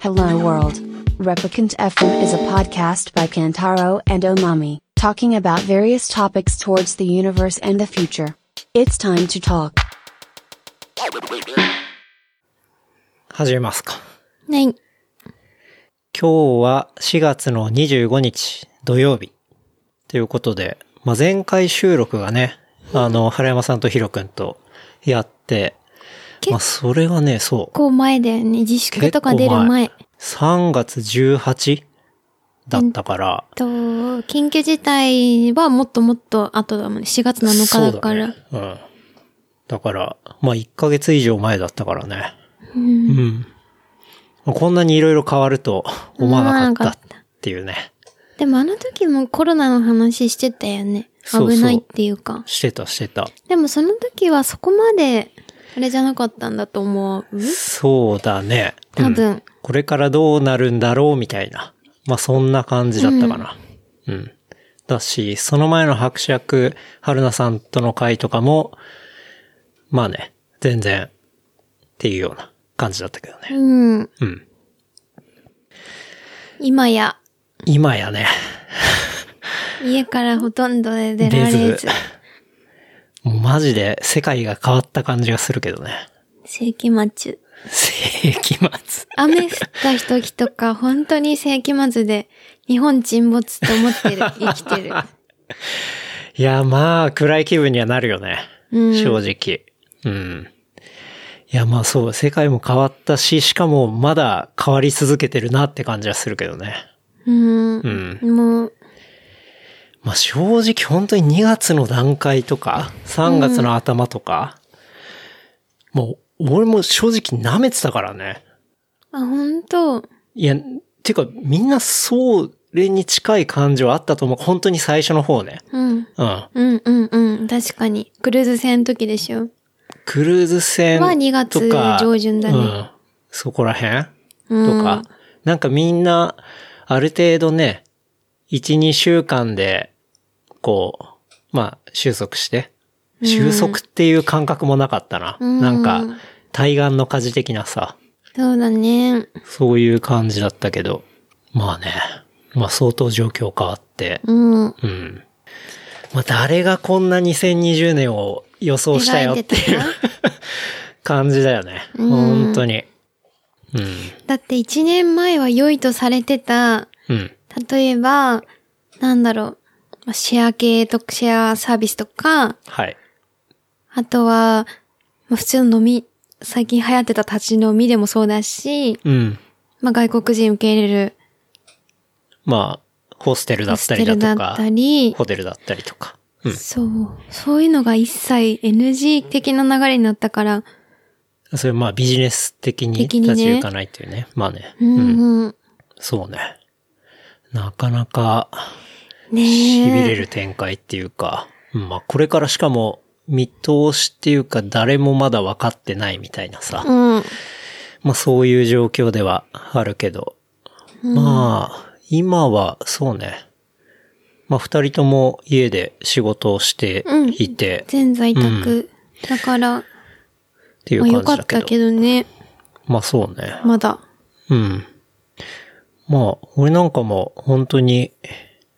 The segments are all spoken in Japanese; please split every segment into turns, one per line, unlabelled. Hello World. Replicant FM is a podcast by Kantaro and Omami, talking about various topics towards the universe and the future. It's time to talk.
始めますか。
はい。
今日は4月の25日土曜日ということで、まあ、前回収録がね、あの、原山さんとヒロ君とやって、まあ、それがね、そう、
こう前だよね。自粛とか出る前。
3月18だったから、
と、緊急事態はもっともっと後だもんね。4月7
そうだ
日だから。
ね、うん。だから、まあ、1ヶ月以上前だったからね。
うん。
うん。まあこんなにいろいろ変わると思わなかったっていうね。
でもあの時もコロナの話してたよね。
そうそう
危ないっていうか。
してた、してた。
でもその時はそこまで、あれじゃなかったんだと思う。
そうだね。
多分。
これからどうなるんだろうみたいな。まあ、そんな感じだったかな。うん。だし、その前の伯爵、春菜さんとの会とかも、まあね、全然、っていうような感じだったけどね。
うん。
うん。
今や、
今やね、
家からほとんど出ら
出
れず
ず、もうマジで世界が変わった感じがするけどね。
世紀末。
世紀末。
雨降った時とか、本当に世紀末で、日本沈没と思ってる。生 きてる。
いや、まあ、暗い気分にはなるよね。
うん
正直。うん。いや、まあそう、世界も変わったし、しかもまだ変わり続けてるなって感じはするけどね。
うん
う。ん。
もう、
まあ正直、本当に2月の段階とか、3月の頭とか、もう、俺も正直舐めてたからね。
あ、本当
いや、てか、みんなそれに近い感情あったと思う。本当に最初の方ね。
うん。
うん。
うんうんうん。確かに。クルーズ船の時でしょ。
クルーズ船とか。
は2月上旬だね
うん。そこら辺
うん
とか。なんかみんな、ある程度ね、1、2週間で、こう、まあ、収束して。収束っていう感覚もなかったな。
うん
なんか、対岸の火事的なさ、
そうだね。
そういう感じだったけど。まあね。まあ相当状況変わって。
う
う
ん。
ん。まあ誰がこんな2020年を予想したよっていう。
描いてた
感じだよね。
うん
本当に。うん。
だって1年前は良いとされてた、
うん。
例えば、なんだろう。まあシェア系とシェアサービスとか、
はい。
あとは、まあ普通の飲み、最近流行ってた立ち飲みでもそうだし、
うん。
まあ外国人受け入れる
まあ、ホステルだ
ホ
っ
ス
た
テ
りだ
ルだ
と
っ
か、
たり、
ホテルだったりとか。う
そう。そういうのが一切 NG 的な流れになったから、
ん。それまあビジネス的に
的
立
にね
ち行かないっていうね。まあね。
うん、うん。
そうね。なかなか、
ねえ。
痺れる展開っていうか、うんまあこれからしかも、見通しっていうか誰もまだ分かってないみたいなさ。
うん。
まあそういう状況ではあるけど、まあ、今はそうね。まあ二人とも家で仕事をしていてっ
全在宅。だから、
てい
まあ
う
良
感
か
じだ
っ
け
た
ど。
けどね。
まあそうね。
まだ。
うん。まあ、俺なんかも本当に、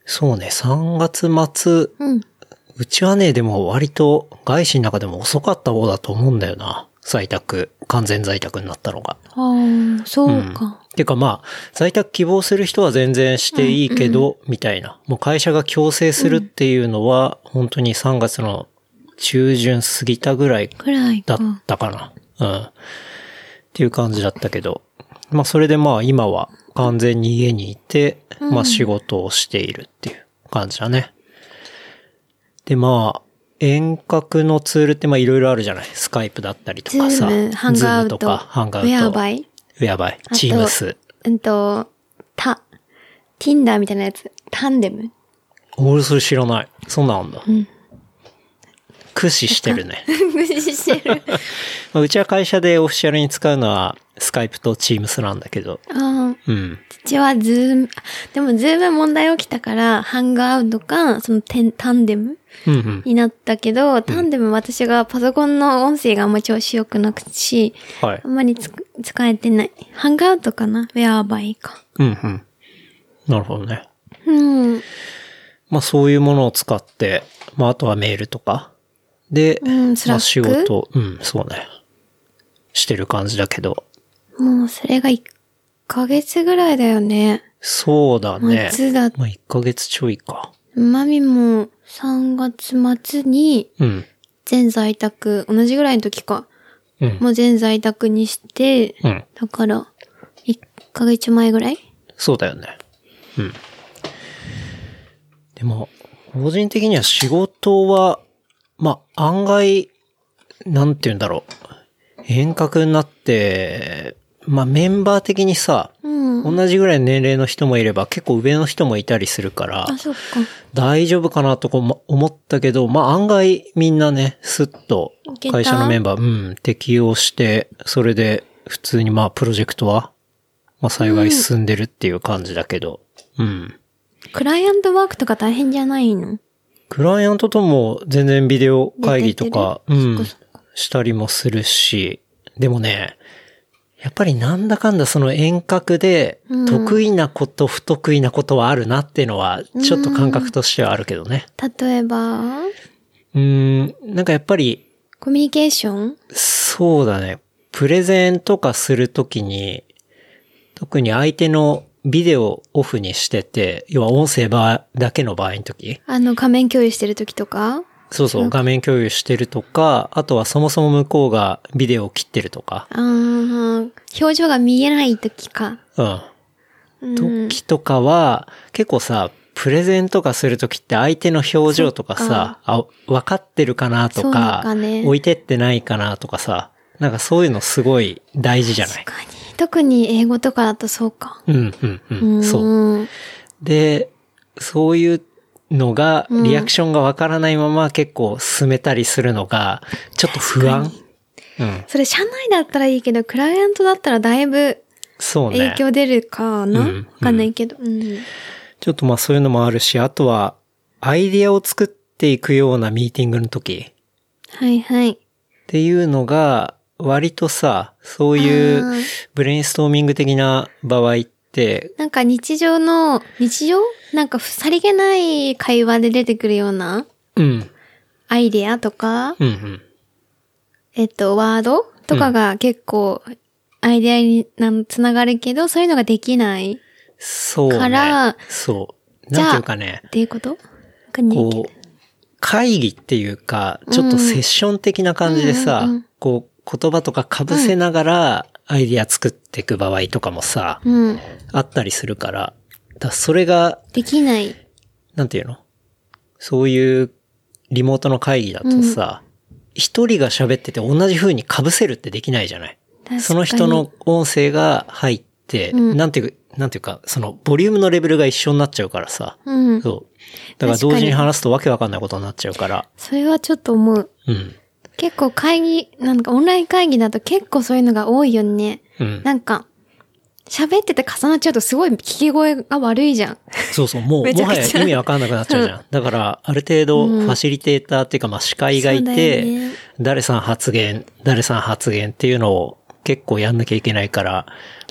そうね、3月末、
うん。
うちはね、でも割と外資の中でも遅かった方だと思うんだよな。在宅、完全在宅になったのが。
ああ、そうか。
てかまあ、在宅希望する人は全然していいけど、みたいな。もう会社が強制するっていうのは、本当に3月の中旬過ぎたぐらい
くらい
だ
か。
ったかな。うん。っていう感じだったけど。まあ、それでまあ、今は完全に家にいて、まあ、仕事をしているっていう感じだね。で、まあ、遠隔のツールってまあ、いろいろあるじゃないスカイプだったりと
ズ
かさ。
ーム、ハンガーアウ
Zoom と
ト、
か、ハンガーアウト。
ウェアバイ、
ウェアバイ。
と
チームス。
うんと、タ、Tinder みたいなやつ。タンデム。
俺それ知らない。そんなんあんだ。
ん
駆使してる ね。
無視してる。
まあうちは会社でオフィシャルに使うのは、スカイプとチームスなんだけど。
ああ、
うん。
父はズーム、あでもズーム問題起きたから、ハンガーアウトか、そのテンタンデム
うんうん。
になったけど、タンデム私がパソコンの音声があんま調子良くなくし、
はい
あん。まりつく使えてない。ハングアウトかなウェアバイか。
うんうん。なるほどね。
うん。
まあそういうものを使って、まああとはメールとか。で、
うんス
まあ
ラック
仕事、うん、そうね。してる感じだけど。
もうそれが1ヶ月ぐらいだよね。
そうだね。
夏だ
まあ1ヶ月ちょいか。
マミも3月末に
うん。
全在宅、同じぐらいの時か。
うん。
もう全在宅にして、
うん。
だから、1ヶ月前ぐらい
そうだよね。うん。でも、個人的には仕事は、まあ、案外、なんて言うんだろう。変革になって、まあ、メンバー的にさ、
うん。
同じぐらいの年齢の人もいれば、結構上の人もいたりするから、
あ、そっか。
大丈夫かなとこうま思ったけど、まあ、案外みんなね、スッと
いけた
会社のメンバー、うん、適用して、それで普通にまあプロジェクトは、まあ幸い進んでるっていう感じだけど、うん。
クライアントワークとか大変じゃないの
クライアントとも全然ビデオ会議とか、う
出てる
ん
そっかそ、
したりもするし、でもね、やっぱりなんだかんだその遠隔で
うん
得意なこと不得意なことはあるなっていうのはちょっと感覚としてはあるけどね。
例えば、
うーん、なんかやっぱり
コミュニケーション
そうだね。プレゼンとかするときに、特に相手のビデオをオフにしてて、要は音声ばだけの場合の時、
あの、画面共有してる時とか
そうそう、画面共有してるとか、あとはそもそも向こうがビデオを切ってるとか、
あー表情が見えない時か。
うん。
うん。
時とかは、結構さ、プレゼンとかするときって相手の表情とかさ、あ、分かってるかなと
そう
か、
かね
置いてってないかなとかさ、なんかそういうのすごい大事じゃない
確かに特に英語とかだとそうか。
うん、うん、う、
うんん
そう。で、そういうのが、リアクションがわからないまま結構進めたりするのが、ちょっと不安。うん。
それ、社内だったらいいけど、クライアントだったらだいぶ
そうね
影。響出るかな
う
わ、
ん
かんないけど。うん。
ちょっとまあそういうのもあるし、あとは、アイディアを作っていくようなミーティングの時
はいはい。
っていうのが、割とさ、そうい
あ
う
ー
ブレインストーミング的な場合って、
なんか日常の、日常なんかさりげない会話で出てくるような
うん、
アイデアとか、
うん、うん。
えっと、ワードとかが結構、アイデアになんつながるけど、そういうのができないっ
そうね。
から
そう。
じ
なん
ゃあ
ていうかね。
ていうことわかんないけど
こう、会議っていうか、ちょっとセッション的な感じでさ、
うんうんうん
こう、言葉とか被せながら、アイディア作っていく場合とかもさ、
うん。
あったりするから、だそれが、
できない。
なんていうのそういう、リモートの会議だとさ、一、人が喋ってて同じ風に被せるってできないじゃない
確かに
その人の音声が入って、
うん
なんていう、なんていうか、その、ボリュームのレベルが一緒になっちゃうからさ、
うん。
そう。だから
確かに
同時に話すとわけわかんないことになっちゃうから。
それはちょっと思う。
うん。
結構会議、なんかオンライン会議だと結構そういうのが多いよね。
うん。
なんか、喋ってて重なっちゃうとすごい聞き声が悪いじゃん。
そうそう。もう、
めち
も
ゃ
は
くちゃ
や意味わかんなくなっちゃう じゃん。だから、ある程度、ファシリテーターっていうか、まあ、司会がい
そうだよ
て、
ね
誰さん発言、誰さん発言っていうのを結構やんなきゃいけないから、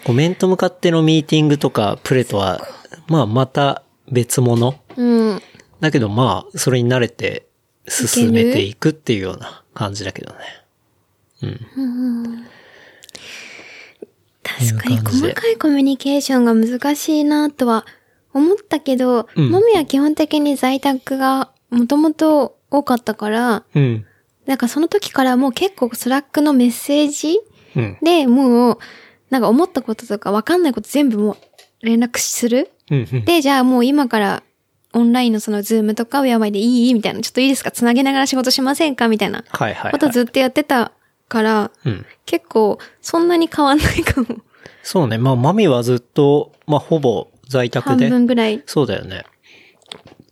こう面と向かってのミーティングとか、プレとは、まあ、また別物。
うん。
だけど、まあ、それに慣れて進めていくっていうような感じだけどね。
確か
い
に
う感じで
細かいコミュニケーションが難しいなとは思ったけど、
うん
もみは基本的に在宅がもともと多かったから、
うん。
なんかその時からもう結構スラックのメッセージ
うん。
でもう、なんか思ったこととかわかんないこと全部もう連絡する
うん。うん
で、じゃあもう今からオンラインのそのズームとかウェアマイでいいみたいな、ちょっといいですかつなげながら仕事しませんかみたいな
はいはい、
こ
は
と
い。
ずっとやってたから、
うん。
結構そんなに変わんな いかも。
そうね。まあ、マミはずっと、まあ、ほぼ在宅
半
で。
分ぐらい。
そうだよね。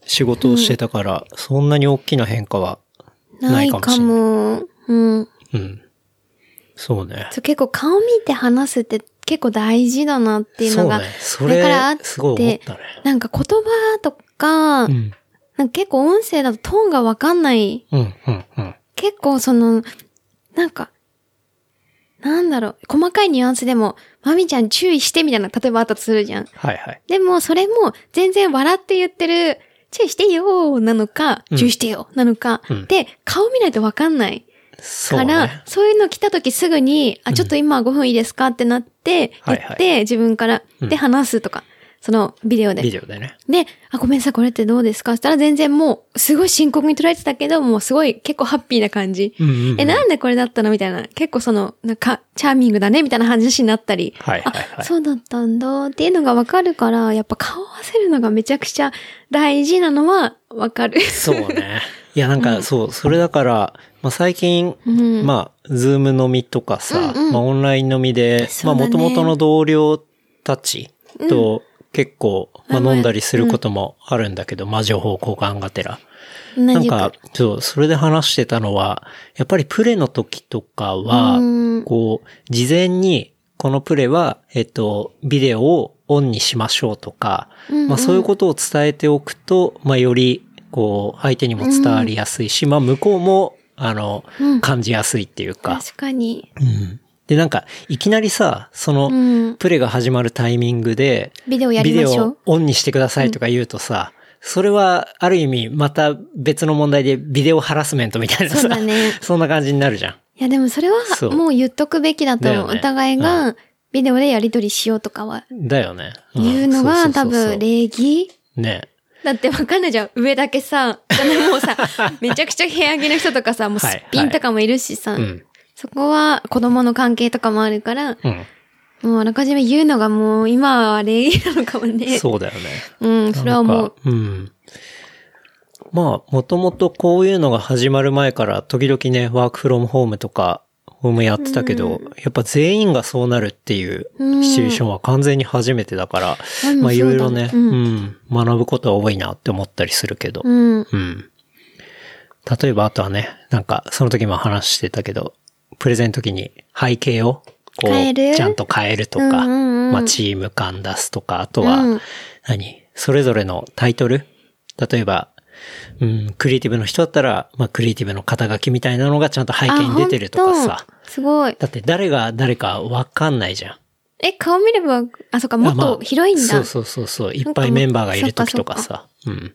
仕事をしてたから、そんなに大きな変化はな
ないい
かもし
か
れない。
も。うん。
うん。そうね。
そう結構顔見て話すって結構大事だなっていうのが。
そうね。それ、
だからあって
すごい思ったね。
なんか言葉とか、
うん。
なんか結構音声だとトーンがわかんない。
うん、うん、うん。
結構その、なんか、なんだろう、細かいニュアンスでも、まみちゃん注意してみたいな、例えばあったとするじゃん。
はいはい。
でも、それも、全然笑って言ってる、注意してよーなのか、
うん
注意してよなのか、
うん
で、顔見ないとわかんない
そう
か
ね。
ら、そう,、いうの来た時すぐに、あ、ちょっと今5分いいですかってなって、
は
言
い
っ
はい
て、自分から、
うん
で、話すとか、そのビデオで
ビ。デオでね。
で、あ、ごめんなさい、これってどうですかって言ったら全然もう、すごい深刻に捉えてたけど、もうすごい結構ハッピーな感じ。
うんうんうん
え、なんでこれだったのみたいな。結構その、なんか、チャーミングだねみたいな話になったり。
はいはいはい
あ、そうだったんだっていうのがわかるから、やっぱ顔合わせるのがめちゃくちゃ大事なのはわかる。
そうね。 いや、なんか、そう、それだから、まあ、最近、
うん
まあ、ズーム飲みとかさ、
うんうん
まあ、オンライン飲みで、
そ
まあ、
うだ
も
ね
ともとの同僚たちと、結構、まあ、
名前
飲んだりすることもあるんだけど、まあ、情報交換がてら。な
同
ん
じく
か、そう、それで話してたのは、やっぱりプレの時とかは
うん、
こう、事前に、このプレは、えっと、ビデオをオンにしましょうとか、
うんうん
まあそういうことを伝えておくと、まあより、こう、相手にも伝わりやすいし、まあ向こうも、あの、
うん
感じやすいっていうか。
確かに。
うんで、なんか、いきなりさ、その、
うん
プレが始まるタイミングで、
ビデオや
ビ
り
デ
ましょ
オ
う。
オンにしてくださいとか言うとさ、それはある意味また別の問題でビデオハラスメントみたいな
そう
さ、
だね
そんな感じになるじゃん。
いや、でもそれ
そ
は
う
もう言っとくべきだと思う。
だよね
お互いが、ビデオでやりとりしようとかは、
だよね。ん
言うのが多
そうそうそうそ
分
う
礼儀
ね。
だってわかんないじゃん。上だけさ、そんなも うさ、めちゃくちゃ部屋着の人とかさ、もう
はい
すっぴんとかもいるしさ、
うん。
そこは子供の関係とかもあるから、
うん。
もうあらかじめ言うのがもう今は礼儀なのかもね。
そうだよね。
うん、それは
な
も
ん
う
か。うん。まあ、もともとこういうのが始まる前から、時々ね、ワークフロムホームとか、ホームやってたけど、やっぱ全員がそうなるっていう
うん
シチュエーションは完全に初めてだから、
でも
まあいろいろ
そうだ
ね、うん、学ぶことは多いなって思ったりするけど、
うん。
うん。例えばあとはね、なんかその時も話してたけど、プレゼンの時に背景をこ
変え
う、
る
ちゃんと変えるとか、
うんうんうん
まあチーム感出すとか、あとは、
うん
何それぞれのタイトル例えば、うん、クリエイティブの人だったら、まあクリエイティブの肩書きみたいなのがちゃんと背景に出てるとかさ
あ。。ほんとすごい。
だって誰が誰かわかんないじゃん。
え、顔見れば、あ、そっか、もっ
ま
と
あ
広いんだ。
そうそうそうそう。いっぱいメンバーがいる時とか
そ
さ。うん。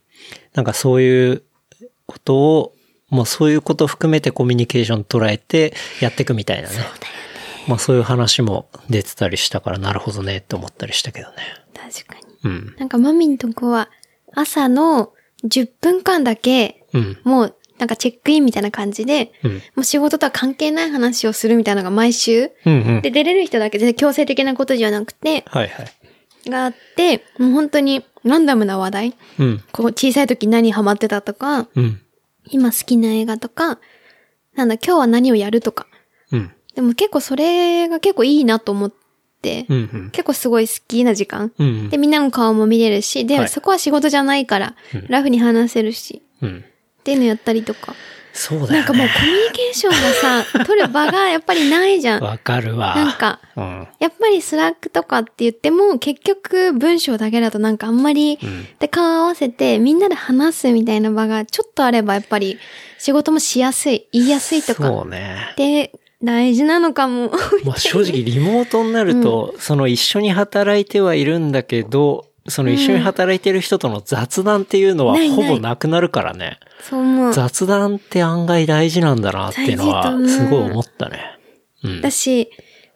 なんかそういうことを、もうそういうことを含めてコミュニケーション捉えてやっていくみたいなね。まあそういう話も出てたりしたから、なるほどねって思ったりしたけどね。
確かに。
うん。
なんか、マミンとこは、朝の10分間だけ、
うん。
もう、なんかチェックインみたいな感じで、
うん。
もう仕事とは関係ない話をするみたいなのが毎週。
うんうん。
で、出れる人だけ全然強制的なことじゃなくて、
はいはい。
があって、もう本当にランダムな話題。
うん。
こう、小さい時何ハマってたとか、
うん。
今好きな映画とか、なんだ、今日は何をやるとか。
うん。
でも結構それが結構いいなと思って、
うんうん。
結構すごい好きな時間。
うん
で、みんなの顔も見れるし、で、
はい
そこは仕事じゃないから
うん、
ラフに話せるし、
うん。
っていうのやったりとか。
そうだ
なん
よ
かもう
ね。
コミュニケーションが さ、取る場がやっぱりないじゃん。
わかるわ。
なんか、
うん。
やっぱりスラックとかって言っても、結局文章だけだとなんかあんまり、
うん。
で、顔合わせてみんなで話すみたいな場がちょっとあればやっぱり仕事もしやすい、言いやすいとか
そうね。
って大事なのかも。
まあ正直リモートになると、その一緒に働いてはいるんだけど、その一緒に働いてる人との雑談っていうのは
ないない
ほぼなくなるからね。
そう思う。
雑談って案外大事なんだなっていうのは
大事だ
す
な
ごい思ったね。うん。
だし、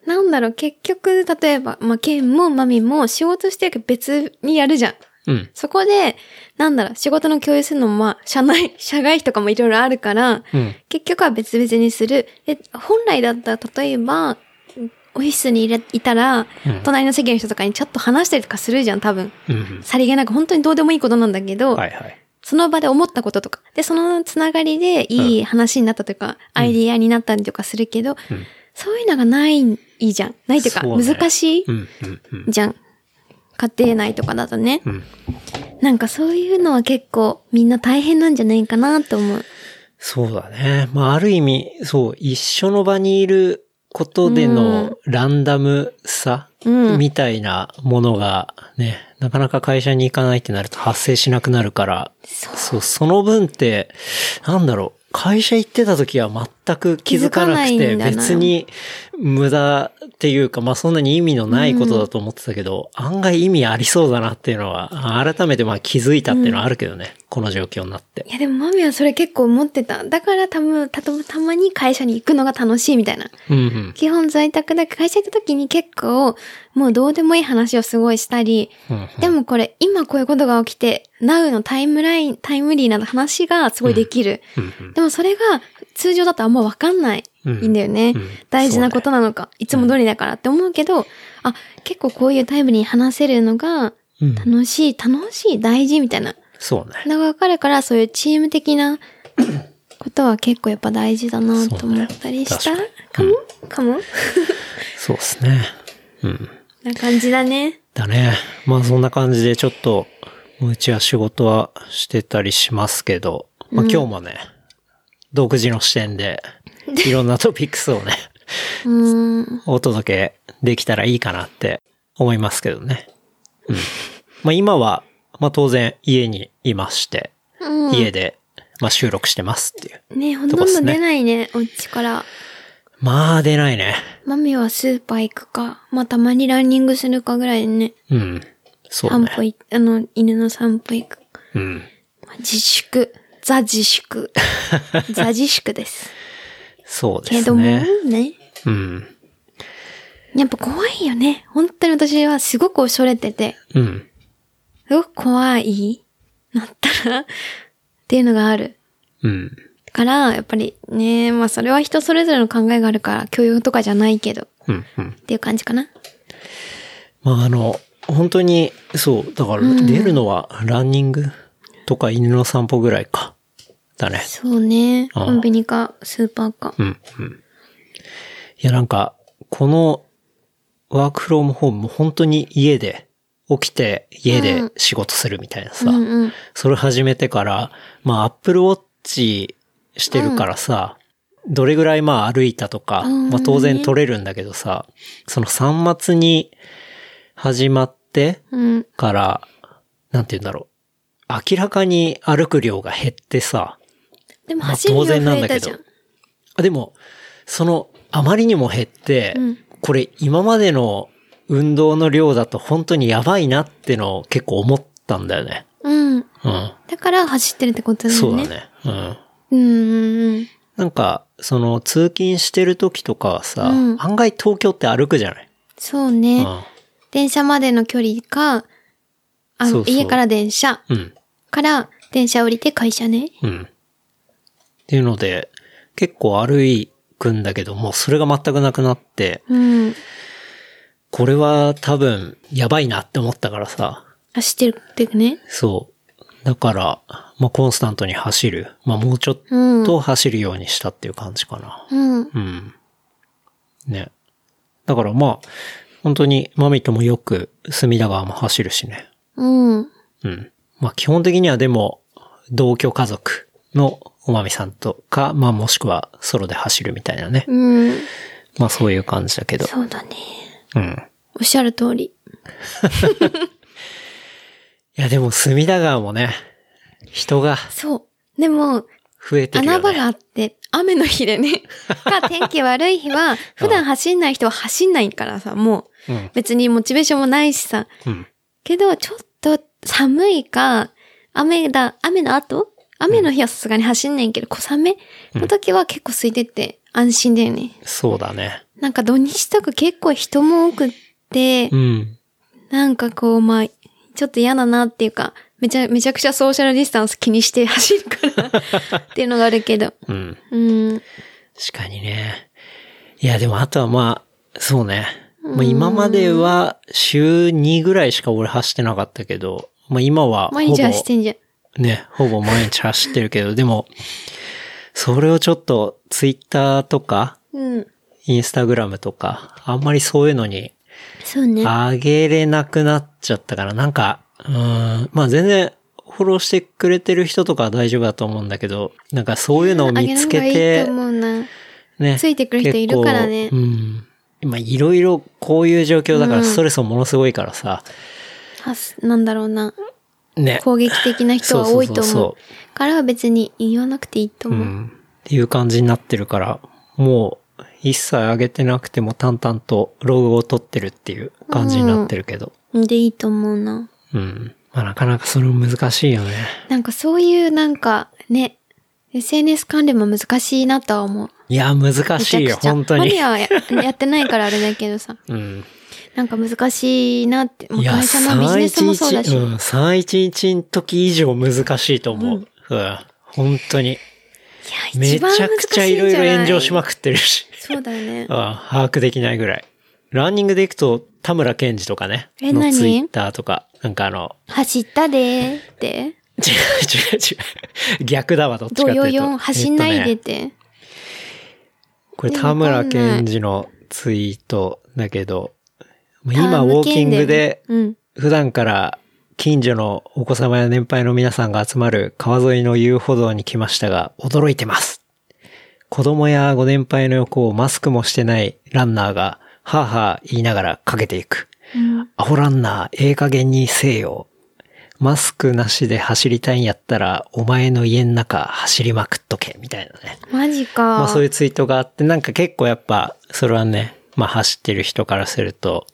なんだろう、結局、例えば、まあ、ケンもマミも仕事してるけど別にやるじゃん。
うん。
そこで、なんだろう、仕事の共有するのも、まあ、社内、 社外費とかもいろいろあるから、
うん。
結局は別々にする。え、本来だったら、例えば、オフィスにいれいたら、
うん
隣の席の人とかにちょっと話したりとかするじゃん、多分。
うん。
さりげなく、本当にどうでもいいことなんだけど、
はいはい。
その場で思ったこととか。で、そのつながりでいい話になったというか、アイディアになったりとかするけど、
うん
そういうのがない、いいじゃん。ないというか、
そうね
難しい
うん。うん。うん。
じゃん。家庭内とかだとね。
うん。
なんかそういうのは結構みんな大変なんじゃないかなと思う。
そうだね。まあ、ある意味、そう、一緒の場にいることでのランダムさ、
うん
みたいなものがね、なかなか会社に行かないってなると発生しなくなるから、
そ
そう、その分って、なんだろう、会社行ってた時はく気づかなく
気づかない
て、
んだな
別に無駄っていうか、まあそんなに意味のないことだと思ってたけど、案外意味ありそうだなっていうのは、改めてまあ気づいたっていうのはあるけどね、この状況になって。
いやでもマミはそれ結構思ってた。だから多分、たとたまに会社に行くのが楽しいみたいな。
うんうん。
基本在宅だけど会社行った時に結構、もうどうでもいい話をすごいしたり、
うんうん
でもこれ今こういうことが起きて、Now のタイムライン、タイムリーな話がすごいできる。
うんうん
でもそれが通常だとあんまわかんない。
うん
いいんだよね、
うん
大事なことなのか、いつも通りだからって思うけど、あ、結構こういうタイムリーに話せるのが
うん
楽しい、楽しい、大事みたいな。
そうね。
のがわかるから、そういうチーム 的なことは結構やっぱ大事だなと思ったりした
そうね
かも、かも
そうですね。うん。
な感じだね。
だね。まあそんな感じでちょっと、もううちは仕事はしてたりしますけど、まあ今日もね、独自の視点で、いろんなトピックス をね、
うーん。
お届けできたらいいかなって思いますけどね。うん。まあ今は、まあ当然家にいまして、
うん、
家で、まあ収録してますっていう。
ねほ
と
と
こっ
ん
す
ど
ね
出ないね、お家から。
まあ出ないね。
マミはスーパー行くか、まあたまにランニングするかぐらいでね、
うん。そう
散
ね。
歩い、あの、犬の散歩行く。
うん。
まあ自粛。ザ自 粛。ザ自粛です。
そうで
け
す
ども、
ね。
ね。
うん。
やっぱ怖いよね。本当に私はすごく恐れてて。
うん。
すごく怖いなったらっていうのがある。
うん。
から、やっぱりね、まあそれは人それぞれの考えがあるから、教養とかじゃないけど、っ
うん。うん。
ていう感じかな。
まああの、本当に、そう、だから出るのはランニングとか犬の散歩ぐらいか。だね。
そうね。
ああ
コンビニか、スーパーか。
うん、うん。いやなんか、このワークフロームホームも本当に家で、起きて家で仕事するみたいなさ、
うんうん。
それ始めてから、まあ、アップルウォッチしてるからさ、どれぐらいまあ歩いたとか、
うん
まあ当然取れるんだけどさ、その3末に始まって
うん。
から、なんて言うんだろう。明らかに歩く量が減ってさ、
でも
まあ
走る量
当
増
然なん
え
だ
た
け
じ
ど
ゃん。。
あでも、その、あまりにも減って、
うん
これ今までの運動の量だと本当にやばいなってのを結構思ったんだよね。
うん。
うん。
だから走ってるってことだよね。
そうだ。ね。うん。
うん。
なんか、その、通勤してる時とかはさ、
うん
案外東京って歩くじゃない、
そう
う
ね。
ん、
電車までの距離か、あ
そうそう
家から電車
うん。
から電車降りて会社ね。
うん。っていうので、結構歩くんだけども、それが全くなくなって、
うん。
これは多分、やばいなって思ったからさ、
走ってるってね。
そう。だから、まあ、コンスタントに走る。まあ、もうちょっ
うん。
と走るようにしたっていう感じかな。
うん。
うん。ね。だからまあ、本当に、マミともよく、隅田川も走るしね。
うん。
うん。まあ、基本的にはでも、同居家族のおまみさんとか、まあ、もしくはソロで走るみたいなね。
うん。
まあ、そういう感じだけど。
そうだね。
うん。
おっしゃる通り。
いや、でも、隅田川もね、人が
そう。でも、
増えてるよ、ね。
穴場があって、雨の日 でね、か天気悪い日は、普段走んない人は走んないからさ、もう、
うん
別にモチベーションもないしさ。
うん。
けど、ちょっと寒いか、雨だ、雨の後雨の日はさすがに走んないけど、小雨の時は結構空いてて、安心だよね。
そうだね。
なんか土日とか結構人も多くって、
うん。
なんかこう、まあ、ちょっと嫌だなっていうか、めちゃ、めちゃくちゃソーシャルディスタンス気にして走るから、 っていうのがあるけど。
うん。
うん。
確かにね。いや、でもあとはまあ、そうね。まあ、今までは週2ぐらいしか俺走ってなかったけど、まあ今はほぼ、
毎日走ってんじゃん。
ね、ほぼ毎日走ってるけど、でも、それをちょっとツイッターとか、
うん。
インスタグラムとか、あんまりそういうのに
そうね。
あげれなくなっちゃったから、なんか、うーん、まあ全然、フォローしてくれてる人とかは大丈夫だと思うんだけど、なんかそういうのを見つけ
あげ
て、
るのがいいと思うな。
ね。
ついてくる人いるからね
結構うん。今、いろいろこういう状況だからストレスもものすごいからさ。
はす、なんだろうな。
ね。
攻撃的な人は多いと
そうそう
思。
そう
からは別に言わなくていいと
う
思う。
ん。っていう感じになってるから、もう一切上げてなくても淡々とログを取ってるっていう感じになってるけど。
でいいと思うな。
うん。まあなかなかそれも難しいよね。
なんかそういうなんかね、SNS 関連も難しいなとは思う。
いや、難
め
しい
ちゃ
よ、
くちゃ
本当
マ
に
リ。アはや やってないからあれだけどさ、
うん。
なんか難しいなって、もう
いや、
会社のビジネスもそうだし、
311うん、311の時以上難しいと思う。うん。本当に。
いや
め
一
ち
番
ゃ
難し
く
いん
ちゃいろいろ炎上しま
く
くってるし。
そうだよね。
ああ把握できないぐらい。ランニングで行くと、田村健二とかね。
え
の
何
ツイッターとか、なんかあの、
走ったでーって、
違う違う違う。逆だわ、どっちか
土
っていうと。
曜4走んないで
え
っ
っとね
て、
これ田村健二のツイートだけど、今ウォーキングで、
うん。
普段から近所のお子様や年配の皆さんが集まる川沿いの遊歩道に来ましたが、驚いてます。子供やご年配の横をマスクもしてないランナーが、はぁはぁ言いながら駆けていく。
うん
アホランナー、ええ加減にせえよ。マスクなしで走りたいんやったら、お前の家ん中走りまくっとけ、みたいなね。
マジか。
まあそういうツイートがあって、なんか結構やっぱ、それはね、まあ走ってる人からすると、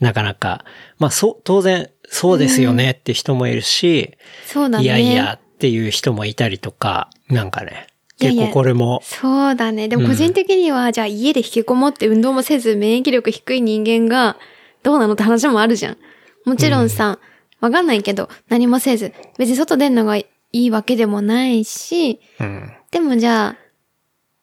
なかなか、まあそう、当然、そうですよねって人もいるし、
そうだね。
いやいやっていう人もいたりとか、なんかね、
いやい
結
や
構これも、
そうだね。でも個人的には、じゃあ家で引きこもって運動もせず免疫力低い人間がどうなのって話もあるじゃん。もちろんさ、わかんないけど、何もせず、別に外出るのがいいわけでもないし、
うん。
でもじゃあ、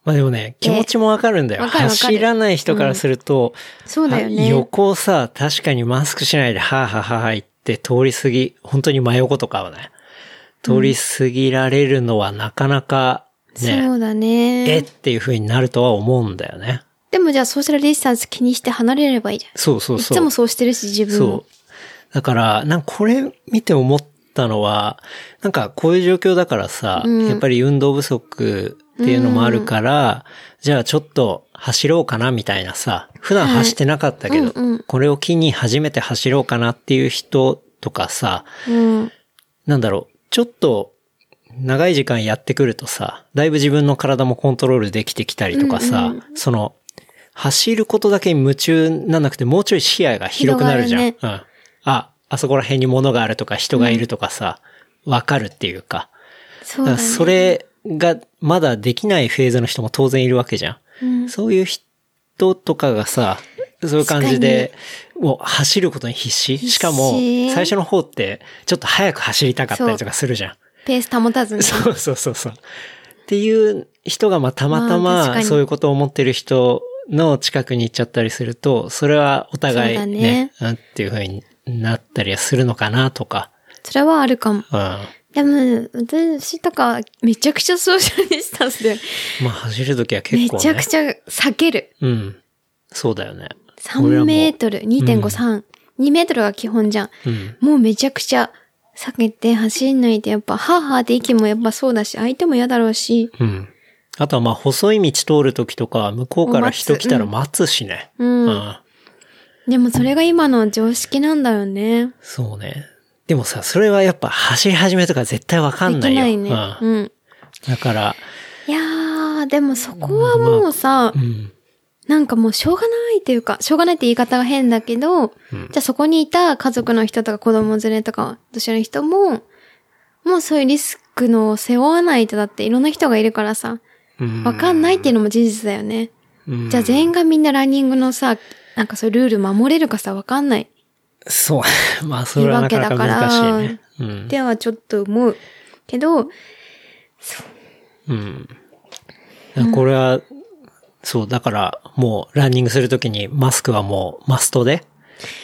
まあでもね、気持ちもわかるんだよ。
わかるわかる
走らない人からすると、
そうだよ
あ
ね。
横をさ、確かにマスクしないで、はぁはぁはぁはぁ言って通り過ぎ、本当に真横とかはね、通り過ぎられるのはなかなかね、
そうだ
えっ
ね。
ていう風になるとは思うんだよね。
でもじゃあソーシャルディスタンス気にして離れればいいじゃん。
そうそう
い
そう。
つもそうしてるし、自分も
そ。う。だから、なんかこれ見て思ったのは、なんかこういう状況だからさ、
うん
やっぱり運動不足っていうのもあるから、じゃあちょっと走ろうかなみたいなさ、普段走ってなかったけど、
はいうんうん
これを機に初めて走ろうかなっていう人とかさ、
うん。
なんだろう、ちょっと、長い時間やってくるとさ、だいぶ自分の体もコントロールできてきたりとかさ、
うん
その、走ることだけに夢中になんなくて、もうちょい視野が広くなるじゃん。
広
うん。あ、あそこら辺に物があるとか人がいるとかさ、わ、かるっていうか。
そう
だ
だ
から
ね。
それがまだできないフェーズの人も当然いるわけじゃん。
うん
そういう人とかがさ、そういう感じで、もう走ることに必死しかも、
必死
最初の方って、ちょっと早く走りたかったりとかするじゃん。
ペース保たずに。
そうそうそうそう。っていう人が、まあ、たまた
まあ確か
ま、
に
そういうことを思ってる人の近くに行っちゃったりすると、それはお互
そうだ
い
ね
ね、うんっていう風になったりはするのかなとか。
それはあるかも。
うん。
でも、私とか、めちゃくちゃソーシャルディスタンスで、
まあ、走るときは
め
結構、ね。
ちゃくちゃ避ける。
うん。そうだよね。俺
3
らも
メートル、2.5、3。2メートルが基本じゃん。
うん。
もうめちゃくちゃ避けて走んないで、やっぱ、はぁはぁで息もやっぱそうだし、相手も嫌だろうし、
うん。あとはまあ細い道通るときとか、向こうから人
待つ
来たら待つしね。
うん
うん。
でもそれが今の常識なんだよね。
そうね。でもさ、それはやっぱ走り始めとか絶対わかん
で
な
き
いよ。
ないね。
うん。
うん。
だから、
いやー、でもそこはもうさ
う、ん。
なんかもうしょうがないっていうか、しょうがないって言い方が変だけど、じゃあそこにいた家族の人とか子供連れとか、年上の人も、もうそういうリスクの背負わないとだっていろんな人がいるからさ、
うん
わかんないっていうのも事実だよね。
うん
じゃあ全員がみんなランニングのさ、なんかそういうルール守れるかさ、わかんない。
そう。 まあ、それはなかなか
言い訳だ
難
か
し
ら
いね。うん。
ではちょっと思う。けど、
うん。これは、そう、だから、もう、ランニングするときにマスクはもう、マストで、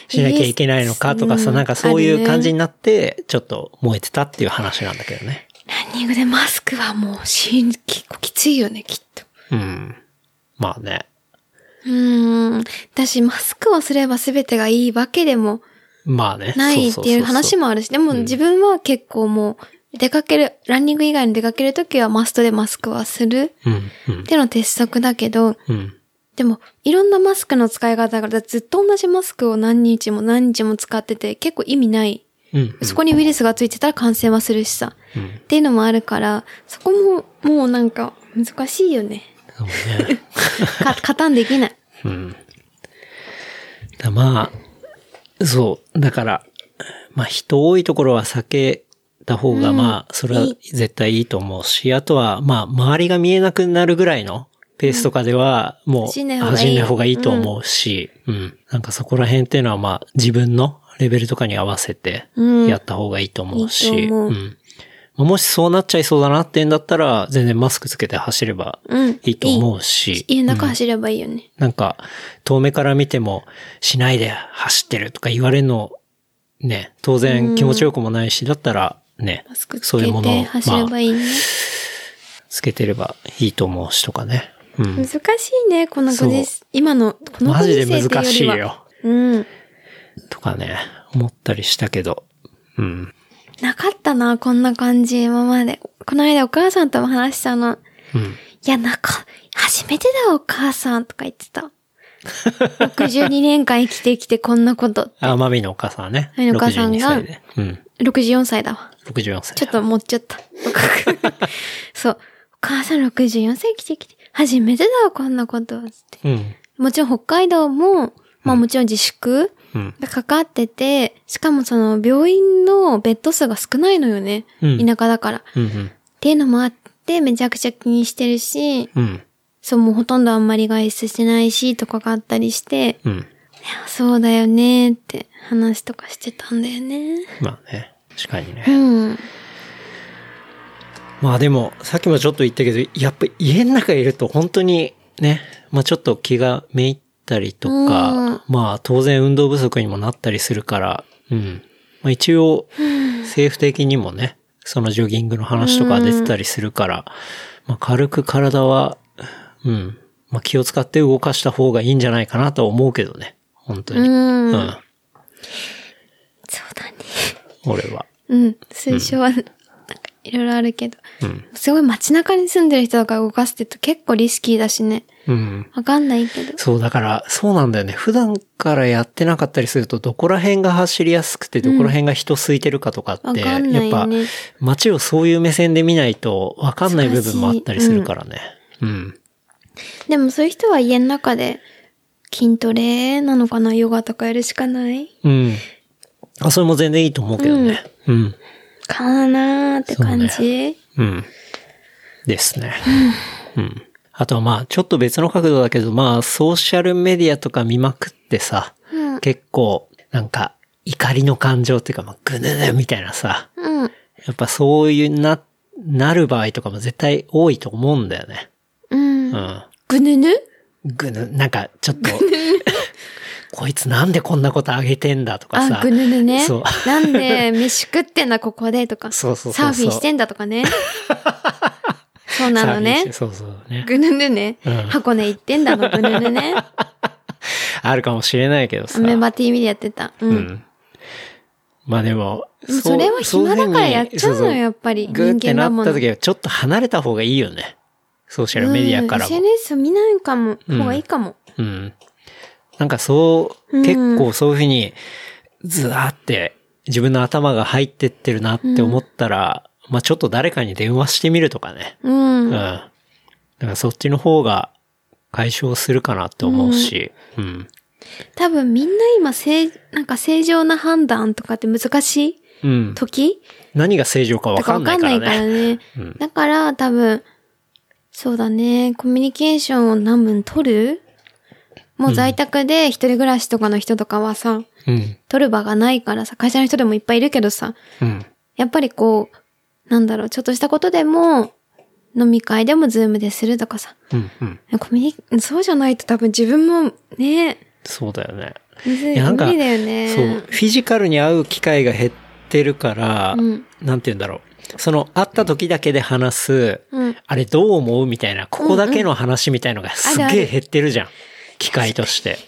しなきゃいけないのかとか
イエスう
さ、
ん
なんかそうい
ある
う
ね
感じになって、ちょっと燃えてたっていう話なんだけどね。
ランニングでマスクはもうしん、結構きついよね、きっと。
うん。まあね。
うーん。だし、マスクをすれば全てがいいわけでも、
まあね。
ないっていう話
も。
もあるし、でも自分は結構もう、出かける、ランニング以外に出かけるときはマストでマスクはする
うん、うん
っ。ての鉄則だけど、
うん。
でも、いろんなマスクの使い方がある、ずっと同じマスクを何日も何日も使ってて、結構意味ない。
うん。
そこにウイルスがついてたら感染はするしさ。
うん
っていうのもあるから、そこも、もうなんか、難しいよね。
そうね。
か、加担できない。
うん。だまあ、そう。だから、まあ人多いところは避けた方が、まあ、それはい絶対いいと思うし、あとは、まあ、周りが見えなくなるぐらいのペースとかでは、もう、
走んない方がいい
ない方がいいと思うし、うん、なんかそこら辺っていうのは、まあ、自分のレベルとかに合わせて、
うん
やった方がいいと思うし、。
いいと思うん
まあもしそうなっちゃいそうだなってんだったら、全然マスクつけて走れば
うん。
いいと思うし。
いい家の中走ればいいよね。
なんか、遠目から見ても、しないで走ってるとか言われるの、ね、当然気持ちよくもないし、だったら、ね
マスク、つ
そうい
け
うもの
て
を、
走ればいいね。
つけてればいいと思うしとかね。う
難
ん。
しいね、このご時世。今の、このご
マジ
時世
で
っていうよりは。
難しい。よ。
うん。
とかね、思ったりしたけど。うん。
なかったな、こんな感じ、今まで。この間お母さんとも話したの。
うん。
いや、なんか、初めてだお母さんとか言ってた。62年間生きてきてこんなこと。
あ、マミのお母さんね。
マミのお母さんが
62歳で。うん。
64歳だわ。
64歳。
ちょっと持っちゃった。 そう。お母さん64歳生きてきて、初めてだわ、こんなこと。つって
うん。
もちろん北海道も、まあもちろん自粛
うん。
がかかってて、しかもその病院のベッド数が少ないのよね。
うん
田舎だから。っ
うん。うん。
ていうのもあって、めちゃくちゃ気にしてるし、
うん。
そう、もうほとんどあんまり外出してないし、とかがあったりして、
うん。
そうだよねって話とかしてたんだよね。
まあね。確かにね。
うん。
まあでも、さっきもちょっと言ったけど、やっぱ家の中いると本当にね、まあちょっと気がめいったりとか、
うん
まあ当然運動不足にもなったりするから、うん。まあ一応、政府的にもね、そのジョギングの話とか出てたりするから、まあ軽く体は、うん。まあ気を使って動かした方がいいんじゃないかなとは思うけどね。本当に。
うん
うん、
そうだね。
俺は。
うん。推奨は、なんか、いろいろあるけど。
うん。
すごい街中に住んでる人だから動かすって言うと結構リスキーだしね。
うん。
わかんないけど。
そう、だから、そうなんだよね。普段からやってなかったりすると、どこら辺が走りやすくて、どこら辺が人空いてるかとかって、
わかんな
やっ
い
ぱ
よ、ね。
街をそういう目線で見ないと、わかんない部分もあったりするからね。うん。
でもそういう人は家の中で筋トレなのかなヨガとかやるしかない
うん。あ、それも全然いいと思うけどね。うん。
かなーって感じ。
うん。ですね。うん。あとはまあ、ちょっと別の角度だけど、まあ、ソーシャルメディアとか見まくってさ、
うん
結構、なんか、怒りの感情っていうか、まあ、ぐぬぬみたいなさ、
うん。
やっぱそういうな、なる場合とかも絶対多いと思うんだよね。
うん。
うん。
ぐぬぬ
ぐぬ、なんかちょっと、こいつなんでこんなことあげてんだとか
あ
さ、。
ぐぬぬね
そう。
なんで、飯食ってんだ、こ こで、とか。
そうそうそうそう
サーフィンしてんだと かね。そうなの
サーフィンし
ね
て。そうそうね。
ぐぬぬね。
うん
箱根行ってんだの、ぐぬぬ ね。
あるかもしれないけどさ。
アメバ TV でやってた。う。
うんん。まあでも、
でもそれは暇だからやっちゃうのよ、やっぱり。
グ
人
って
間
な
だ
っ
も
た
の。
時はちょっと離れた方がいいよね。ソーシャルメディアから
うん
も。
SNS 見ないかも。方がいいかも。
うん。なんかそう、
うん
結構そういうふうに、ずわーって自分の頭が入ってってるなって思ったら、まあちょっと誰かに電話してみるとかね。
うん。
うん。だからそっちの方が解消するかなって思うし、うん。
多分みんな今、正、なんか正常な判断とかって難しい
うん。
時
何が正常かわ
と
か
かわ
んな
か
い
ん
か
な
ら
いから
ね。
ね。
うん
だから多分、そうだね、コミュニケーションを何分取るもう在宅で一人暮らしとかの人とかはさ、
うん。
取る場がないからさ、会社の人でもいっぱいいるけどさ、
うん。
やっぱりこう、なんだろう、ちょっとしたことでも、飲み会でもズームでするとかさ、
うん。うん。
コミュニ、そうじゃないと多分自分もね、
そうだよね。
むず
い
い、
やなんか
無理だよ
そう。
ね。
フィジカルに会う機会が減ってるから、
うん
なんて言うんだろう。その、会った時だけで話す、
うん
あれどう思うみたいな、ここだけの話みたいのがす
ある
げ
あ
え減ってるじゃん。機会として。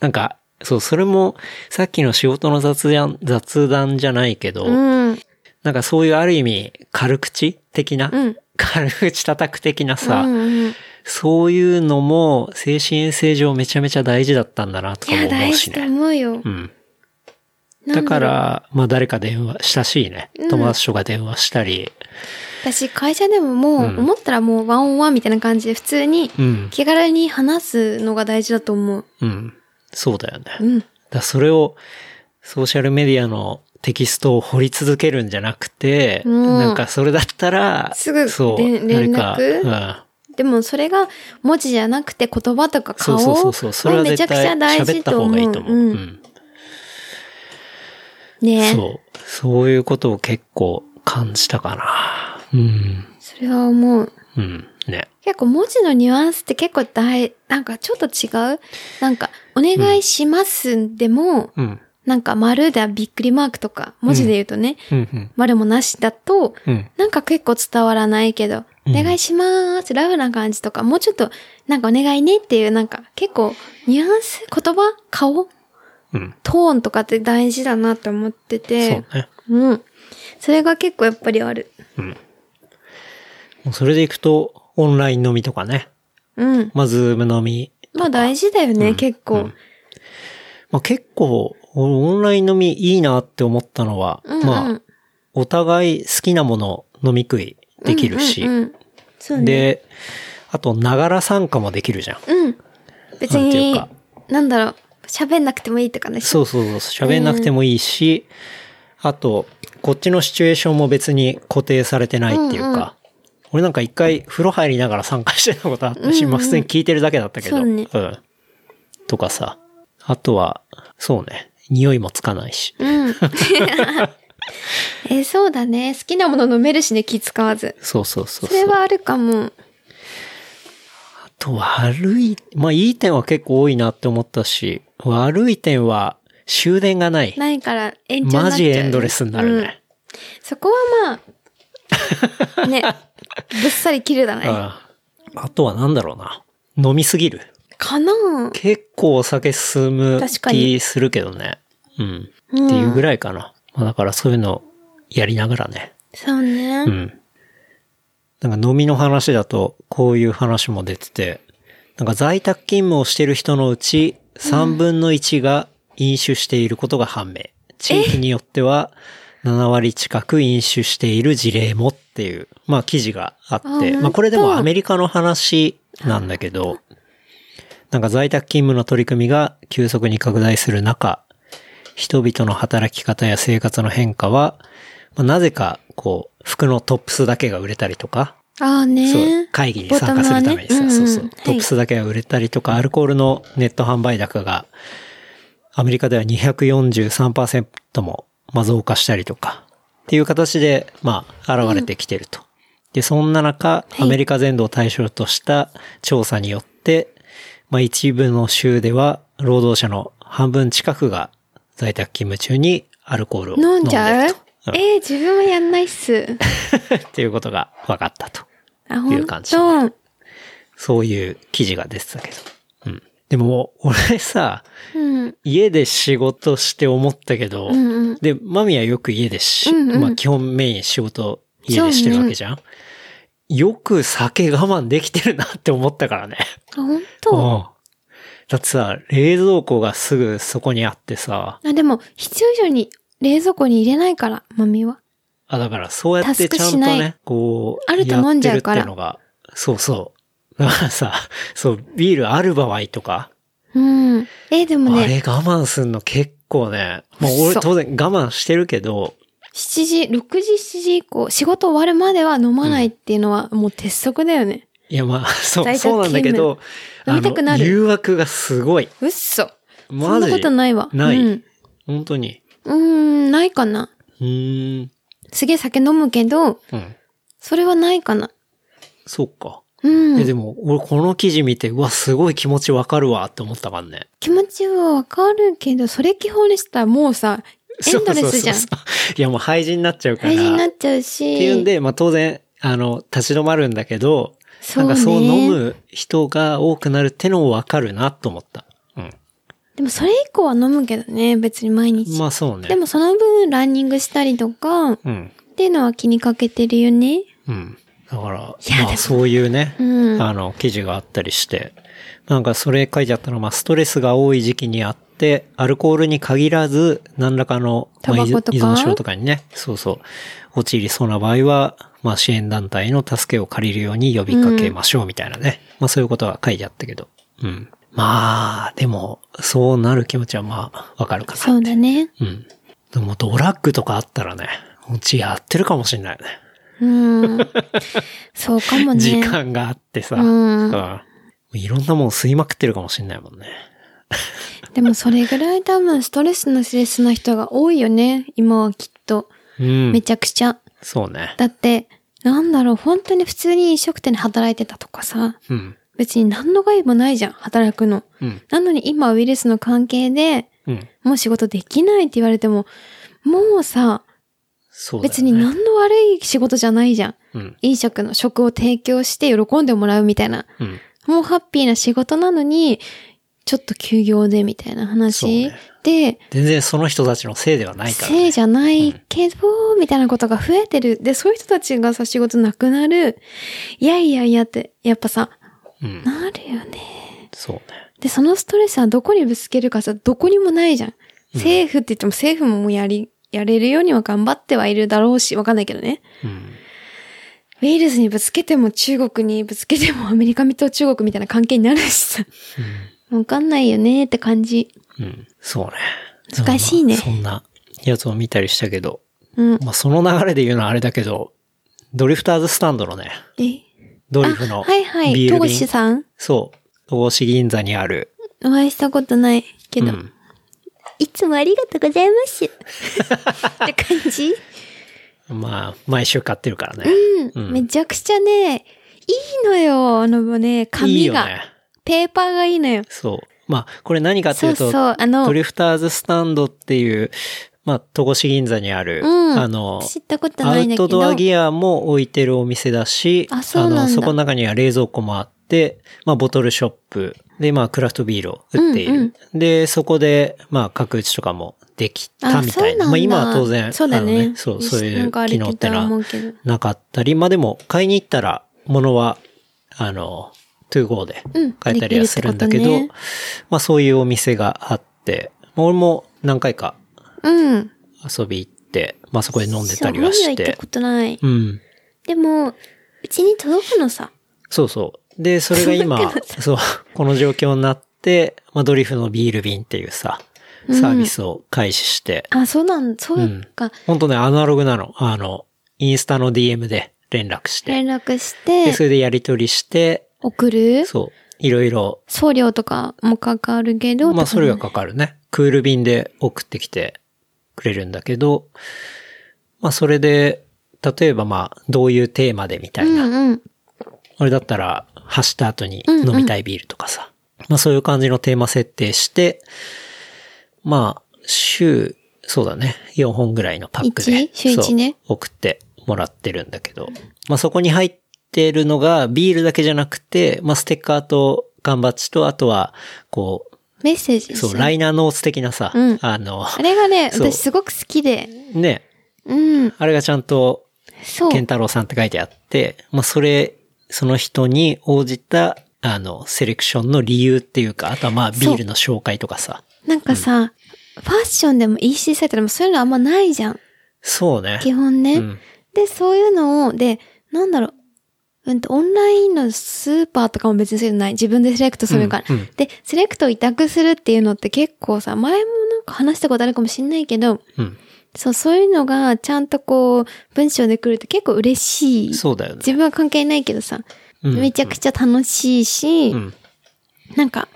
なんか、そう、それも、さっきの仕事の雑談、雑談じゃないけど、
うん。
なんかそういうある意味、軽口的な、
うん
軽口叩く的なさ、
うんうん
そういうのも、精神衛生上めちゃめちゃ大事だったんだな、とか
い
も
や、
思
大
う
事
し
と
ね。
思うよ
う。ん。
なん
だ
ろう
か、ら、まあ誰か電話、親しいね
うん。
友達とか電話したり、
私、会社でもも
うん
う、思ったらもうワンオンワンみたいな感じで、普通に
うん。
気軽に話すのが大事だと思う。
うん。そうだよね。
う
だか
ん。
らそれを、ソーシャルメディアのテキストを掘り続けるんじゃなくて、
うん
なんかそれだったら、
すぐ
そう、
連連絡
誰か
でもそれが文字じゃなくて言葉とか
うん。そ
顔
うそうそうそう。それは
めち
絶
ゃくち
対
ゃ大
喋
事
った
と
方
思う。
がいいと思う。
う、
うんん
ねえそ
そう。そういうことを結構感じたかな。うん。
れは思う。
うん。ね。
結構文字のニュアンスって結構大、なんかちょっと違うなんか、お願いしますでも、
うん。
なんか丸だびっくりマークとか、文字で言うとね、
うん。
丸もなしだと、
うん。うん。
なんか結構伝わらないけど、
うん
お願いします、ラフな感じとか、もうちょっと、なんかお願いねっていう、なんか結構、ニュアンス、言葉、顔、
うん。
トーンとかって大事だなと思って
そ
て、
うね。
うん。それが結構やっぱりある。
もうそれでいくと、オンライン飲みとかね。
うん。
まあ、ズーム飲み。
まあ大事だよね、結構。
うんまあ、結構、オンライン飲みいいなって思ったのは、
うんうん
まあ、お互い好きなもの飲み食いできるし、
うんうんうんそうね。
で、あと、ながら参加もできるじゃん。
うん。別
なんていう
に
か、
なんだろう、喋んなくてもいいとかね。
そうそうそう、喋んなくてもいいし、あと、こっちのシチュエーションも別に固定されてないっていうか、
うんうん
俺なんか一回風呂入りながら参加してたことあったし、
うんうん
まあ普通に聞いてるだけだったけど、
そうね
ん。とかさ、あとは、そうね、匂いもつかないし。
うん。 え、そうだね。好きなもの飲めるしね、気使わず。
そうそうそう
そ
そう。
れはあるかも。
あと悪い、まあいい点は結構多いなって思ったし、悪い点は終電がない。
ないから延長にな
マ
っちゃう
ジエンドレスになる
うん
ね。
そこは まあ、ね、ぶっさり切るだ
うん、
ね。
あとはなんだろうな。飲みすぎる。
かなぁ。
結構お酒進む
確か
気
に
するけどね。うん。
うん
っていうぐらいかな。まあだからそういうのやりながらね。
そうね。
うん。なんか飲みの話だとこういう話も出てて、なんか在宅勤務をしてる人のうち3分の1が飲酒していることが判明。地域によっては7割近く飲酒している事例もっていう、まあ記事があって、
あ本当
まあこれでもアメリカの話なんだけど、なんか在宅勤務の取り組みが急速に拡大する中、人々の働き方や生活の変化は、まあなぜか、こう、服のトップスだけが売れたりとか、
あ
そ
あ
う
ね。
会議に参加するためにさ、
ボトムはね
そうそう、
うんうんはい
トップスだけが売れたりとか、アルコールのネット販売高が、アメリカでは243%も、まあ、増加したりとか、っていう形で、まあ、現れてきてると。で、そんな中、
はい
アメリカ全土を対象とした調査によって、まあ、一部の州では、労働者の半分近くが在宅勤務中にアルコールを飲
飲
ん
ん
で
じ
い
ゃ
る
う
と。
えー、自分はやんないっす。
うん っていうことが分かったと。
あ、ほ
いうん感じ
と。
そういう記事が出てたけど。うん。でも、俺さ、
うん。
家で仕事して思ったけど、
うんうん。
で、マミはよく家でし、
うんうん
まあ基本メイン仕事家でしてるわけじゃん、よく酒我慢できてるなって思ったからね。
あ、ほんと。
うん。だってさ、冷蔵庫がすぐそこにあってさ、
あ、でも、必要以上に冷蔵庫に入れないから、マミは。
あ、だからそうやってちゃんと
タスクしな
ね
い、
こう、
あると飲んじゃうから
やってるってのが、そうそう。だからさ、そう、ビールある場合とか、
うん。えー、でも
あ
ね、
れ我慢すんの結構ね。まあ俺
そう
当然我慢してるけど、
7時、6時、7時以降、仕事終わるまでは飲まないっていうのはもう鉄則だよね。
いやまあ、 そう、
在宅
そうなんだけど、
勤務飲みたくなる
あの誘惑がすごい。
うっそ。そ
マ
ん
ジ
なことないわ。
ない
うん。
本当に。
うーん、ないかな。
うーん。
すげえ酒飲むけど、
うん。
それはないかな。
そっか。
う
え、
ん。
でも、俺この記事見て、うわ、すごい気持ちわかるわって思ったからね。
気持ちはわかるけど、それ基本にしたらもうさ、エンドレスじゃん。
そうそうそう いやもう廃人になっちゃうから。
大事になっちゃう
っていうん
し。
で、まあ当然、あの、立ち止まるんだけど、
そ
な
うん
か
ね。
そう飲む人が多くなるってのもわかるなと思った。うん。
でもそれ以降は飲むけどね、別に毎日。
まあそうね。
でもその分ランニングしたりとか、っ
うん。
ていうのは気にかけてるよね。
うん。だから
いや、で
まあ
も
そういうね、
うん
あの、記事があったりして、なんかそれ書いてあったのは、まあストレスが多い時期にあっって、アルコールに限らず、何らかの、まあ
タバ
依
コとか
依存症とかにね、そうそう、陥りそうな場合は、まあ支援団体の助けを借りるように呼びかけましょうみたいなね。まあそういうことは書いてあったけど。うん。まあ、でも、そうなる気持ちはまあ、わかるかな。
そうだね。
うん。でもドラッグとかあったらね、うちやってるかもしれないよね。
うん。そうかもね。
時間があってさ。
うん
うんいろんなもん吸いまくってるかもしれないもんね。
でもそれぐらい多分ストレスのスレスな人が多いよね。今はきっと。
うん。
めちゃくちゃ。
そうね。
だって、なんだろう、本当に普通に飲食店で働いてたとかさ、
うん。
別に何の害もないじゃん、働くの。
うん。
なのに今ウイルスの関係で、
うん。
もう仕事できないって言われても、もうさ、
そうだよね。
別に何の悪い仕事じゃないじゃん。
うん。
飲食の食を提供して喜んでもらうみたいな。
うん。
もうハッピーな仕事なのに、ちょっと休業でみたいな
そう
話
ね
で、
全然その人たちのせいではないから、ね。
せいじゃないけど、みたいなことが増えてる。で、そういう人たちがさ、仕事なくなる。いやいやいやって、やっぱさ、
うん。
なるよね。
そうね。
で、そのストレスはどこにぶつけるかさ、どこにもないじゃん。政府って言っても政府ももうやり、やれるようには頑張ってはいるだろうし、わかんないけどね。
うん。
ウイルスにぶつけても中国にぶつけてもアメリカと中国みたいな関係になるしさ。わかんないよねって感じ。
うん。そうね。
難しいね
でもまあそんなやつを見たりしたけど、
うん。
まあその流れで言うのはあれだけど、ドリフターズスタンドのね、
え
ド
あ、
リフの
はいはい。
ビー
戸
ル
越
瓶。
さん
そう。大志銀座にある。
お会いしたことないけ
う
ど。
ん。
いつもありがとうござ います。って感じ、
まあ、毎週買ってるからね。
うん、
うん
めちゃくちゃね、いいのよ。あのね、
いい
紙
よ
が。
ね。
ペーパーがいいのよ。
そう。まあ、これ何かってい
そう
うと、
そう。あの
ド、リフターズスタンドっていう、まあ、戸越銀座にある、
うん
あの、
知ったこと
ア
ないん
ウ
だけど。
トドアギアも置いてるお店だし、
あそうなんだ
の、そこの中には冷蔵庫もあって、まあ、ボトルショップ、で、まあ、クラフトビールを売っている。
うん
で、そこで、まあ、角打ちとかもできたみたいな。
あそうなんだ
まあ、今は当然、
そうだ
あ
ね
の。そう、そうい
な
うん
かあ
機
れ
能っての
聞いたら思
は
うけど
なかったり、まあ、でも、買いに行ったら、物は、あの、トゥーゴーで
うん
買えたりはするんだけ
で
ど、
きるってこ
まあ、そういうお店があって、まあ俺も何回か
うん。
遊び行って、まあ、そこで飲んでたりは
そう
し
飲みは行ってた、ことない。
うん。
でも、うちに届くのさ。
そうそう。で、それが 今、そう、この状況になって、まあ、ドリフのビール瓶っていうさ、サービスを開始して、
あ、そうなんそうか。
ほんとね、アナログなの。あの、インスタの DM で連絡して、
連絡し
で、
て
そ、れでやり取りして、
送る
そう、いろいろ、
送料とかもかかるけど。
まあ、それが
とか
かかるね。クール便で送ってきてくれるんだけど、まあ、それで、例えばまあ、どういうテーマでみたい
ね
な、
うんうん。
俺だったら走った後に飲みたいビールとかさ。まあそういう感じのテーマ設定して、まあ週、そうだね、4本ぐらいのパックで
一、週一ね
そう送ってもらってるんだけど、まあそこに入ってるのがビールだけじゃなくて、まあステッカーと缶バッジと、あとは、こ
メッセージ
う、
ですよ
そう、ライナーノーツ的なさ、
うん
あの、
あれがね、
そう
私すごく好きで。
ね、
うん。
あれがちゃんと
そう。
健太郎さんって書いてあって、まあ、それ、その人に応じた、あの、セレクションの理由っていうか、あとはまあ、ビ
そう
ールの紹介とかさ。
なんかさ、ファッションでも EC サイトでもそういうのあんまないじゃん。
そうね。
基本ね。
うん。
で、そういうのを、で、なんだろう。うんと、オンラインのスーパーとかも別にそういうのない。自分でセレクトするから。
うんうん
で、セレクトを委託するっていうのって結構さ、前もなんか話したことあるかもしんないけど、
うん。
そう、そういうのがちゃんとこう、文章で来ると結構嬉しい。
そうだよね。
自分は関係ないけどさ、
うん
めちゃくちゃ楽しいし、
うん。
なんか、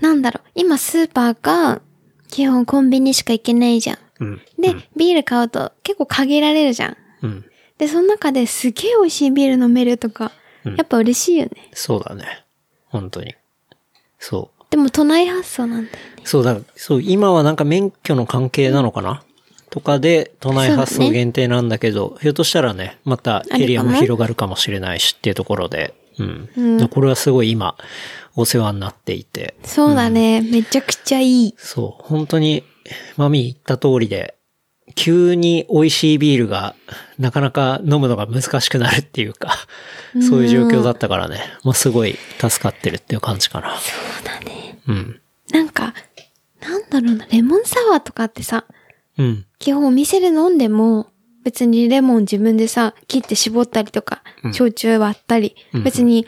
なんだろう、今スーパーか、基本コンビニしか行けないじゃん。
うん。
で、ビール買うと結構限られるじゃん。
うん。
で、その中ですげえ美味しいビール飲めるとか、
うん
やっぱ嬉しいよね。
そうだね。本当に。そ
でも、都内発想なんだよね。
う。そうだ、そう、今はなんか免許の関係なのかな、とかで、都内発
そうだ
送
ね
限定なんだけど、ひょっとしたらね、またエリアも広がるかもしれないしっていうところで、うん。
うん
これはすごい今、お世話になっていて、
そうだね、めちゃくちゃいい。
そう、本当に、マミー言った通りで、急に美味しいビールが、なかなか飲むのが難しくなるっていうか、そういう状況だったからね、まあすごい助かってるっていう感じかな。そうだね。うん。
なんか、なんだろうな、レモンサワーとかってさ、
うん。
基本お店で飲んでも、別にレモン自分でさ、切って絞ったりとか
う、ん
焼酎割ったり、
うん
別に、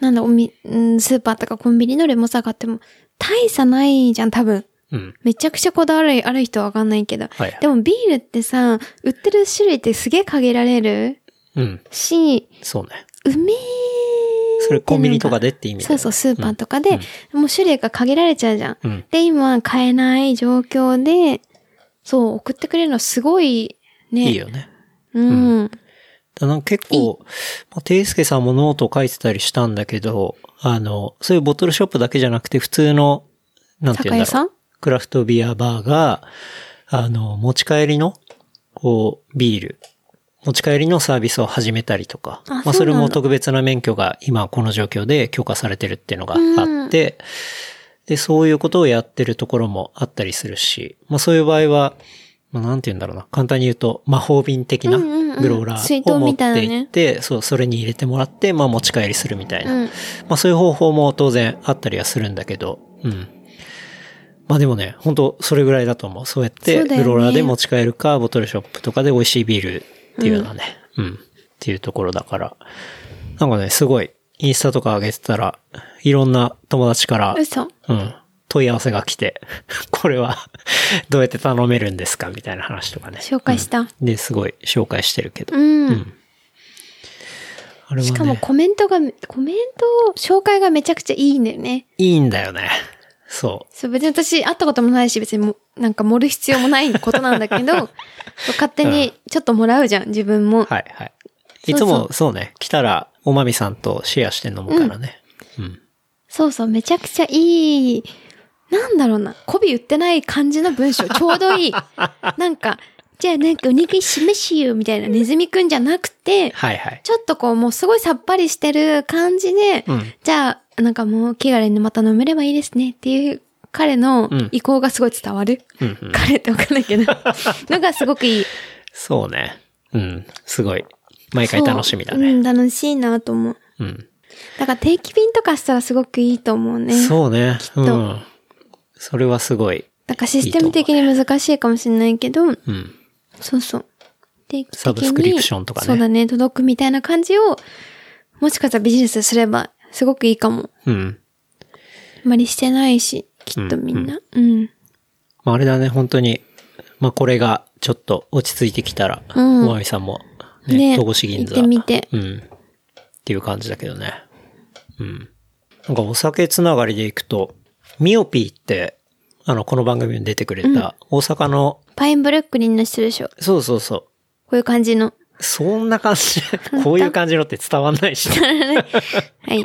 なんだ、おみ、うんスーパーとかコンビニのレモンサワー買っても、大差ないじゃん、多分。
うん。
めちゃくちゃこだわりある人はわかんないけど。
はいはい
でもビールってさ、売ってる種類ってすげえ限られる
うん。
し、
そうね。
うめえ。
それコンビニとかでって意味だよ
そう
ね
そう、スーパーとかで、もう種類が限られちゃうじゃん。
うん。
で、今買えない状況で、そう、送ってくれるのすごいね。
いいよね。
うん。
だなんか結構、まあ、ていすけさんもノートを書いてたりしたんだけど、あの、そういうボトルショップだけじゃなくて、普通の、なんて
酒
言うん
屋
だろう。
さん
クラフトビアバーが、あの、持ち帰りの、こう、ビール、持ち帰りのサービスを始めたりとか、
あ
まあ
そ
そう
な
れ
んだ
も特別な免許が今この状況で許可されてるっていうのがあって、で、そういうことをやってるところもあったりするし、まあそういう場合は、まあなんて言うんだろうな、簡単に言うと魔法瓶的な
うんうんうん
グローラ
水
ー
筒
を持っ
みたいな
て
ね
いって、そう、それに入れてもらって、まあ持ち帰りするみたいな。
うん。
まあそういう方法も当然あったりはするんだけど、うん。まあでもね、本当それぐらいだと思う。そうやっ
そ
て、
うだよね
ブローラーで持ち帰るか、ボトルショップとかで美味しいビールっていうのはね、うん、っていうところだから。なんかね、すごい、インスタとか上げてたら、いろんな友達から、
嘘。
うん、問い合わせが来て、 これは、どうやって頼めるんですかみたいな話とかね。
紹介した。
で、すごい紹介してるけど。
うん。
あれはね、
しかもコメントが、コメントを、紹介がめちゃくちゃいいんだよね。
いいんだよね。そう。
そう、別に私会ったこともないし、別にもなんか盛る必要もないことなんだけど、 そう勝手にちょっともらうじゃん、自分も。
はいはい。
そ
いうつ
そう
もそうね、来たらおまみさんとシェアして飲むからね。うん。
そうそう、めちゃくちゃいい。なんだろうな。媚び売ってない感じの 文章、ちょうどいい。なんか、じゃあなんかお願いしますよ、みたいなネズミくんじゃなくて、
はいはい。
ちょっとこう、もうすごいさっぱりしてる感じで、
うん
じゃあ、なんかもう気軽にまた飲めればいいですねっていう彼の
うん
意向がすごい伝わる。
うんうん。
彼ってわかんない けど、のがすごくいい。
そうね。うん。すごい。毎回楽しみだ
そうう
ね。
ん、楽しいなと思う。
うん。
だから定期便とかしたらすごくいいと思うね。
そうね。
と
うん。それはすごい。
なんかシステム的に難しいかもしれないけど、
うん。
そうそう。定期的に
サブスクリプションとかね
そうだね、届くみたいな感じを、もしかしたらビジネスすればすごくいいかも。
うん。
あまりしてないし、きっとみんな。うん。
まあ、あれだね、本当に。まあ、これがちょっと落ち着いてきたら、お
うん
まみさんも、
ね
ね、戸越銀座。
行ってみて
うん。っていう感じだけどね。うん。なんかお酒つながりでいくと、ミオピーって、あの、この番組に出てくれた、大阪の、
パインブルックリンの人でしょ。
そうそうそう。
こういう感じの。
そんな感 じ、こういう感じのって伝わんないし。
はい。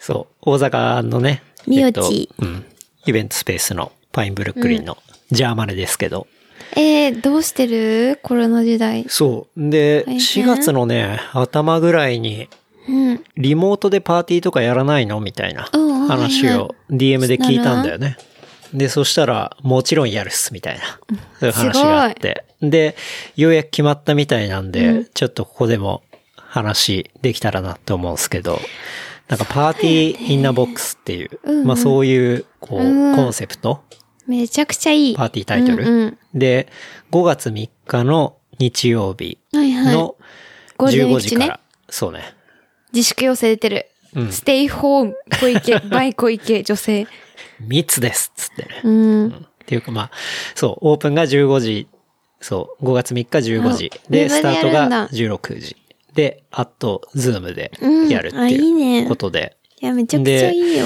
そう。大阪のね。
ミ
えっ
オチ
とうん。イベントスペースのパインブルックリンのジャーマネですけど。
えー、どうしてるコロナ時代。
そう。で、
大変
4月のね、頭ぐらいに、
うん。
リモートでパーティーとかやらないのみたいな
うんうん
話
はいはい
を DM で聞いたんだよね。で、そしたら、もちろんやるっす、みたいな。そういう話があって。で、ようやく決まったみたいなんで、ちょっとここでも話できたらなって思うんですけど、なんかパーティーインナーボックスっていう、まあそういう、こう、
うん
コンセプト、
めちゃくちゃいい。
パーティータイトル、
うんうん
で、5月3日の日曜日
はいはい。
の
ゴールデン
15
ウィーク
時
中
か
ね
ら、そうね。
自粛要請出てる。
うん
ステイホーム、小池、バイ小池、女性。
密ですっつってね。
うん。
っていうかまあ、そう、オープンが15時、そう、5月3日15時。
あウェ
で、
ブで
スタート
やるんだ
が16時。で、あと、ズームで
うん
やるって
あいい
い
ね
うことで。
いや、めちゃくちゃいいよ。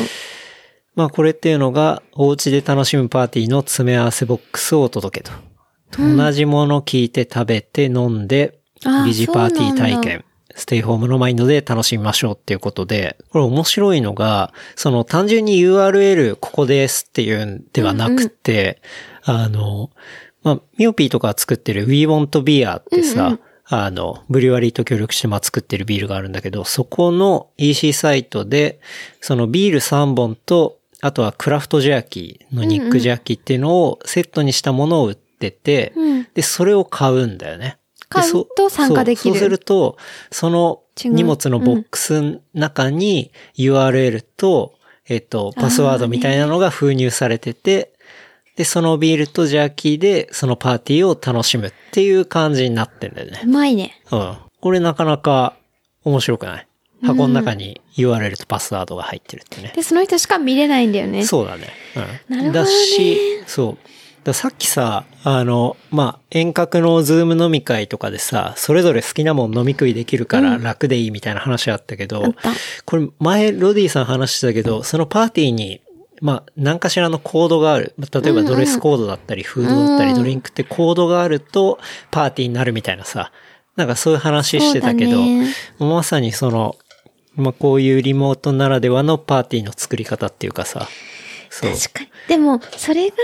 まあ、これっていうのが、お家で楽しむパーティーの詰め合わせボックスをお届けと。と同じもの聞いて食べて飲んで、
あ
疑似パーティー
そ
体
うなん
験。ステイホームのマインドで楽しみましょうっていうことで、これ面白いのが、その単純に URL ここですっていうんではなくて、あの、まあ、ミオピーとか作ってる We Want Beer ってさ、あの、ブリュワリーと協力してまあ作ってるビールがあるんだけど、そこの EC サイトで、そのビール3本と、あとはクラフトジャーキーのニックジャーキーっていうのをセットにしたものを売ってて、
うん。
で、それを買うんだよね。で
買う
そ
と参加できる
そうそうすると、その
違う
荷物のボックスの中に URL と、えっと、パスワードみたいなのが封入されてて、で、そのビールとジャーキーで、そのパーティーを楽しむっていう感じになってんだよね
う。まいね。
うん。これなかなか面白くない箱の中に URL とパスワードが入ってるってね。
で、その人しか見れないんだよね。
そうだね。うん。
なるほどね
だし、そう。ださっきさ、あの、まあ、遠隔のズーム飲み会とかでさ、それぞれ好きなもん飲み食いできるから楽でいいみたいな話あったけど、
あった
これ前ロディさん話してたけど、そのパーティーに、まあ、何かしらのコードがある。例えばドレスコードだったり、フードだったり、ドリンクってコードがあるとパーティーになるみたいなさ、なんかそういう話してたけ
そ
ど、
うだね
まさにその、まあ、こういうリモートならではのパーティーの作り方っていうかさ、そう。
確かに。でも、それが、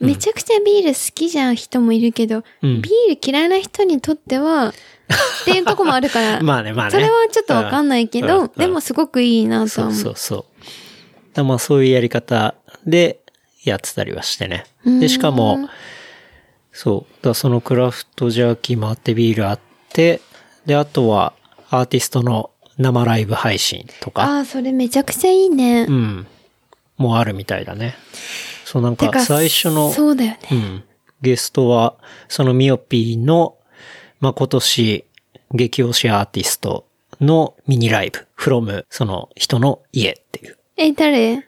めちゃくちゃビール好きじゃん人もいるけど、
うん
ビール嫌いな人にとって は、っていうとこもあるから、
まあね、まあね。
それはちょっとわかんないけ
うん
ど、
うん
でもすごくいいなと
そ
は
う
思う。
そうそう。だまあそういうやり方でやってたりはしてね。で、しかも、そう。だそのクラフトジャーキーもあってビールあって、で、あとはアーティストの生ライブ配信とか、
ああ、それめちゃくちゃいいね。
うん、もあるみたいだね。そうなん
て
か最初の、
そうだよね。
うん。ゲストは、そのミオピーの、まあ、今年、激推しアーティストのミニライブ、from その人の家っていう。
え、誰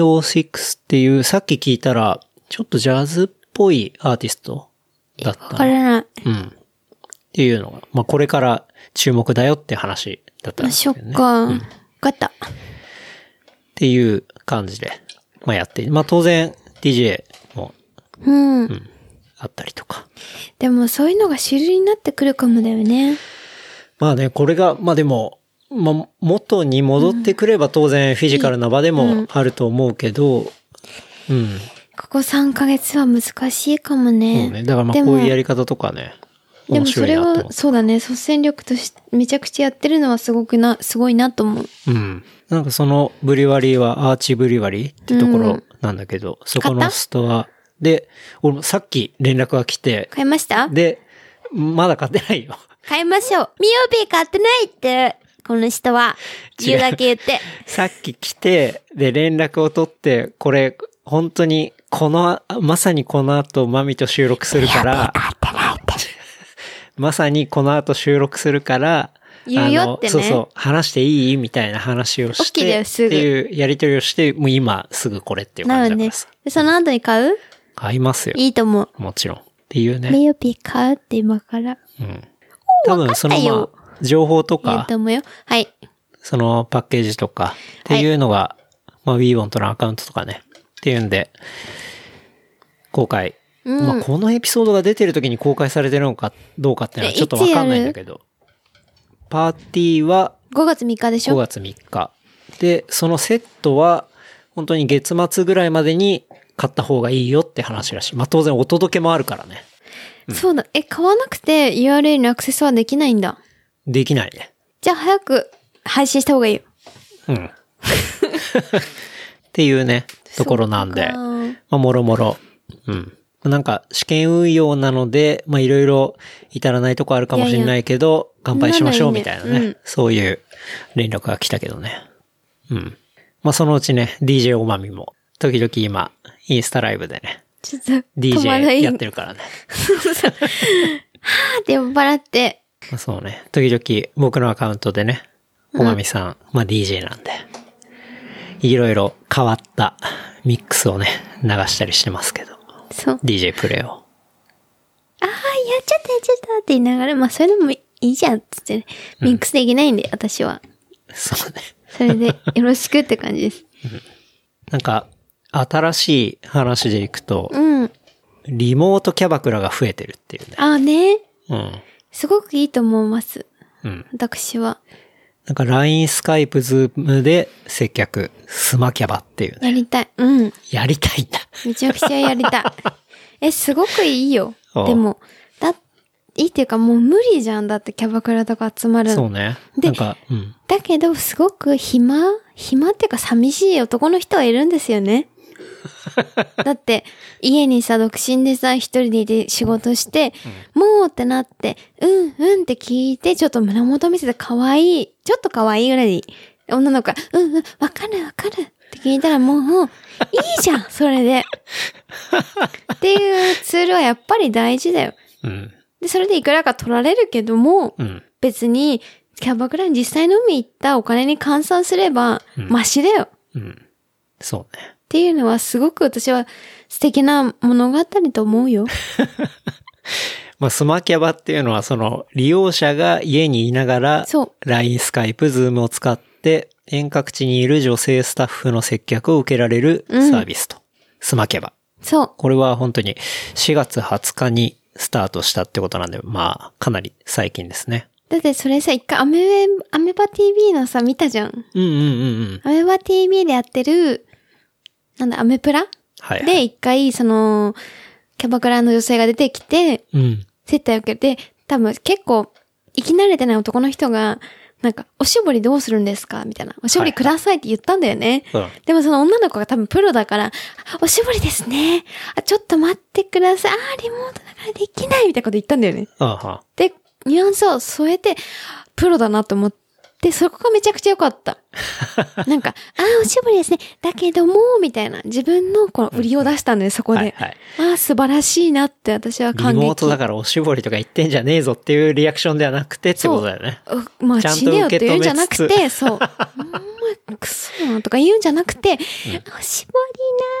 906っていう、さっき聞いたら、ちょっとジャズっぽいアーティストだっ
わ
た
か
な。
らない。
うん。っていうのが、まあ、これから注目だよって話だったん
あ、
です
そ
よ
っ
ね。
か。わかった。
っていう感じで、まあ、やって、まあ、当然、DJ も
うん。
あったりとか。
でもそういうのが主流になってくるかもだよね。
まあね、これが、まあでも、まあ、元に戻ってくれば当然フィジカルな場でもあると思うけど、うん。
ここ3ヶ月は難しいかも
そう
ね。
ね。だからまあ
で
こ
も
ういうやり方とかね、
で
面
もそ
白い
れ
なと思
は、
って。
そうだね。率先力として、めちゃくちゃやってるのはすごくな、すごいなと思う。
うん。なんかそのブリュワリーはアーチブリュワリーってとこ
う
ろ
ん
なんだけど、そこ
買
の
った
ストアで、俺もさっき連絡が来て、
買いました
で、まだ買ってないよ。
買いましょう。ミオピー買ってないって、この人は。
違う
言うだけ言って。
さっき来て、で、連絡を取って、これ、本当に、この、まさにこの後、マミと収録するから、 まさにこの後収録するから、
言うよってね
あのそうそう、話していいみたいな話をして、
OK だよすぐ
っていうやり取りをして、もう今すぐこれっていう感
な
じ
の
だか
ね
らさ。。
でその後に買う
買いますよ。
いいと思う。
もちろん。っていうね。
ミオピー買うって今から。
うん。多分、その、
わかった
ま
よ
あ、情報と
言う
か
と、思うよ。はい。
そのパッケージとかっていうのが、まあ WeWant のアカウントとかね、っていうんで、公開。
うん
まあこのエピソードが出てる時に公開されてるのかどうかっていうのはちょっとわかんないんだけど、パーティーは
5月3日でし
5
ょ
月3日。で、そのセットは本当に月末ぐらいまでに買った方がいいよって話らしい。まあ当然お届けもあるからね。
そうだ。え、買わなくて URL にアクセスはできないんだ。
できないね。
じゃあ早く配信した方がいいよ。
うん。っていうね、ところなんで。
そうか
まあ、もろもろ。うん。なんか、試験運用なので、まあ、いろいろ至らないとこあるかもしれないけど、乾杯しましょうみたいな
ならない
ね
ね。
そういう連絡が来たけどね。うん。まあ、そのうちね、DJ おまみも、時々今、インスタライブでね、
ちょっと、止まら
DJ
い
やっ
よ。
てるからね。
あーって酔っ払って。
まあそうね。時々、僕のアカウントでね、おまみさん、まあ、DJ なんで、いろいろ変わったミックスをね、流したりしてますけど、
そう。
DJ プレイを。
ああ、やっちゃったやっちゃったって言いながら、まあそれでもいいじゃんっつってね。ミックスできないんで、私は。
そうね。
それで、よろしくって感じ です。
なんか、新しい話でいくと、
うん。あ
リモートキャバクラが増えてるっていうね。
あーね。
うん。
すごくいいと思います。
うん。
私は。
なんか LINE、スカイプ、ズームで接客、スマキャバっていうね。
やりたい。うん。
やりたいんだ。
めちゃくちゃや りたい。え、すごくいいよ。
ああ
でも、だ、いいっていうかもう無理じゃん。だってキャバクラとか集まる
そう
の。
ね。
で
なんか、うん。
だけど、すごく暇暇っていうか寂しい男の人はいるんですよ ね。だって、家にさ、独身でさ、一人でいて仕事して、もうってなって、うんうんって聞いて、ちょっと胸元見せて可愛い、ちょっと可愛いぐらいでいい。女の子が、うんうん、わかるわかるって聞いたらもう、いいじゃん、それで。っていうツールはやっぱり大事だよ。
うん。
で、それでいくらか取られるけども、
うん。
別に、キャバクラに実際飲み行ったお金に換算すれば、
うん
マシだよ。っ
うん。そうね。
ていうのはすごく私は素敵な物語と思うよ。
まあ、スマキャバっていうのは、その、利用者が家にいながら、
そう
LINE、スカイプ、ズームを使って、遠隔地にいる女性スタッフの接客を受けられるサ
うん
ービスと。スマキャバ。
そう。
これは本当に4月20日にスタートしたってことなんで、まあ、かなり最近ですね。
だってそれさ、一回アメ、アメバ TV のさ、見たじゃん。
うんうんうんうん。
アメバ TV でやってる、なんだ、アメプラ
はい、はい。
で、一回、その、キャバクラの女性が出てきて、
うん。
接待を受けて、多分結構、生き慣れてない男の人が、なんか、おしぼりどうするんですかみたいな。おしぼりくださいって言ったんだよね。
うん。
でもその女の子が多分プロだから、あおしぼりですね。あ、ちょっと待ってください。あー、リモートだからできないみたいなこと言ったんだよね。
あは。
で、ニュアンスを添えて、プロだなと思って、そこがめちゃくちゃ良 かった。なんか、ああ、おしぼりですね。だけども、みたいな、自分のこう売りを出したんで、そこで。
はいはい。
ああ、素晴らしいなって私は
リ
感激。
モートだからおしぼりとか言ってんじゃねえぞっていうリアクションではなくてってことだよね。
うまあ、
ちゃんと
死ねよって言うんじゃなく
受け止
て、そう。うんまあ、くそなとか言うんじゃなくて、おしぼりなー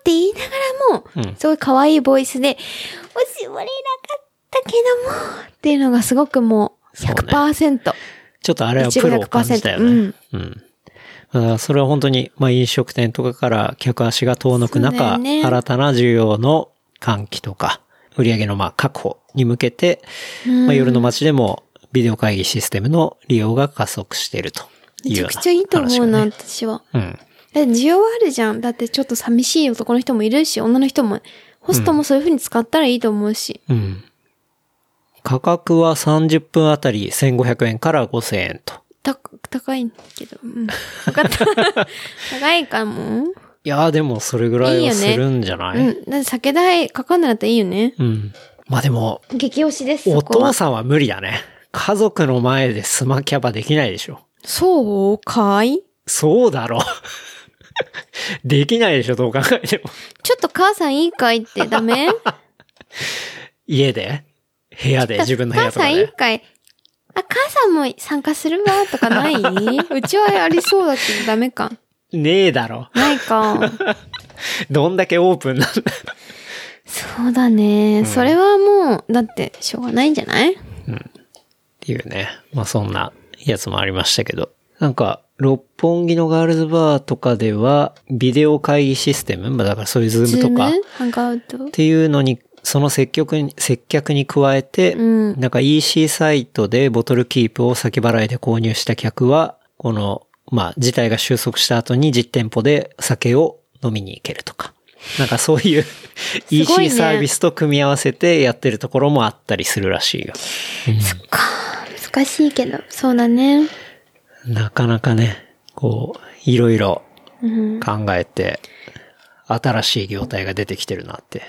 って言いながらも、
うん
すごい可愛いボイスで、おしぼりなかったけども、っていうのがすごくもう
そうね
100%。
ちょっとあれはプロを感じたよね。う
1500%
ん。だからそれは本当に、まあ飲食店とかから客足が遠のく
そうだ
中、
よね
新たな需要の喚起とか、売上のまあ確保に向けて、
うん
まあ夜の街でもビデオ会議システムの利用が加速しているとい
め
うよ
ちゃ
うな
く
話
ちゃいいと思うな、
がね
私は。
うん。
だって需要はあるじゃん。だってちょっと寂しい男の人もいるし、女の人も、ホストもそういう風に使ったらいいと思うし。
うん。価格は30分あたり1500円から5000円と。
た、高いんだけど。うん。わか った。高いかも。
いやーでもそれぐらいはするんじゃない
うん。だって酒代かかんなかったらいいよね。
うん。まあでも、
激推しです、
お
そこ
父
は。
さんは無理だね。家族の前でスマキャバできないでしょ。
そうかい
そうだろ う。できないでしょ、どう考えても。
ちょっと母さんいいかいって ダメ
家で部屋で自分の部屋
母
とか
さんいい
で。
かいあ、母さんも参加するわとかない うちはありそうだけどダメか。
ねえだろ。
ないか。
どんだけオープンなんだ。
そうだね。それはもう、だって、しょうがないんじゃない
っていうね。まあそんなやつもありましたけど。なんか、六本木のガールズバーとかでは、ビデオ会議システム、まあだからそういうズーム
ズー
と
ム
か、っ
ハンガーアウト
ていうのに、その接客に、接客に加えて、
うん
なんか EC サイトでボトルキープを先払いで購入した客は、この、まあ事態が収束した後に実店舗で酒を飲みに行けるとか。なんかそう いう
いね
EC サービスと組み合わせてやってるところもあったりするらしいが。
難しいけど、そうだね。
なかなかね、こう、いろいろ
うん。
考えて、新しい業態が出てきてるなって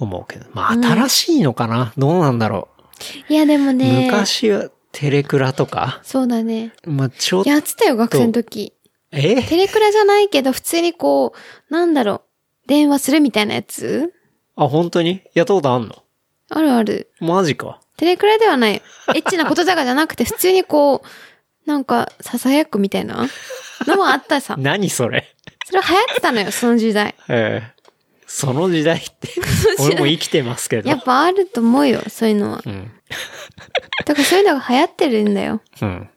思うけど。まあ、新しいのかな、どうなんだろ
いや、でも
う。
ね。
昔はテレクラとか、
そうだね。
まあ、ちょっと
や、ってたよ、学生の時。
え
テレクラじゃないけど、普通にこう、なんだろう、電話するみたいなやつ
あ、本当にやったことあんの
あるある。
マジか。
テレクラではない。エッチなことだからじゃなくて、普通にこう、なんか、囁くみたいなのもあったさ。
何それ。
それ流行ってたのよ、その時代。
ええその時代って、俺も生きてますけど
や。っぱあると思うよ、そういうのは。
うん。
だからそういうのが流行ってるんだよ。
うん。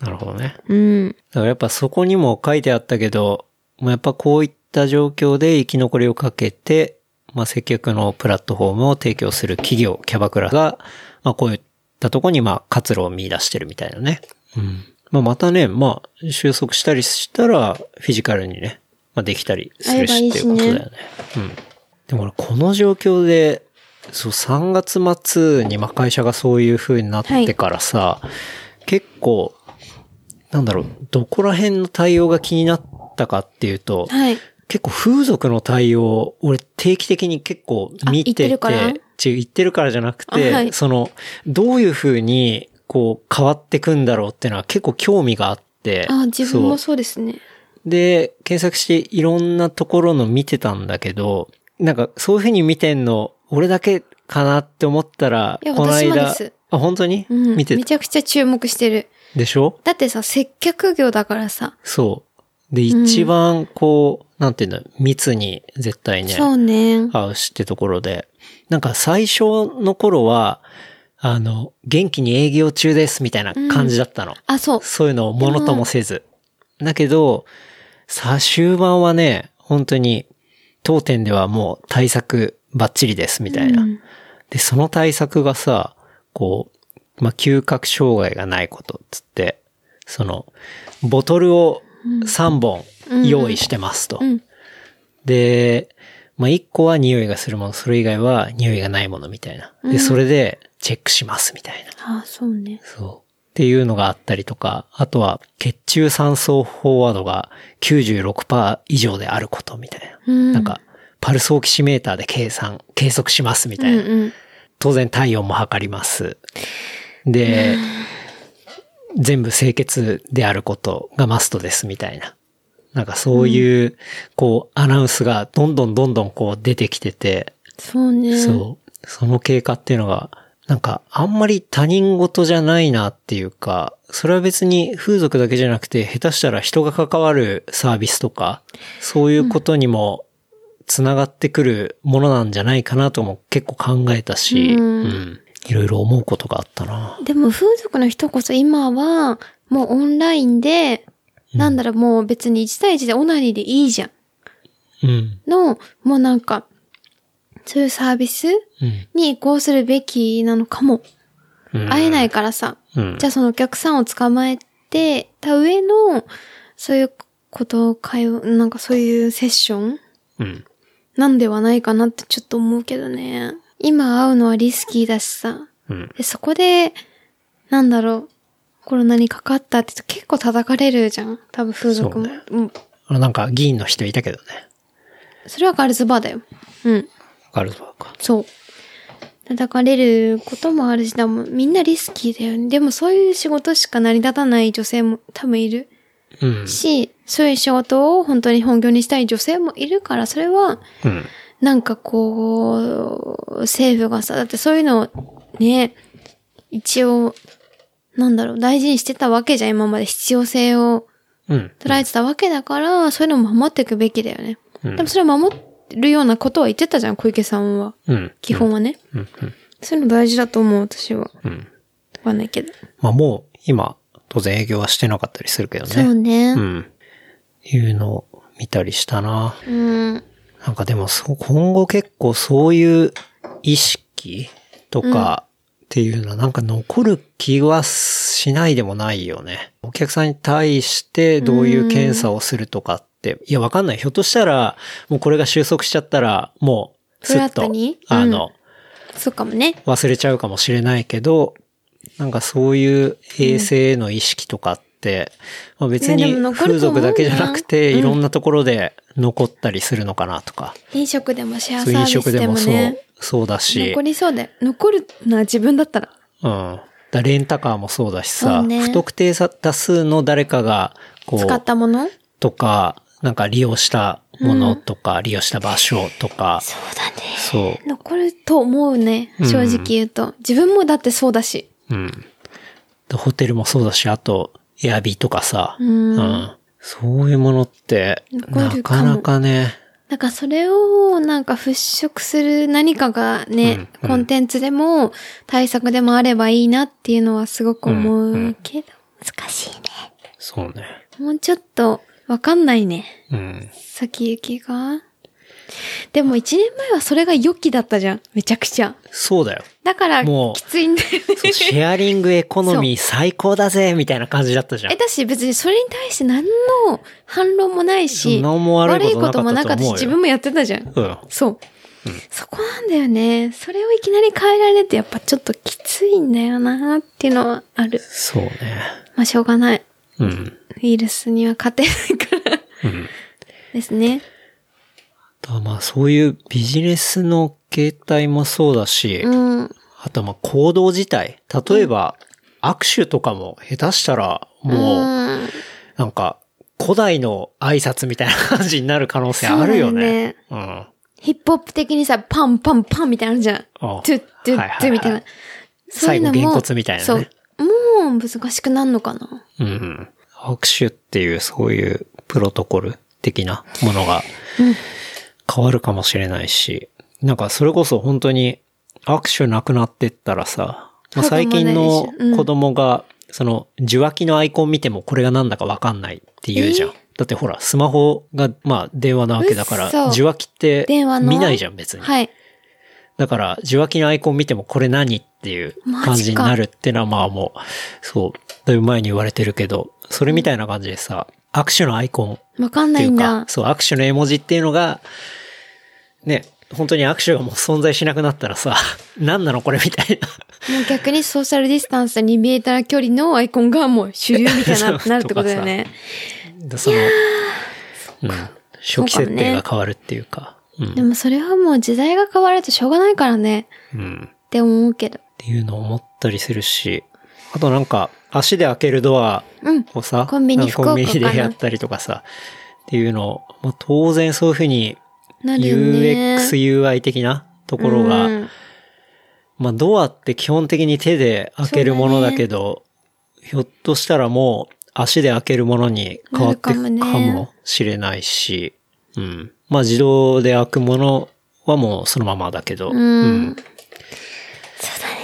なるほどね。
うん。
だからやっぱそこにも書いてあったけど、まあ、やっぱこういった状況で生き残りをかけて、まあ、接客のプラットフォームを提供する企業、キャバクラが、まあ、こういったとこに、まあ、活路を見出してるみたいなね。うん。まあ、またね、まあ、収束したりしたら、フィジカルにね、まあ、できたりする
あれば
し
い
っ
い
てい
し
うこ
ね
とだよね。うん。でも俺この状況で、そう、3月末に、まあ、会社がそういう風になってからさ、結構、なんだろう、どこら辺の対応が気になったかっていうと、
はい。
結構風俗の対応、俺定期的に結構見てて、
あ言ってるから
違う言ってるからじゃなくて、
あはい
その、どういう風に、こう、変わってくんだろうっていうのは結構興味があって。
あ、自分
そう
もそうですね。
で、検索していろんなところの見てたんだけど、なんかそういう風に見てんの、俺だけかなって思ったら、
いや
この
私もで
間
す、
あ、本当に、
うん。
見て
め
た
ちゃくちゃ注目してる。
でしょ
だってさ、接客業だからさ。
そう。で、
うん
一番こう、なんていうんだ、密に絶対ね、
そうね。
会うしってところで、なんか最初の頃は、あの、元気に営業中ですみたいな感じだったの。
あ、そう。
そういうのをものともせず。だけど、さ、終盤はね、本当に、当店ではもう対策バッチリですみたいな。
うん
で、その対策がさ、こう、まあ、嗅覚障害がないことっつって、その、ボトルを3本用意してますと。
うん。
で、まあ、1個は匂いがするもの、それ以外は匂いがないものみたいな。で、それでチェックしますみたいな。
あ、そうね。
そう。っていうのがあったりとか、あとは血中酸素飽和度が96%以上であることみたいな。
うん
なんか、パルスオキシメーターで計算、計測しますみ
う
たい
ん
な。
うん。
当然体温も測ります。で、全部清潔であることがマストですみたいな。なんかそういう、こう、アナウンスがどんどんどんどんこう出てきてて、
そうね。
そう。その経過っていうのが、なんか、あんまり他人事じゃないなっていうか、それは別に風俗だけじゃなくて、下手したら人が関わるサービスとか、そういうことにも、つながってくるものなんじゃないかなとも結構考えたし、
うん
うんいろいろ思うことがあったな。
でも風俗の人こそ今は、もうオンラインで、なんだろう、もう別に1対1でオナニーでいいじゃん。
うん。
の、もうなんか、そういうサービス
うん。
に移行するべきなのかも。
うん
会えないからさ。
うん
じゃあそのお客さんを捕まえてた上の、そういうことを会話、なんかそういうセッション
うん。
なんではないかなってちょっと思うけどね。今会うのはリスキーだしさ。
うん。
で、そこで、なんだろう、コロナにかかったって言うと結構叩かれるじゃん。多分風俗も。
そうね
うん。
あのなんか議員の人いたけどね。
それはガールズバーだよ。うん。
わかるわか。
そう。叩かれることもあるし、でもみんなリスキーだよね。でもそういう仕事しか成り立たない女性も多分いる
うん。
し、そういう仕事を本当に本業にしたい女性もいるから、それは、
うん。
なんかこう、政府がさ、だってそういうのをね、一応、なんだろう、大事にしてたわけじゃん、今まで必要性を
うん。
捉えてたわけだから、そういうのも守っていくべきだよね。
うん
でもそれを守るようなことは言ってたじゃん、小池さんは。
うん。
基本はね。
うん。うん。
そういうの大事だと思う、私は。
うん。
わかんないけど。
まあもう今、当然営業はしてなかったりするけどね。
そうね
う。ん。いうのを見たりしたな。
うん。
なんかでもそう、今後結構そういう意識とかっていうのはなんか残る気はしないでもないよね。お客さんに対してどういう検査をするとかって、いやわかんない。ひょっとしたら、もうこれが収束しちゃったら、もう、すっ
フラッ
と
トに、
あの、
そうかもね。
忘れちゃうかもしれないけど、なんかそういう平成への意識とかって、まあ、別
いや
に
でも残
風
ると思
俗
うな
だけじゃなくて、
うん
いろんなところで残ったりするのかなとか、
飲食でもシェア
そういう
サ
飲
ービ
食
ス
で
で
も
も
そう、
ね。
そうだし、う
残
ん。
りそうだよ。残るのは自分だったら。
だからレンタカーもそうだしさ、
そうね
不特定多数の誰かが、こ
使っ
う、
たもの
とか、なんか利用したものとか、利用した場所とか、
そうだね。
そ
残ると思うね。
ん
正直言うと。自分もだってそうだし。
う、うん。でホテルもそうだし、あと、エアビーとかさ、
うん。
うんそういうものって、
残
な
るか
か
も
なかね、
なんかそれをなんか払拭する何かがね、
うん
コンテンツでも対策でもあればいいなっていうのはすごく思うけど、難しいね。
そうね。
もうちょっとわかんないね。
うん。
先行きが。でも一年前はそれが良きだったじゃん。めちゃくちゃ。
そう だよ。
だから、
もう
きついんだよね。
そうシェアリングエコノミー最高だぜみたいな感じだったじゃん
え、。だし別にそれに対して何の反論もないし、
何も悪
悪
い
い
こ
ことと
も
も
な
な
か
か
っ
ったた
と
し、
思うよ
自分もやってたじゃん。
うん。
そう。そこなんだよね。それをいきなり変えられてやっぱちょっときついんだよなっていうのはある。
そうね。
まあしょうがない。
うん。
ウイルスには勝てないから。
うん。
ですね。
あとはまあそういうビジネスの形態もそうだし、
うん。
あとはまあ行動自体。例えば、握手とかも下手したらもう、
うん
なんか古代の挨拶みたいな感じになる可能性あるよね。うん。
ヒップホップ的にさ、パンパンパンみたいなのあるじゃん。
ああ
トゥットゥ
はい
ッ
はい
ト
は
ゥ
い
みたいな。そう
最
いう
後、
の
げん
も。
こつみたいなね。
そう。もう難しくなるのかな。
うん。拍手っていうそういうプロトコル的なものが変わるかもしれないし、なんかそれこそ本当に握手なくなってったらさ、まあ
子供
最近の
ねうん
子供がその受話器のアイコン見てもこれがなんだかわかんないって言うじゃん。だってほら、スマホが、まあ、電話なわけだから、
嘘
受話器って
電話の
見ないじゃん、別に。
はい。
だから、受話器のアイコン見てもこれ何っていう感じになるってのはまあもう、そう、だいぶ前に言われてるけど、それみたいな感じでさ、握手のアイコンっ
わかんな
てい
いん
うか
だ、。
そう、握手の絵文字っていうのが、ね、本当に握手がもう存在しなくなったらさ、 何なのこれみたい
もう逆にソーシャルディスタンス2メーター距離のアイコンがもう主流みたいな、
そう
なるってことだよね。
な。その、うん、初期設定が変わるっていうか、うん
でもそれはもう時代が変わるとしょうがないからね。
うん。
って思うけど。
っていうのを思ったりするし、あとなんか足で開けるドア
うん
をさ、
コンビニ
なんかコンビ
福岡
ニ
かな
でやったりとかさ、っていうのを、まあ、当然そういうふうに
なるよね。
UX、UI 的なところが、
うん
まあドアって基本的に手で開けるものだけど、ひょっとしたらもう足で開けるものに変わってい
な
く
る
か
かもね
もしれないし、うん。まあ自動で開くものはもうそのままだけど、
うん
そうだね。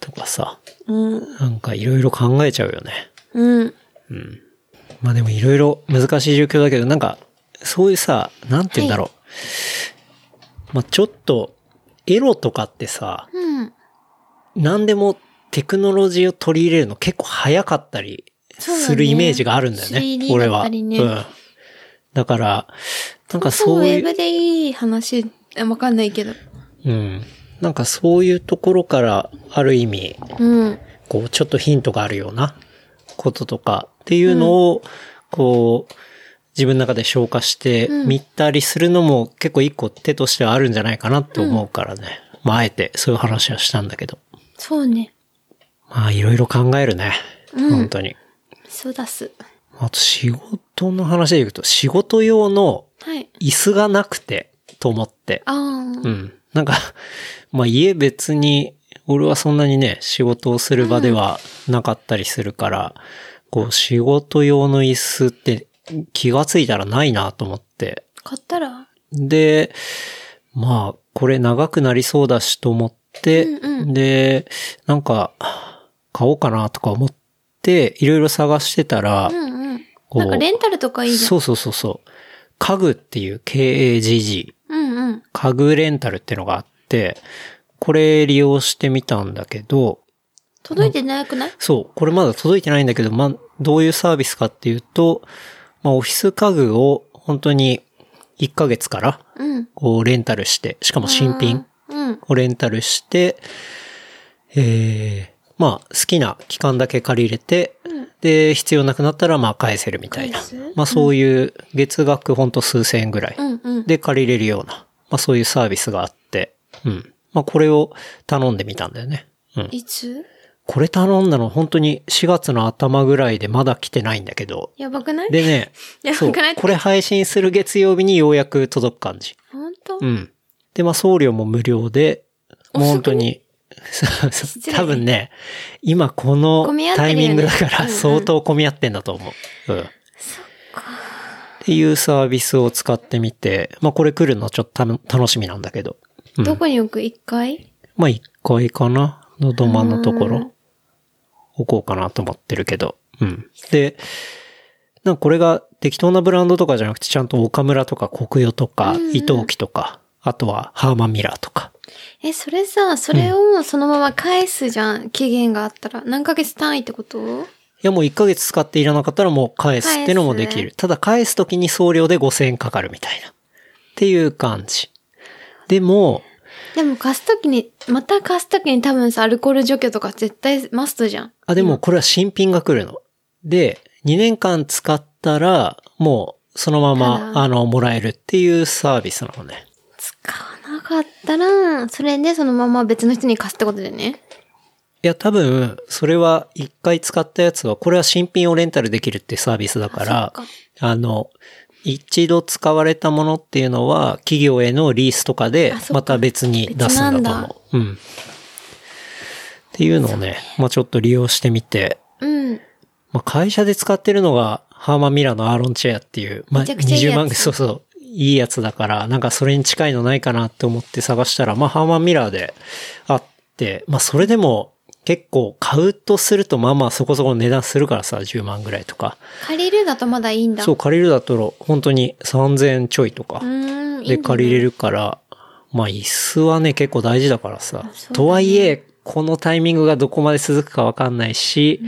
とかさ、
うん。
なんかいろいろ考えちゃうよね。
うん。
まあでもいろいろ難しい状況だけど、なんか、そういうさ、なんて言うんだろう。まあちょっと、エロとかってさ、
うん。
何でもテクノロジーを取り入れるの結構早かったり
そうだね
するイメージがあるんだよね。
3D
俺
だっ
は。
たりね
うん。だから、なんか
そう、
そ
ウ
う
ェ
い
ブ
う、
でいい話、えわかんないけど。
うん。なんかそういうところから、ある意味、
うん。
こう、ちょっとヒントがあるようなこととかっていうのを、こう、自分の中で消化して
うん
見たりするのも結構一個手としてはあるんじゃないかなって思うからね。まあ、あえてそういう話はしたんだけど。
そうね。
まあ、いろいろ考えるね。本当に。
そうだす。
あと、仕事の話でいくと、仕事用の
はい。
椅子がなくて、と思って。
ああ。
うん。なんか、 まあ家別に、俺はそんなにね、仕事をする場ではなかったりするから、こう仕事用の椅子って気がついたらないなと思って。
買ったら
で、まあこれ長くなりそうだしと思って、
うんう
で、なんか買おうかなとか思って、いろいろ探してたら、
うんうん。
こう
なんかレンタルとかいいじゃん。
そうそうそうそう、家具っていう KAGG。
うんうん。
家具レンタルってのがあって、これ利用してみたんだけど、
届いてなくない
そう、これまだ届いてないんだけど、まあ、どういうサービスかっていうと、まあ、オフィス家具を本当に1ヶ月から
うん。
こうレンタルして、しかも新品
うん。
をレンタルして、えー、まあ、好きな期間だけ借り入れて、で、必要なくなったらまあ返せるみたいな
返す。
まあ、そういう月額ほんと数千円ぐらい。
うんうん。
で借りれるような、まあそういうサービスがあって、うん。まあこれを頼んでみたんだよね。うん。
いつ
これ頼んだの本当に4月の頭ぐらいでまだ来てないんだけど。
やばくない
でね
や、
そう。
ばくない
これ配信する月曜日にようやく届く感じ。
ほんと
うん。で、まあ送料も無料で、もう本当に、そうそう
失礼
多分ね、今こ
混
の
み合ってる
タイ
よね
ミングだか
うんう
ら
ん
相当混み合ってんだと思う。うん。っていうサービスを使ってみて、まあこれ来るのちょっと楽楽しみなんだけど。うん
どこに置く ?1 階
まあ1階かなのど真んのところ、置こうかなと思ってるけど。うん。で、なんかこれが適当なブランドとかじゃなくて、ちゃんと岡村とか国与とか、伊藤木とか、あとはハーマンミラーとか。
え、それさ、それをそのまま返すじゃん。期限があったら。何ヶ月単位ってこと
いやもう1ヶ月使っていらなかったらもう返すってのもでき
返す
る。ただ返すときに送料で5000円かかるみたいな。っていう感じ。でも、
でも貸すときに、また貸すときに多分さ、アルコール除去とか絶対マストじゃん。
あ、でもこれは新品が来るの。で、2年間使ったら、もうそのま
た
ま、
だ
あの、もらえるっていうサービスなのね。
使わなかったら、それでそのまま別の人に貸すってことでね。
いや、多分、それは一回使ったやつは、これは新品をレンタルできるっていうサービスだから、
あそっ
あの、一度使われたものっていうのは、企業へのリースとかで
あそっ、か
また別に出すんだと思う。うん。っていうのをね、まあちょっと利用してみて、
うん。
まあ、会社で使ってるのが、ハーマンミラーのアーロンチェアっていう、まあ、
めちゃくちゃいいやつ
20万ぐらい、そうそう、いいやつだから、なんかそれに近いのないかなって思って探したら、まあ、ハーマンミラーであって、まあ、それでも、結構買うとすると、まあまあそこそこの値段するからさ、10万ぐらいとか。
借りるだとまだいいんだ。
そう、借りるだと、本当に3000ちょいとか
う。ーん。
で借り
る。
れるから、まあ椅子はね、結構大事だからさ。
そうだね
とはいえ、このタイミングがどこまで続くかわかんないし、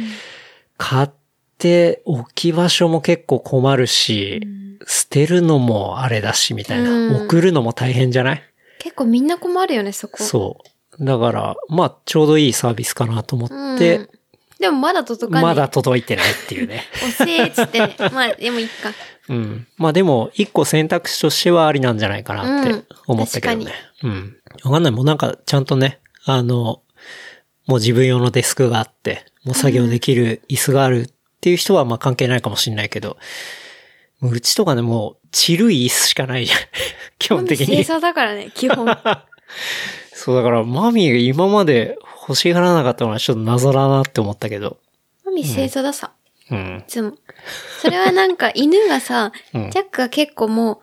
買って置き場所も結構困るし、捨てるのもあれだし、みたいな、
うん
送るのも大変じゃない
結構みんな困るよね、そこ。
そう。だから、まあ、ちょうどいいサービスかなと思
う
っ
ん。
て、
でもまだ届かない。
まだ。届いてないっていうね。
おせえっつってね。まあ、でもいっか。
うん。まあでも、一個選択肢としてはありなんじゃないかなって思ったけどね。うん。わかんない。もうなんか、ちゃんとね、あの、もう自分用のデスクがあって、もう作業できる椅子があるっていう人は、まあ関係ないかもしれないけど、もううちとかね、もう、散るい椅子しかないじゃん。 基本的
生
に。
産だからね、 基本。あ
そう、だから、マミーが今まで欲しがらなかったのはちょっと謎だなって思ったけど。
み清掃ださ。
うん
い。つも。それはなん か犬がさ、
うん
ジャックが結構も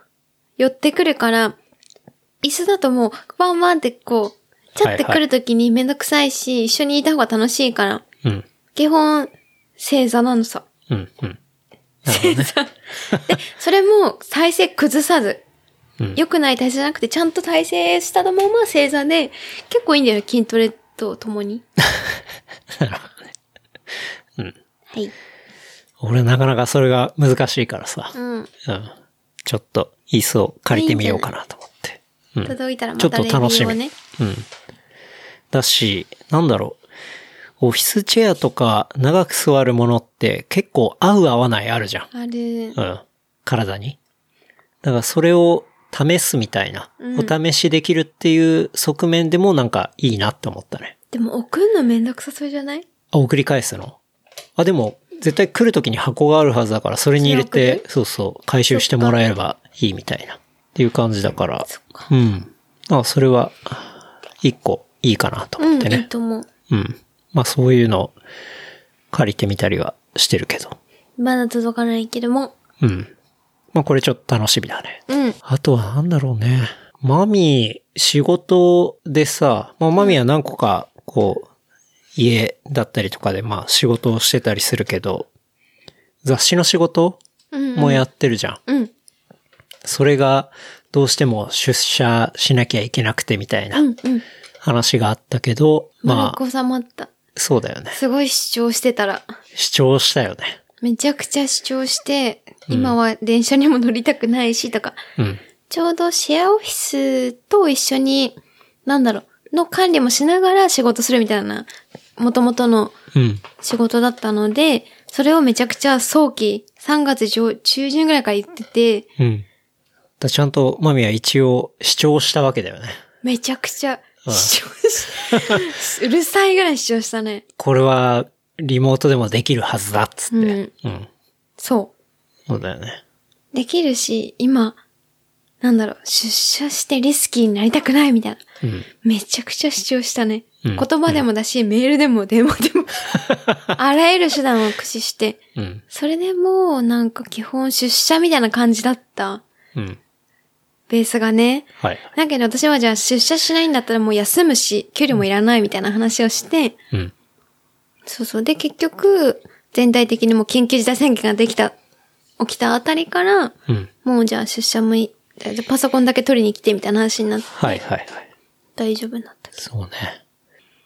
う寄ってくるから、椅子だともうワンワンってこう、チャっ
はい
て
はい
くるときにめんどくさいし、一緒にいた方が楽しいから、
うん。
基本正座なのさ。
うん。うん。
正座。で、それも体勢崩さず
うん。
良くない体勢じゃなくて、ちゃんと体勢したまま正座で、結構いいんだよ、筋トレと共 に。はい。
俺なかなかそれが難しいからさ。
うん。
うん。ちょっと椅子を借りてみようかなと思って。うん。
届いたらま
ちょったと
レビュ
楽し
ーを
み。
ね。
うん。だし、なんだろう。オフィスチェアとか長く座るものって結構合う合わないあるじゃん。
ある。
うん。体に。だからそれを試すみたいな、
うん
お試しできるっていう側面でもなんかいいなって思ったね。
でも送るのめんどくさそうじゃない
あ、送り返すのあ、でも、絶対来るときに箱があるはずだから、それに入れて、そうそう、回収してもらえればいいみたいな。っていう感じだから。
そっか。
うん。あ、それは、一個いいかなと
う
思っ
ん、
て
いい
ね。
と思う。
うん、まあ、そういうのを借りてみたりはしてるけど。
まだ届かないけども。
うん。まあ、これちょっと楽しみだね。
うん。
あとはなんだろうね。マミー、仕事でさ、まあマミーは何個か、こう、家だったりとかで、まあ仕事をしてたりするけど、雑誌の仕事
うん。
もやってるじゃん。
うん。
それが、どうしても出社しなきゃいけなくてみたいな
うん。うん。
話があったけど、
ま
まあ、
く収まった。
そうだよね。
すごい主張してたら。
主張したよね。
めちゃくちゃ主張して、今は電車にも乗りたくないしとか。
うん。
ちょうどシェアオフィスと一緒に、なんだろう、の管理もしながら仕事するみたいな、もともとの
うん。
仕事だったので、それをめちゃくちゃ早期、3月上中旬ぐらいから言ってて、
うん。だちゃんとマミーは一応主張したわけだよね。
めちゃくちゃ
うん
主張し、うるさいぐらい主張し たね。
これは、リモートでもできるはずだっつって。
うん
うん。
そ
そうだよね。
う。できるし、今、なんだろう、出社してリスキーになりたくないみたいな。
うん。
めちゃくちゃ主張したね。
うん
言葉でもだし、メールでも電 話でも。あらゆる手段を駆使して。
うん。
それでもう、なんか基本出社みたいな感じだった。
うん。
ベースがね。
はい。
だけど私はじゃあ出社しないんだったらもう休むし、給料もいらないみたいな話をして、
うん。
そうそう。で、結局、全体的にもう緊急事態宣言ができた、起きたあたりから、
うん。
もうじゃあ出社もいい、じゃあパソコンだけ取りに来てみたいな話になって、
はいはいはい。
大丈夫になった。
そうね。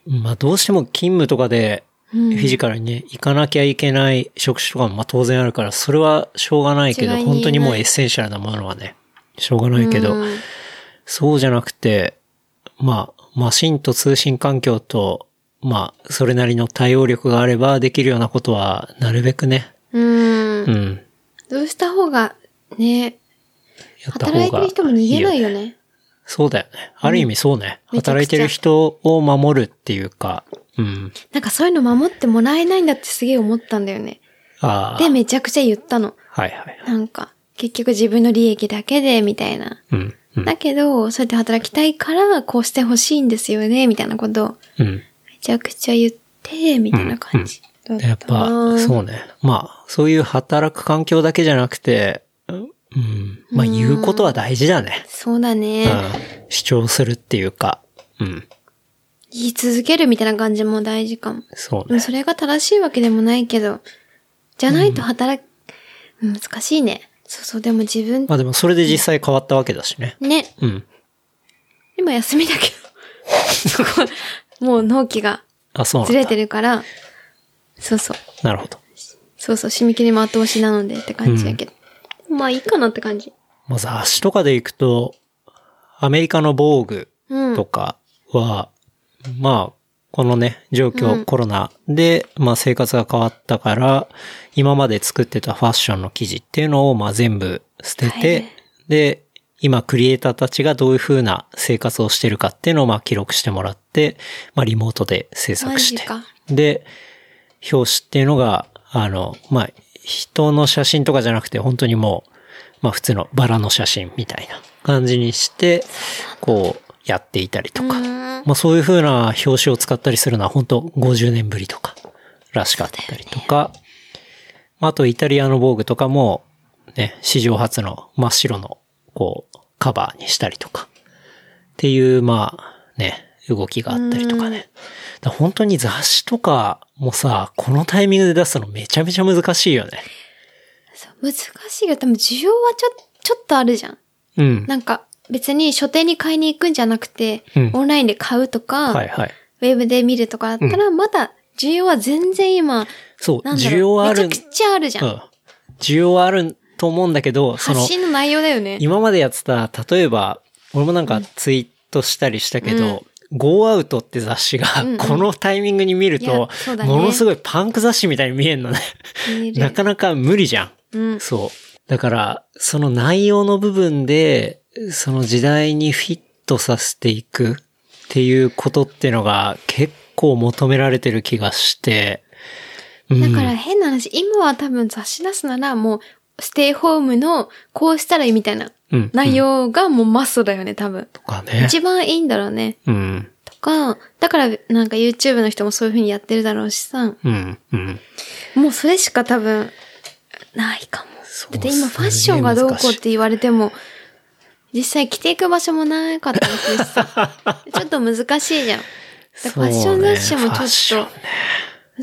まあどうしても勤務とかで、フィジカルにね、行かなきゃいけない職種とかもまあ当然あるから、それはしょうがないけど、
違いに
本当にもうエッセンシャルなものはね、しょうがないけど、
うん
そうじゃなくて、まあ、マシンと通信環境と、まあ、それなりの対応力があればできるようなことは、なるべくね、
うん
う。ん、
どうした方が、ね、
やった
働
方
いて
が
る人も逃げない
よ
よね。
そうだよね。ある意味そうね。
めちゃくちゃ
働いてる人を守るっていうか、うん。
なんかそういうの守ってもらえないんだってすげえ思ったんだよね。
ああ。
で、めちゃくちゃ言ったの。
はいはい。
なんか、結局自分の利益だけで、みたいな。
うん。うん。
だけど、そうやって働きたいから、こうしてほしいんですよね、みたいなことを、
うん。
めちゃくちゃ言って、みたいな感じ。
でやっぱ、
う。
そうね。まあ、そういう働く環境だけじゃなくて、うん。まあ、言うことは大事だね。
そうだ
うん
ね。。
主張するっていうか、うん。
言い続けるみたいな感じも大事かも。
そう
でも
ね。
それが正しいわけでもないけど、じゃないと働く、うん難しいね。そうそう、でも自分
ま、あでも、それで実際変わったわけだしね。
ね、
うん。
今休みだけど、 そこ、もう納期が
あ、そうなん
ず
だ。
れてるから、そうそう、
なるほど。
そうそう、締め切りも後押しなのでって感じやけど。まあいいかなって感じ。
まあ、雑誌とかで行くと、アメリカの防具
うん。
とかは、まあ、このね、状況、コロナで、まあ生活が変わったから、今まで作ってたファッションの記事っていうのを、まあ全部捨てて、
はい
で、今クリエイターたちがどういう風な生活をしてるかっていうのを、まあ記録してもらって、まあリモートで制
マ
作し
ジ
て。
か。
で、表紙っていうのが、あの、まあ、人の写真とかじゃなくて、本当にもう、まあ普通のバラの写真みたいな感じにして、こう、やっていたりと
う
か。
ーん
まあそういう風な表紙を使ったりするのは本当50年ぶりとからしかったりとか、まああとイタリアの防具とかも、ね、史上初の真っ白の、こう、カバーにしたりとか、っていう、まあ、ね、動きがあったりとかね。だから本当に雑誌とかもさ、このタイミングで出すのめちゃめちゃ難しいよね。
そう難しいけど、多分需要はちょ、ちょっとあるじゃん。
うん。
なんか、別に書店に買いに行くんじゃなくて、
うん
オンラインで買うとか、
はいはい。
ウェブで見るとかだったら、まだ需要は全然今、
そう、
なんだ
需
ろ
要はあ
う、
る。
めちゃくちゃあるじゃ。
うんん。需要はあると思うんだけど、そ
発
の、
信の内容だよね。
今までやってた、例えば、俺もなんかツイートしたりしたけど、Go Out って雑誌が
うんうん、
このタイミングに見る
いや
と
そう、だね
ものすごいパンク雑誌みたいに見えんのね。
見える
なかなか無理じゃ
うん
ん。。そう。だから、その内容の部分で、その時代にフィットさせていくっていうことってのが結構求められてる気がして、うん
だから変な話、今は多分雑誌出すならもう、ステイホームのこうしたらいいみたいな
うん
内容がもうマストだよね、多分。
とかね。
一番いいんだろうね。
うん。
とか、だからなんか YouTube の人もそういう風にやってるだろうしさ、
うん。うん。
もうそれしか多分、ないかも。
そう
だって今ファッションがどうこうって言われても、実際着ていく場所もなかったりするしさ、 ちょっと難しいじゃん。だからファッション雑誌もち
そう
ょ
ね
っ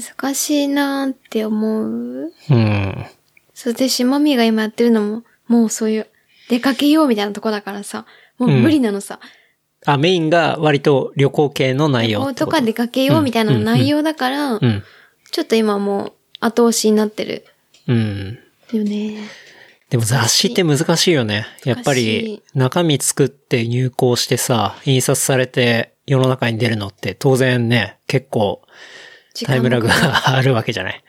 と難しいなーって思う。
ファッションね
そしてしまみが今やってるのも、もうそういう、出かけようみたいなとこだからさ、もう無理なのさ。
うん。あ、メインが割と旅行系の内容
こ
っ
う
て
と
こと
か出かけようみたいな
うん
内容だから、
うん。
ちょっと今もう後押しになってる
うん。
よね。
でも雑誌って難しいよね。やっぱり中身作って入稿してさ、印刷されて世の中に出るのって当然ね、結構
時
タイム
間も
ラグがあるわけじゃない。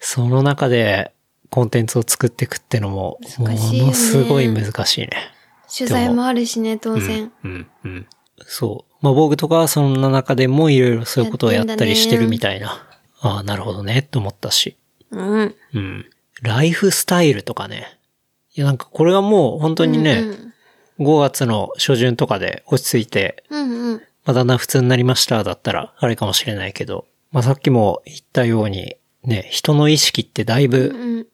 その中でコンテンツを作っていくってのも、も
難しいよね
のすごい難しいね。
取材もあるしね、当然。
うん、うん、うん。そう。まあ、僕とかはそんな中でもいろいろそういうことをやったりしてるみたいな。ああ、なるほどね、と思ったし。
うん。
うん。ライフスタイルとかね。いや、なんかこれはもう本当にね、
うん
5月の初旬とかで落ち着いて、
うん。うんうん。
まあ、だんだん普通になりましただったら、あれかもしれないけど、まあ、さっきも言ったように、ね、人の意識ってだいぶ
うん。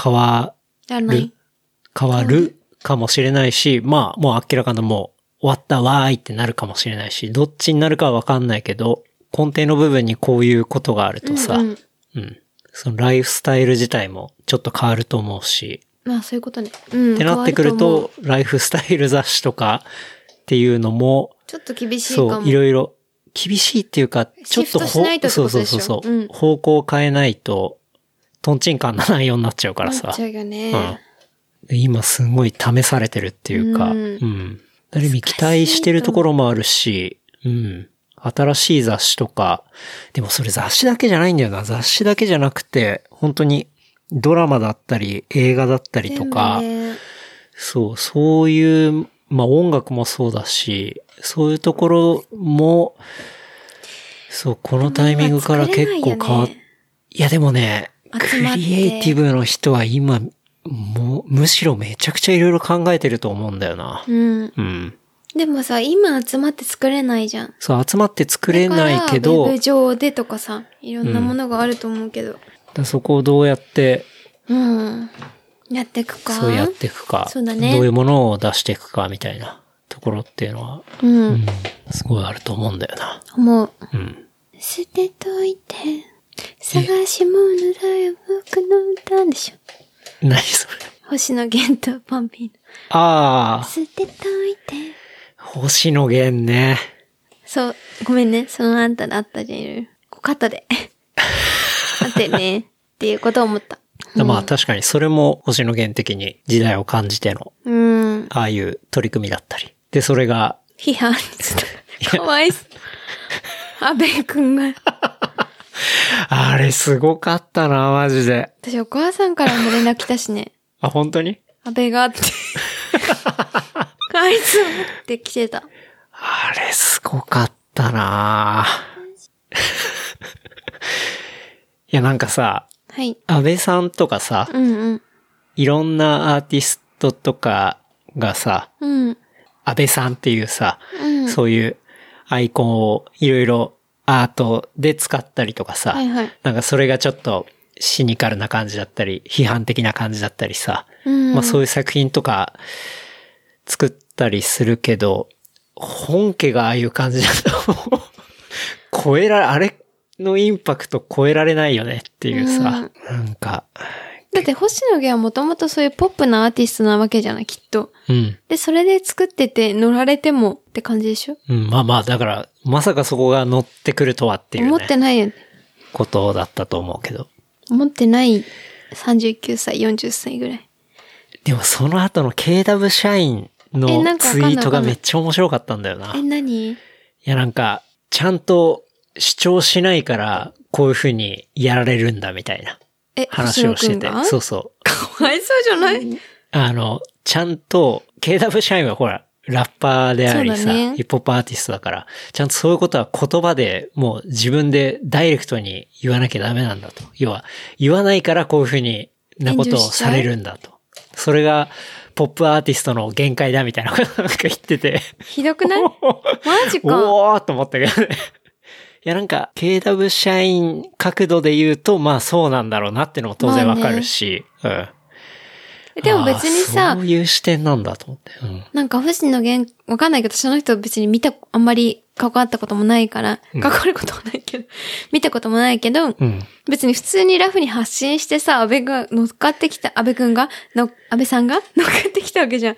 変わ
やらない。
変わるかもしれないし、まあ、もう明らかなもう終わったわーいってなるかもしれないし、どっちになるかはわかんないけど、根底の部分にこういうことがあるとさ、
うんうん
うんそのライフスタイル自体もちょっと変わると思うし、
まあそういうことね。うん。
ってなってくる
変わ思
と
う、
ライフスタイル雑誌とかっていうのも、
ちょっと厳しいか
そ
も。
う、いろいろ厳しいっていうか、ちょっと
シフトしないとって
そ
こ
う
と
そう
でし
そ
ょ
うそう、
うん
方向を変えないと、トンチンカンな内容になっちゃうからさ。
なっちゃうよね。
うん、今すごい試されてるっていうか、う
う
んん。ある意味期待してるところもあるし、うん。新しい雑誌とか、でもそれ雑誌だけじゃないんだよな。雑誌だけじゃなくて、本当にドラマだったり、映画だったりとか、
全部ね
そう、そういう、まあ音楽もそうだし、そういうところも、そう、このタイミングから結構変わっ
今作れないよね
いやでもね、ク
集まって
リエイティブの人は今もう、むしろめちゃくちゃいろいろ考えてると思うんだよな。
うん。
うん。
でもさ、今集まって作れないじゃん。
そう、集まって作れないけ
だからウ
ど、
ェブ上でとかさ、いろんなものがあると思うけど。
そこをどうやって、
うん。やっていくか。
そうやっていくか、
そうだね
どういうものを出していくかみたいなところっていうのは、
うん。
うん、すごいあると思うんだよな。
思う。
うん。
捨てといて、探し物だよ、僕の歌でしょ。
何それ。
星野源とパンピーの。
あ
捨てといて。
あ、星野源ね。
そう、ごめんね。そのあんただったじゃん、いろいろ。こう肩 で。あってね。っていうことを思った。
まあ確かにそれも星野源的に時代を感じての、
うん。
ああいう取り組みだったり。で、それが、
批判つった。かわいそう。安倍くんが。
あれすごかったな、マジで。
私、お母さんからも連絡来たしね。
あ、本当に
安倍があって。 あいつって来てた。
あれすごかったな いや、なんかさ、
はい。
安倍さんとかさ、
うんうん。
いろんなアーティストとかがさ、
うん。
安倍さんっていうさ、
うん。
そういうアイコンをいろいろアートで使ったりとかさ、
はいはい。
なんかそれがちょっとシニカルな感じだったり、批判的な感じだったりさ、
うん。
まあそういう作品とか作ったりするけど、本家がああいう感じだと、もう超えられ、あれのインパクト超えられないよねっていうさ、なんか、
だって星野源はもともとそういうポップなアーティストなわけじゃない、きっと。
うん。
で、それで作ってて乗られてもって感じでしょ、
うん、まあまあ、だから、まさかそこが乗ってくるとはっていう、ね、
思ってないよね。
ことだったと思うけど。
思ってない39歳、40歳ぐらい。
でもその後の KW 社員
え
の
なんかわ
ツ
かん
イ
ない
ートがめっちゃ面白かったんだよな。
え、
い
何
やなんか、ちゃんと主張しないから、こういう風にやられるんだみたいな
え、
話をして
星野
て
くん。が
そうそう。
かわいそうじゃない
あの、ちゃんと、KW 社員はほら、ラッパーであり
そう
さ、
だね
ヒップホップアーティストだから、ちゃんとそういうことは言葉でもう自分でダイレクトに言わなきゃダメなんだと。要は、言わないからこういうふうになことをされるんだと。それが、ポップアーティストの限界だみたいなことなんか言ってて、
ひどくないマジか。
おーっと思ったけどね。 いやなんか、KW 社員角度で言うと、まあそうなんだろうなってのも当然わかるし、うん。
でも別に
あー
さ
そう、いう視点なんだと思って。うん。
なんか星野源、わかんないけど、その人別に見た、あんまり関わったこともないから、
うん
関わることもないけど、見たこともないけど、
うん。
別に普通にラフに発信してさ、安倍が乗っかってきた、安倍くんが、の、安倍 さんが乗っかってきたわけじゃん。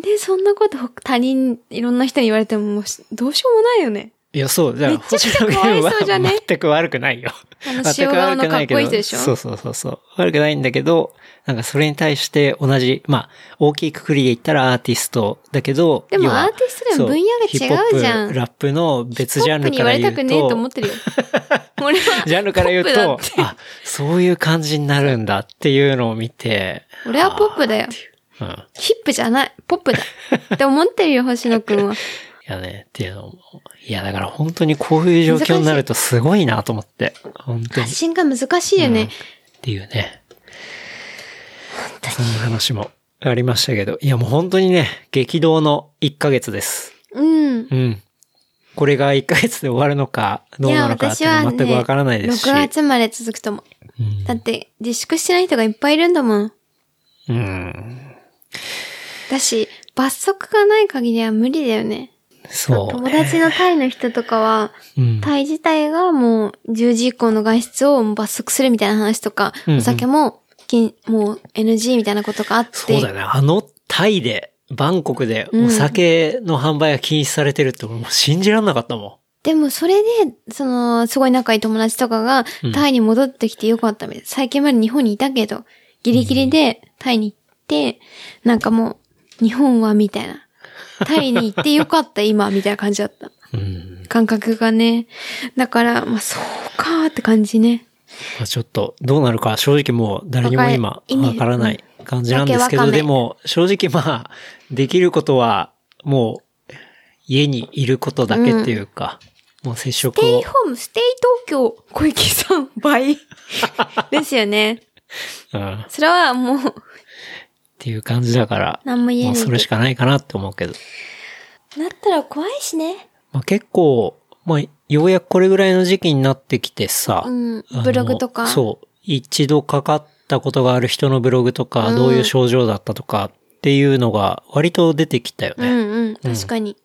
で、そんなこと他他人、いろんな人に言われてももうし、どうしようもないよね。
いや、そう、じゃ
め
あ、
っちゃく
星
ちゃ
野
かわい
源
そうじゃね
は全く悪くない よ。
あの、
全
塩
く
顔
悪
の
く
か
な
っ
いけど
こいい人でしょ
そうそうそうそう。悪くないんだけど、なんかそれに対して同じ、まあ、大きいくくりで言ったらアーティストだけど、
でも
要は
アーティストでも分野が
そうヒップホップ
違うじゃん
ラップの別ジャン
ポ
ル
ップに
か
言わ
ら
れ
言
た
う
くねえと思っ
と、
てるよ。俺は、
ジャンルから言う
ポップだっ
と
て、
あ、そういう感じになるんだっていうのを見て、
俺はポップだよ。
うん。い
ヒップじゃない。ポッ プだ。って思ってるよ、星野くんは。
やね、っていうのも。いや、だから本当にこういう状況になるとすごいなと思って。本当に
発。信が難しいよね。
っていうね。そんな話もありましたけど。いやもう本当にね、激動の1ヶ月です。
うん。
うん。これが1ヶ月で終わるのか、どうなのかっていうのは全くわからないですし。
6月まで続くとも。
うん
だって、自粛してない人がいっぱいいるんだもん。
うん。
だし、罰則がない限りは無理だよね。
そう、
友
ね。
達のタイの人とかは、
うん。
タイ自体がもう10時以降の外出を罰則するみたいな話とか、
うんうん
お酒も禁、もう NG みたいなことがあって。
そうだね。あのタイで、バンコクでお酒の販売が禁止されてるって俺もう信じらんなかったも
でもそれで、その、すごい仲いい友達とかが
うん、
タイに戻ってきてよかったみたい。最近まで日本にいたけど、ギリギリでタイに行って、なんかもう、日本はみたいな。タイに行ってよかった今、みたいな感じだった。
ん。うん。
感覚がね。だから、まあそうかーって感じね。
まあ、ちょっとどうなるか正直もう誰にも今
わかる
わからない感じなんですけ
わけわか
ど、
め
でも正直まあできることはもう家にいることだけっていうか、もう接
ス
触
テイ
を
ホ、ーム、ステイ東京、 小池さん倍。ですよね。
うん、
それはもう、
っていう感じだから、
何も言え
まあ
ないけど
それしかないかなって思うけど。
なったら怖いしね。
まあ結構、まあようやくこれぐらいの時期になってきてさ、
うん
あの。
ブログとか。
そう。一度かかったことがある人のブログとか、
うん
どういう症状だったとかっていうのが割と出てきたよね。
うんうん。確かに。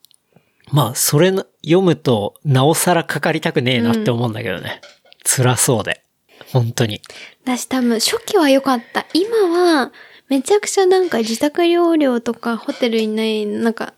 まあ、それの読むと、なおさらかかりたくねえなって思うんだけどね。辛そうで。本当に。
私多分初期は良かった。今は、めちゃくちゃなんか自宅療養とかホテルにない、なんか、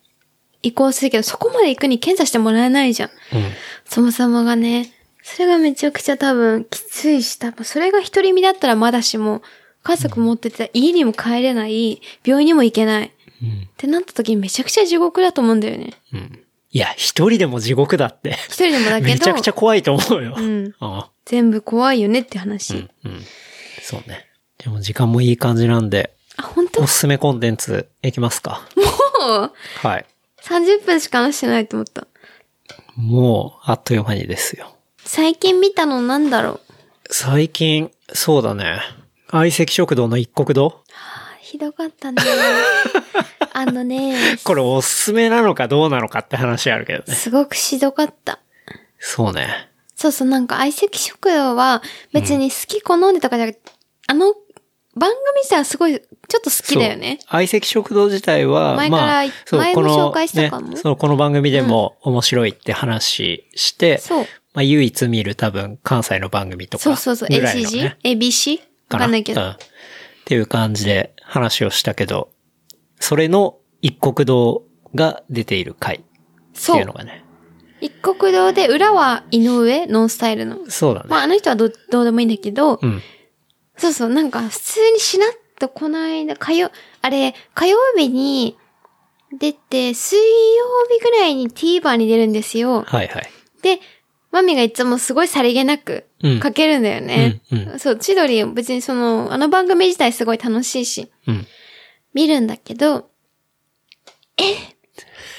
移行するけど、そこまで行くに検査してもらえないじゃん。
うん。
そもそもがね。それがめちゃくちゃ多分きついし、多分それが一人身だったらまだしも、家族持ってて家にも帰れない、病院にも行けない。
うん。
ってなった時めちゃくちゃ地獄だと思うんだよね。
うん。いや、一人でも地獄だって。
一人でもだけど。
めちゃくちゃ怖いと思うよ。
うん。
あ
全部怖いよねって
あ
話。
うん。うん。そうね。でも時間もいい感じなんで、
あ、本当
お
もう
すすめコンテンツいきますか。はい。
30分しか話してないと思った。
もう、あっという間にですよ。
最近見たのなんだろう。
最近、そうだね。相席食堂の一国堂
あひど かったね。あのね、
これおすすめなのかどうなのかって話あるけどね。
すごくひどかった。
そうね。
そうそう、なんか相席食堂は別に好き好んでとかじゃなくて、あの番組自体はすごい、ちょっと好きだよね
そ。う相席食堂自体は、
前から
まあ、そう
前も
この
紹介したかも
ね、そうこの番組でも面白いって話して、
そう。
まあ、唯一見る多分関西の番組とか
そうそうそう。
ぐらいの、ね。
ACG?ABC? わかんないけ
うん。
ど。
っていう感じで話をしたけど、それの一国堂が出ている回って
そ
いう
う
の。がね。
一国堂で、裏は井上、ノンスタイルの。
そうだね。
まあ、あの人はどどうでもいいんだけど、
うん。
そうそう、なんか普通にしなっとこの間、火曜、あれ、火曜日に出て、水曜日ぐらいに TVer に出るんですよ。
はいはい。
で、マミがいつもすごいさりげなく
うん
かけるんだよね。
うんう
そう、千鳥、別にその、あの番組自体すごい楽しいし、
うん。
見るんだけど、え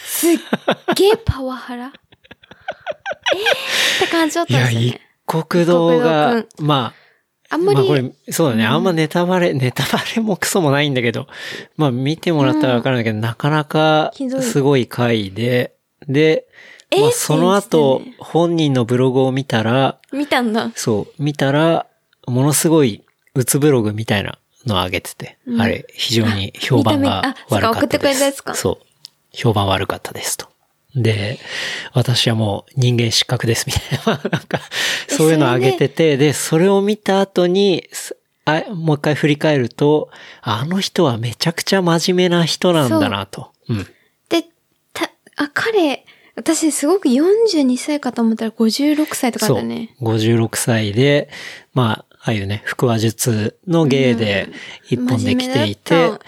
すっげえパワハラえー、って感じだっ
い
たん
や、
ですよ
一
ね。
国堂
一
が
国堂、
まあ、
あんまり、
まあこれ、そうだね。あんまネタバレ、 ネタバレもクソもないんだけど、まあ見てもらったらわかるんだけど、なかなか
ひどい
すごい回で、で、
え
ま
ー
あその後
って言って、
本人のブログを見たら、
見たんだ。
そう、見たら、ものすごい、うつブログみたいなのを上げてて、
うん
あれ、非常に評判が
あ見た見たあ
悪か
そっか送
っ
って
た
くれ
で
たや
す。
つか
そう。評判悪かったですと。で、私はもう人間失格ですみたいな、なん か、
え
そういうのを
それ
上
で
げてて、で、それを見た後に、すあもう一回振り返ると、あの人はめちゃくちゃ真面目な人なんだなと。うん。
で、た、あ、彼、私すごく42歳かと思ったら56歳とかだね。
そう。56歳で、まあ、ああいうね、腹話術の芸で一本で来ていて、
真面目だった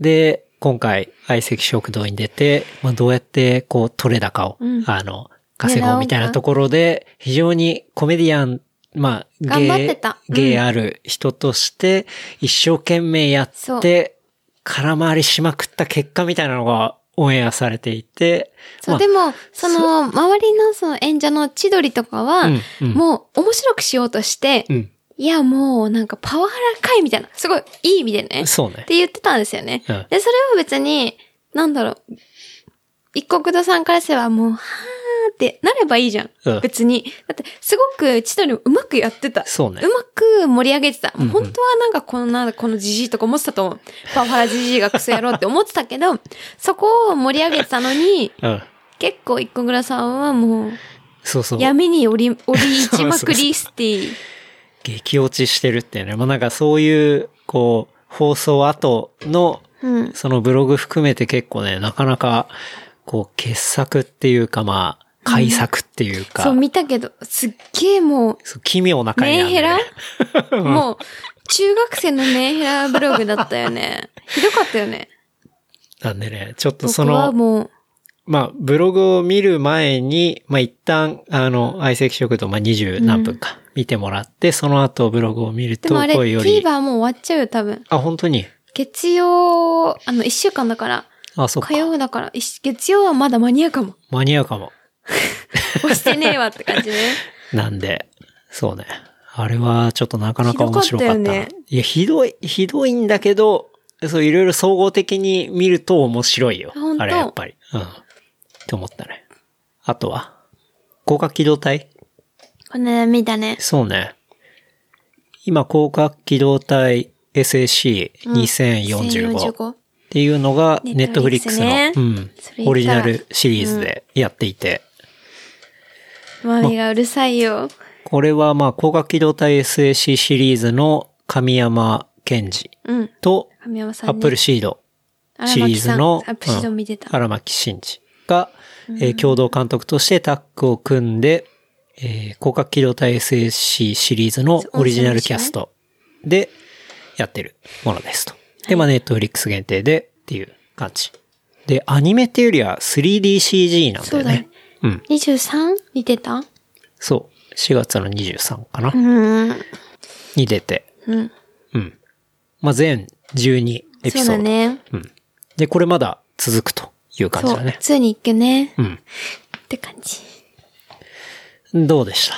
で、今回、相席食堂に出て、まあ、どうやって、こう、取れ高を、
うん
あの、稼ごうみたい
狙おう
な
か
ところで、非常にコメディアン、まあ、
頑張ってたうん
芸ある人として、一生懸命や
そ
って、空回りしまくった結果みたいなのがオンエアされていて、
そう、
まあ
でも、その、周りのその演者の千鳥とかは、
うんうん
もう面白くしようとして、
うん、
いや、もうなんかパワハラかいみたいな、すごいいい意味でね。
そうね
っ。て言ってたんですよね。
うん
で、それは別に、なんだろう。一国土さんからすればもう、はーってなればいいじゃん。
うん
別に。だって、すごく千鳥もうまくやってた。
そうね
うまく盛り上げてた。
んうん
本当はなんかこのな、このじじいとか思ってたと思う。パワハラじじいがクソ野郎って思ってた けど、そこを盛り上げてたのに、
うん。
結構一国土さんはもう、
そうそう。
闇に降り、降り一まくりスティ。
激落ちしてるっていうね。まあなんかそういう、こう、放送後の、
うん。
そのブログ含めて結構ね、なかなか、こう、傑作っていうか、まあ、改作っていうか、
そう見たけど、すっげえもう、
そう奇妙な回
メ
な
ン
ん
ヘ
で、
ラ
ね。
もう、中学生のメンヘラブログだった よね。ひどかったよね。
なんでね、ちょっと
僕
そ
は
の、
もう、
まあ、ブログを見る前に、まあ一旦、あの、相席食堂、まあ二十何分か、見てもらって、その後ブログを見る
で
と、
もあれ、
こういうより、
TVer もう終わっちゃうよ、多分。
あ、本当に
月曜、あの、一週間だから、
あ、そっか
火。曜だから、一月曜はまだ間に合う かも。
間に合うかも。
押してねえわって 感じね。
なんで、そうね。あれはちょっとなかなか面白かったな。
ひどかったよね
いや、ひどい、ひどいんだけど、そう、いろいろ総合的に見ると面白いよ
あ本。当
あれ、やっぱり。うん。って思ったね。あとは、高架機動隊
この間見たね。
そうね。今、広角機動隊 SAC2045 っ
1045
ていうのが、ネットフリックス
Netflix ね
の、うん
それ言ったら
オリジナルシリーズでやっていて、
マミがうるさいよ。
これはまあ、広角機動隊 SAC シリーズの神山健二
うん。
と、
神山さん、
ア
ね。
ップルシード
荒
シ
牧
リー
さん
ズの、
アップルシード見てた
うん荒牧真二が、えー共同監督としてタッグを組んで、えー、広角機動隊 SSC シリーズのオリジナルキャストでやってるものですと。で、まあ、ネットフリックス限定でっていう感じ。で、アニメっていうよりは 3DCG なんだ
そう
よ
だ
ね
ね。
う。ん。
23? 見てた
そう。4月の23かな、
うん。
に出て。
うん。
うん。まあ、全12エピ
そう
ソー
だ
ド。
ね。
うん。で、これまだ続くという感
そ
じ
う
だね。。
2に行くね。
うん。
って感じ。
どうでした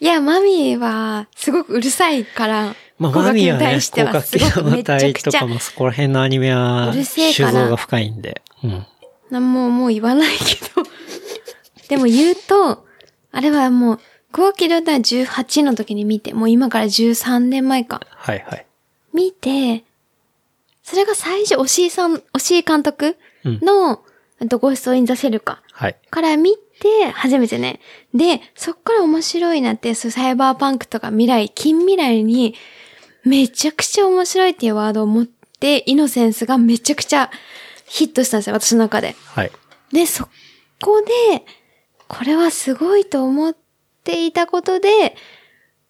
いや、マミーは、すごくうるさいから、
まあ、
高
マ
学
ミ
に
はね、
対して
広
は
角
す
機
ごく
動
めちゃ
隊
く
と
ち
か
ゃ、
もそこら辺のアニメは、
うるせえ
酒
から
造が深いんで。うん。
なんももう言わないけど。でも言うと、あれはもう、高キロだ18の時に見て、もう今から13年前か。
はいはい。
見て、それが最初、おしいさん、おしい監督
うん
の、えっとゴースト・イン・ザ・セルか。
はい。
から見て、初めてね。で、そっから面白いなって、そうサイバーパンクとか未来、近未来に、めちゃくちゃ面白いっていうワードを持って、イノセンスがめちゃくちゃヒットしたんですよ、私の中で。
はい。
で、そこで、これはすごいと思っていたことで、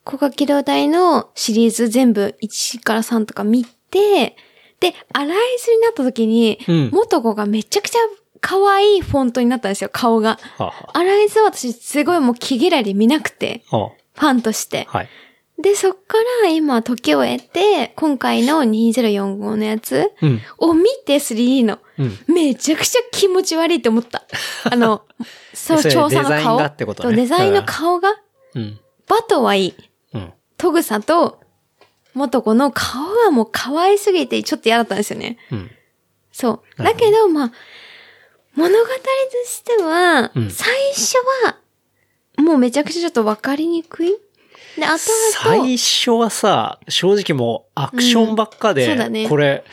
古賀機動隊のシリーズ全部1から3とか見て、で、アライズになった時に、
うん
元子がめちゃくちゃ可愛いフォントになったんですよ、顔が。
はあ、は
アライズは私すごいもう気嫌いで見なくて、
あ、あ
ファンとして。
あはい。
で、そっから今時を経て、今回の2045のやつ
うん。
を見て 3D の。
うん。
めちゃくちゃ気持ち悪いって思った。あの、そう、
それ
調査
デ
の
ザイン
顔。
がってことね
そうデザインの顔が、
うん。
バトはいい。
うん。
トグサと、元子の顔がもう可愛すぎてちょっと嫌だったんですよね。
うん。
そう。
なる
だ
ほど
けど、まあ、物語としては、
うん
最初は、もうめちゃくちゃちょっとわかりにくい。で、後々、
最初はさ、正直もうアクションばっか
うん
で、
そうだね
これ、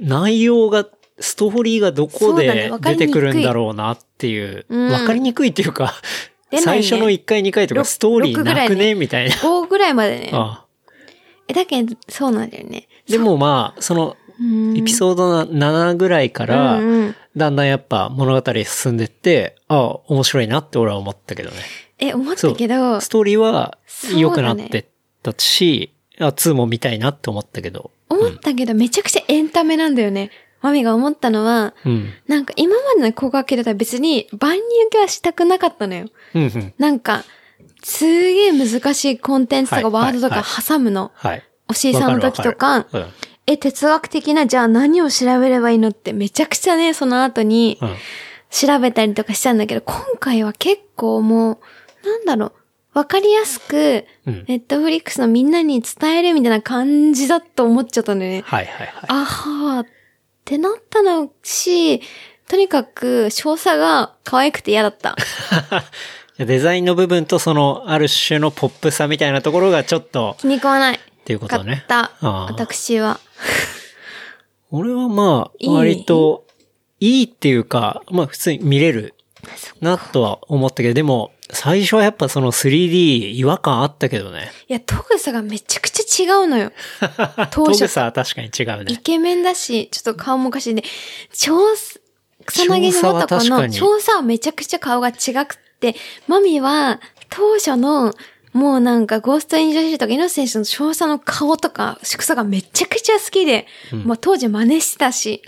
内容が、ストーリーがどこ
そうだね
で
わか
出
りにくい
てくるんだろうなっていう、
うん
わかりにくいっていうか、
出ない
最初
ね
の1回2回とか
ろ
ストーリー
ろくぐら
ないくね
ね
みたいな。
5ぐらいまでね。
ああ
え、だけど、そうなんだよね。
でもまあ、その、エ
エ
ピ
ー
ソード7ぐらいから、
うんうん
だんだんやっぱ物語進んでって、ああ、面白いなって俺は思ったけどね。
え、思ったけど、
ストーリーは
そう
良くな
だ
っ
ね
てったし、あ、2も見たいなって思ったけど。
思ったけど、めちゃくちゃエンタメなんだよね。マミが思ったのは、
うん。
なんか今までの高校系だったら別に万人受けはしたくなかったのよ。
うんうん。
なんか、すげえ難しいコンテンツとか
はい
ワードと
はい
か
は
挟むの。
はい。
おしいさんの時と
わ
か、
るわる
え、哲学的な、じゃあ何を調べればいいのってめちゃくちゃね、その後に
うん。うん。
調べたりとかしたんだけど、今回は結構もう、なんだろう、わかりやすく、
うん
ネットフリックスのみんなに伝えるみたいな感じだと思っちゃったんだよね。
はいはいはい。
あはーってなったのし、とにかく、少佐が可愛くて嫌だ った。
デザインの部分とその、ある種のポップさみたいなところがちょっと、
気に食わない。
っていうこ
か
と
っ
ね。
た。
あー
私は。
俺はま
いい
あ、割と、いいっていうか、まあ普通に見れるなとは思ったけど、でも、最初はやっぱその 3D 違和感あったけどね。
いや、トグサがめちゃくちゃ違うのよ。
ト
当
グ
初、
サは確かに違う
イ
ね。
ケメンだし、ちょっと顔もおかしいんで、超す、草薙
少
の
佐は
男
確か
の
に
調査はめちゃくちゃ顔が違くって、マミは当初の、もうなんかゴーストインジョシルとかイノセンスの調査の顔とか、宿さがめちゃくちゃ好きで、もう当時真似して たし、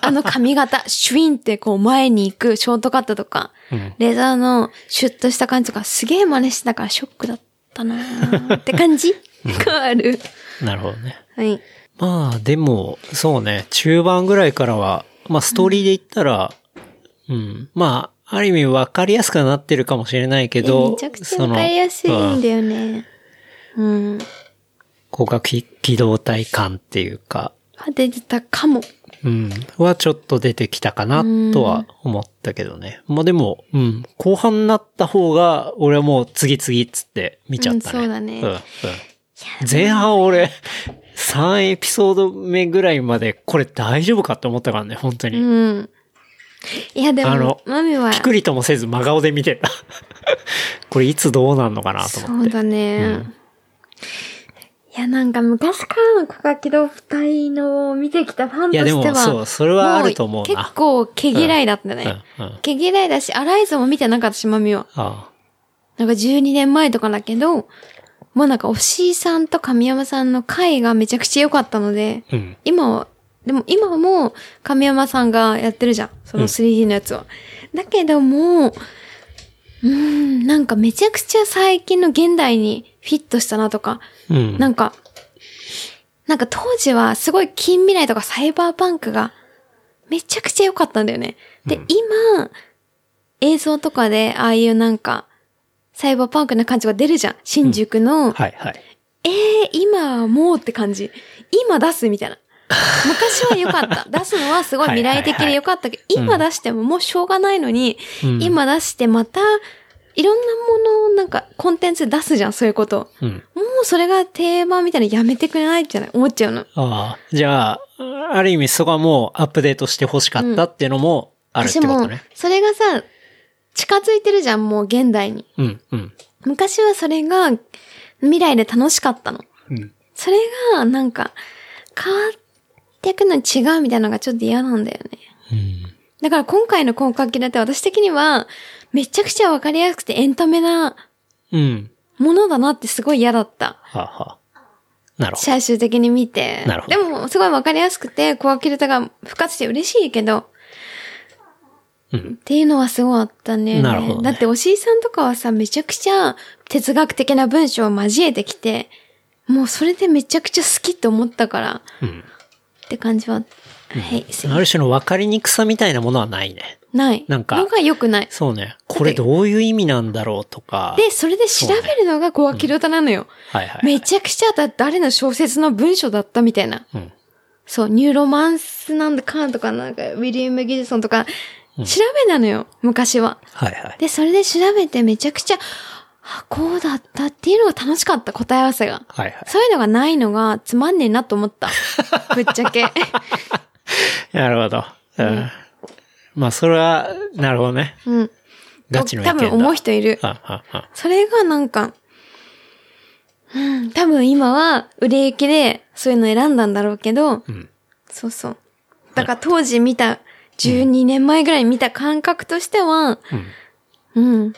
あの髪型、シュインってこう前に行くショートカットとか、
うん。
レザーのシュッとした感じとかすげえ真似してたからショックだったなーって感じがある。
なるほどね。
はい。
まあでも、そうね、中盤ぐらいからは、まあストーリーで言ったら、うん、まあ、ある意味分かりやすくはなってるかもしれないけ
いや
ど、
めちゃくちゃわかりやすいんだよね。うん。
広角機動体感っていうか、
が出てたかも。
うん。はちょっと出てきたかなとは思ったけどね。まあでも、うん。後半になった方が、俺はもう次々っつって見ちゃったね。
うんそうだね
んうん前半俺、3エピソード目ぐらいまで、これ大丈夫かって思ったからね、本当に。
うん。いや、で
あ
も
の、
マミは、
ピクリともせず真顔で見てた。 これいつどうなんのかなと
そ
思っ
う
て。
だね。
うん
いや、なんか昔からの小垣豆腐隊のを見てきたファン
い
と
やで
して
も、
は、
そう、それはあると思う
も結
な。
構、毛嫌いだったね。
うんうん
毛嫌いだし、アライズも見てなかったし、マミは。
あ
なんか12年前とかだけど、もうなんか、おしいさんと神山さんの回がめちゃくちゃ良かったので、
あうん。
今は、でも今も神山さんがやってるじゃん。その 3D のやつは。だけども、うーん、なんかめちゃくちゃ最近の現代にフィットしたなとか、
うん。
なんか、なんか当時はすごい近未来とかサイバーパンクがめちゃくちゃ良かったんだよね。で、今、映像とかでああいうなんか、サイバーパンクな感じが出るじゃん。新宿の、
はいはい。
ええ今はもうって感じ。今出すみ たいな。昔は良かった。出すのはすごい未来的で良かったけど、
はいはい
今出してももうしょうがないのに、
うん
今出してまた、いろんなものをなんかコンテンツで出すじゃん、そういうこと。
うん。
もうそれが定番みたいなのやめてくれないじゃない思っちゃうの。
ああ、じゃあ、ある意味そこはもうアップデートして欲しかったっていうのもあるって
私
こと
も
ね。、
それがさ、近づいてるじゃん、もう現代に。
うん、うん、
昔はそれが未来で楽しかったの。
うん。
それが、なんか、変わっていくのに違うみたいなのがちょっと嫌なんだよね。
うん。
だから今回の今回キラって私的には、めちゃくちゃわかりやすくてエンタメな
うん。
ものだなってすごい嫌だった。
はあ、はあ。なるほ
最終的に見て。
なるほど
でも、すごいわかりやすくて、コアキルタが復活して嬉しいけど、
うん
っていうのはすごいあったね。
なるほどね
だって、おしいさんとかはさ、めちゃくちゃ哲学的な文章を交えてきて、もうそれでめちゃくちゃ好きって思ったから、
ど。うん。
って感じは、はい、すいま
ある種の分かりにくさみたいなものはないね。
ない。
なんか
のが良くない。
そうね。これどういう意味なんだろうとか。
で、それで調べるのが小脇良太なのよ。
はいはい。
めちゃくちゃだ誰の小説の文章だったみたいな。
うん。
そう、ニューロマンスなんだかんとか、なんか、ウィリアム・ギルソンとか、調べなのよ、昔は。
はいはい。
で、それで調べてめちゃくちゃ、あ、こうだったっていうのが楽しかった、答え合わせが。
はいはい。
そういうのがないのがつまんねえなと思った。ぶっち ゃけ。
なるほど。うん。まあ、それは、なるほどね。
うん。
ガチの意見だ。
多分思う人いる。
はあはあはあ
それがなんか、うん、多分今は売れ行きでそういうの選んだんだろうけど、
ん
そうそう。だから当時見た、12年前ぐらいに見た感覚としては、うん。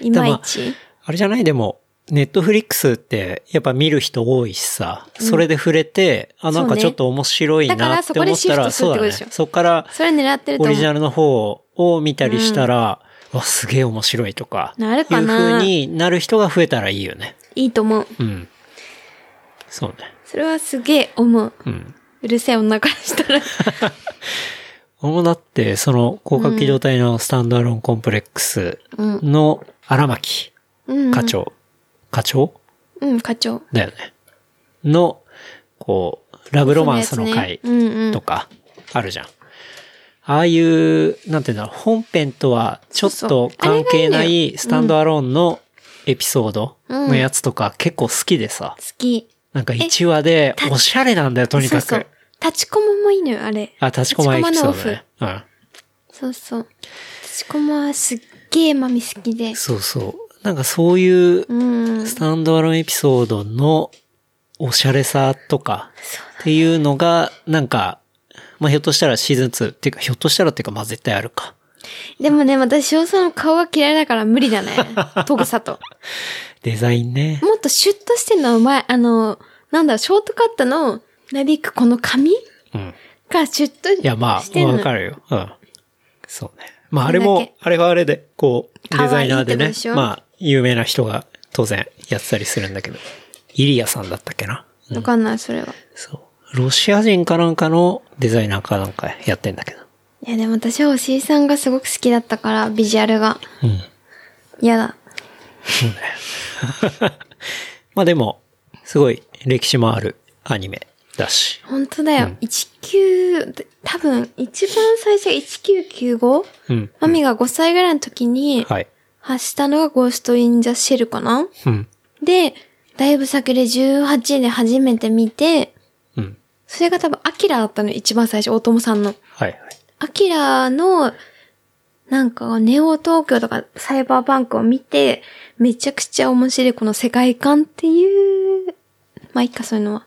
いまいち。
あれじゃないでも、ネットフリックスってやっぱ見る人多いしさ、それで触れて、あ、なん
そう
か
ね
ちょっと面白い
だか
な
ら
っ
そ
て
こ
思
で
ったら、
シフトするってことでしょ
ね。そこから
それ狙ってると
オ
思
リジ
う。
ナルの方を見たりしたら、わ、すげえ面白いとか、
なるかな
いう風になる人が増えたらいいよね。
いいと思う。
うん。そうね。
それはすげえ思う。
うん。
うるせえ女からしたら。
俺もだって、その、広角機動隊のスタンドアローンコンプレックスの荒牧
うん。
課。長、課長
うん、課長。
だよね。の、こう、ラブロマンスの回
そのやつねうんうん
とか、あるじゃん。ああいう、なんていうんだろう、本編とはちょっ
そうそう
と関係
あ
な
れがいいの
いスタンドアローンのエピソードのやつとか結構好きでさ、
好き。
なんか1話でおしゃれなんだよ、とにか
そうそう
く。。
立ちこももいいのよ、あれ。
あ、立ちこまエピソ
立ち
ー
こ
ド
まの
ね。うん。
そうそう。立ちこもはすっげえマミ好きで。
そうそう。なんかそういう
うん。
スタンドアローンエピソードのおしゃれさとかっていうのが、なんか、まあ、ひょっとしたらシーズン2っていうか、ひょっとしたらっていうか、まあ、絶対あるか。
でもね、私、翔さんの顔が嫌いだから無理 だね。トグサと。
デザインね。
もっとシュッとしてんのはうまい。あの、なんだろう、ショートカットのなびくこの髪
うん。
がシュッとしてんの。
いや、まあ、わかるよ。うん。そうね。まあ、あれ
それだ
も
け、
あれはあれで、こう、デザイナーで
可愛いってこと
ね
でしょ、
まあ、有名な人が当然やってたりするんだけど、イリアさんだったっけな。
わかんない、それは。
そう。ロシア人かなんかのデザイナーかなんかやってんだけど。
いや、でも私はおしいさんがすごく好きだったから、ビジュアルが。
うん。
嫌だ。
まあでも、すごい歴史もあるアニメだし。
本当だよ。
うん
19、多分、一番最初が 1995?
うん。
マミが5歳ぐらいの時に、
はい。
発したのがゴースト・イン・ザ・シェルかな
うん。
で、だいぶ先で18で初めて見て、
うん。
それが多分、アキラだったのよ一番最初、大友さんの。
はいはい。
アキラの、なんか、ネオ東京とかサイバーバンクを見て、めちゃくちゃ面白いこの世界観っていう、まあ、いっか、そういうの
う
は。
ん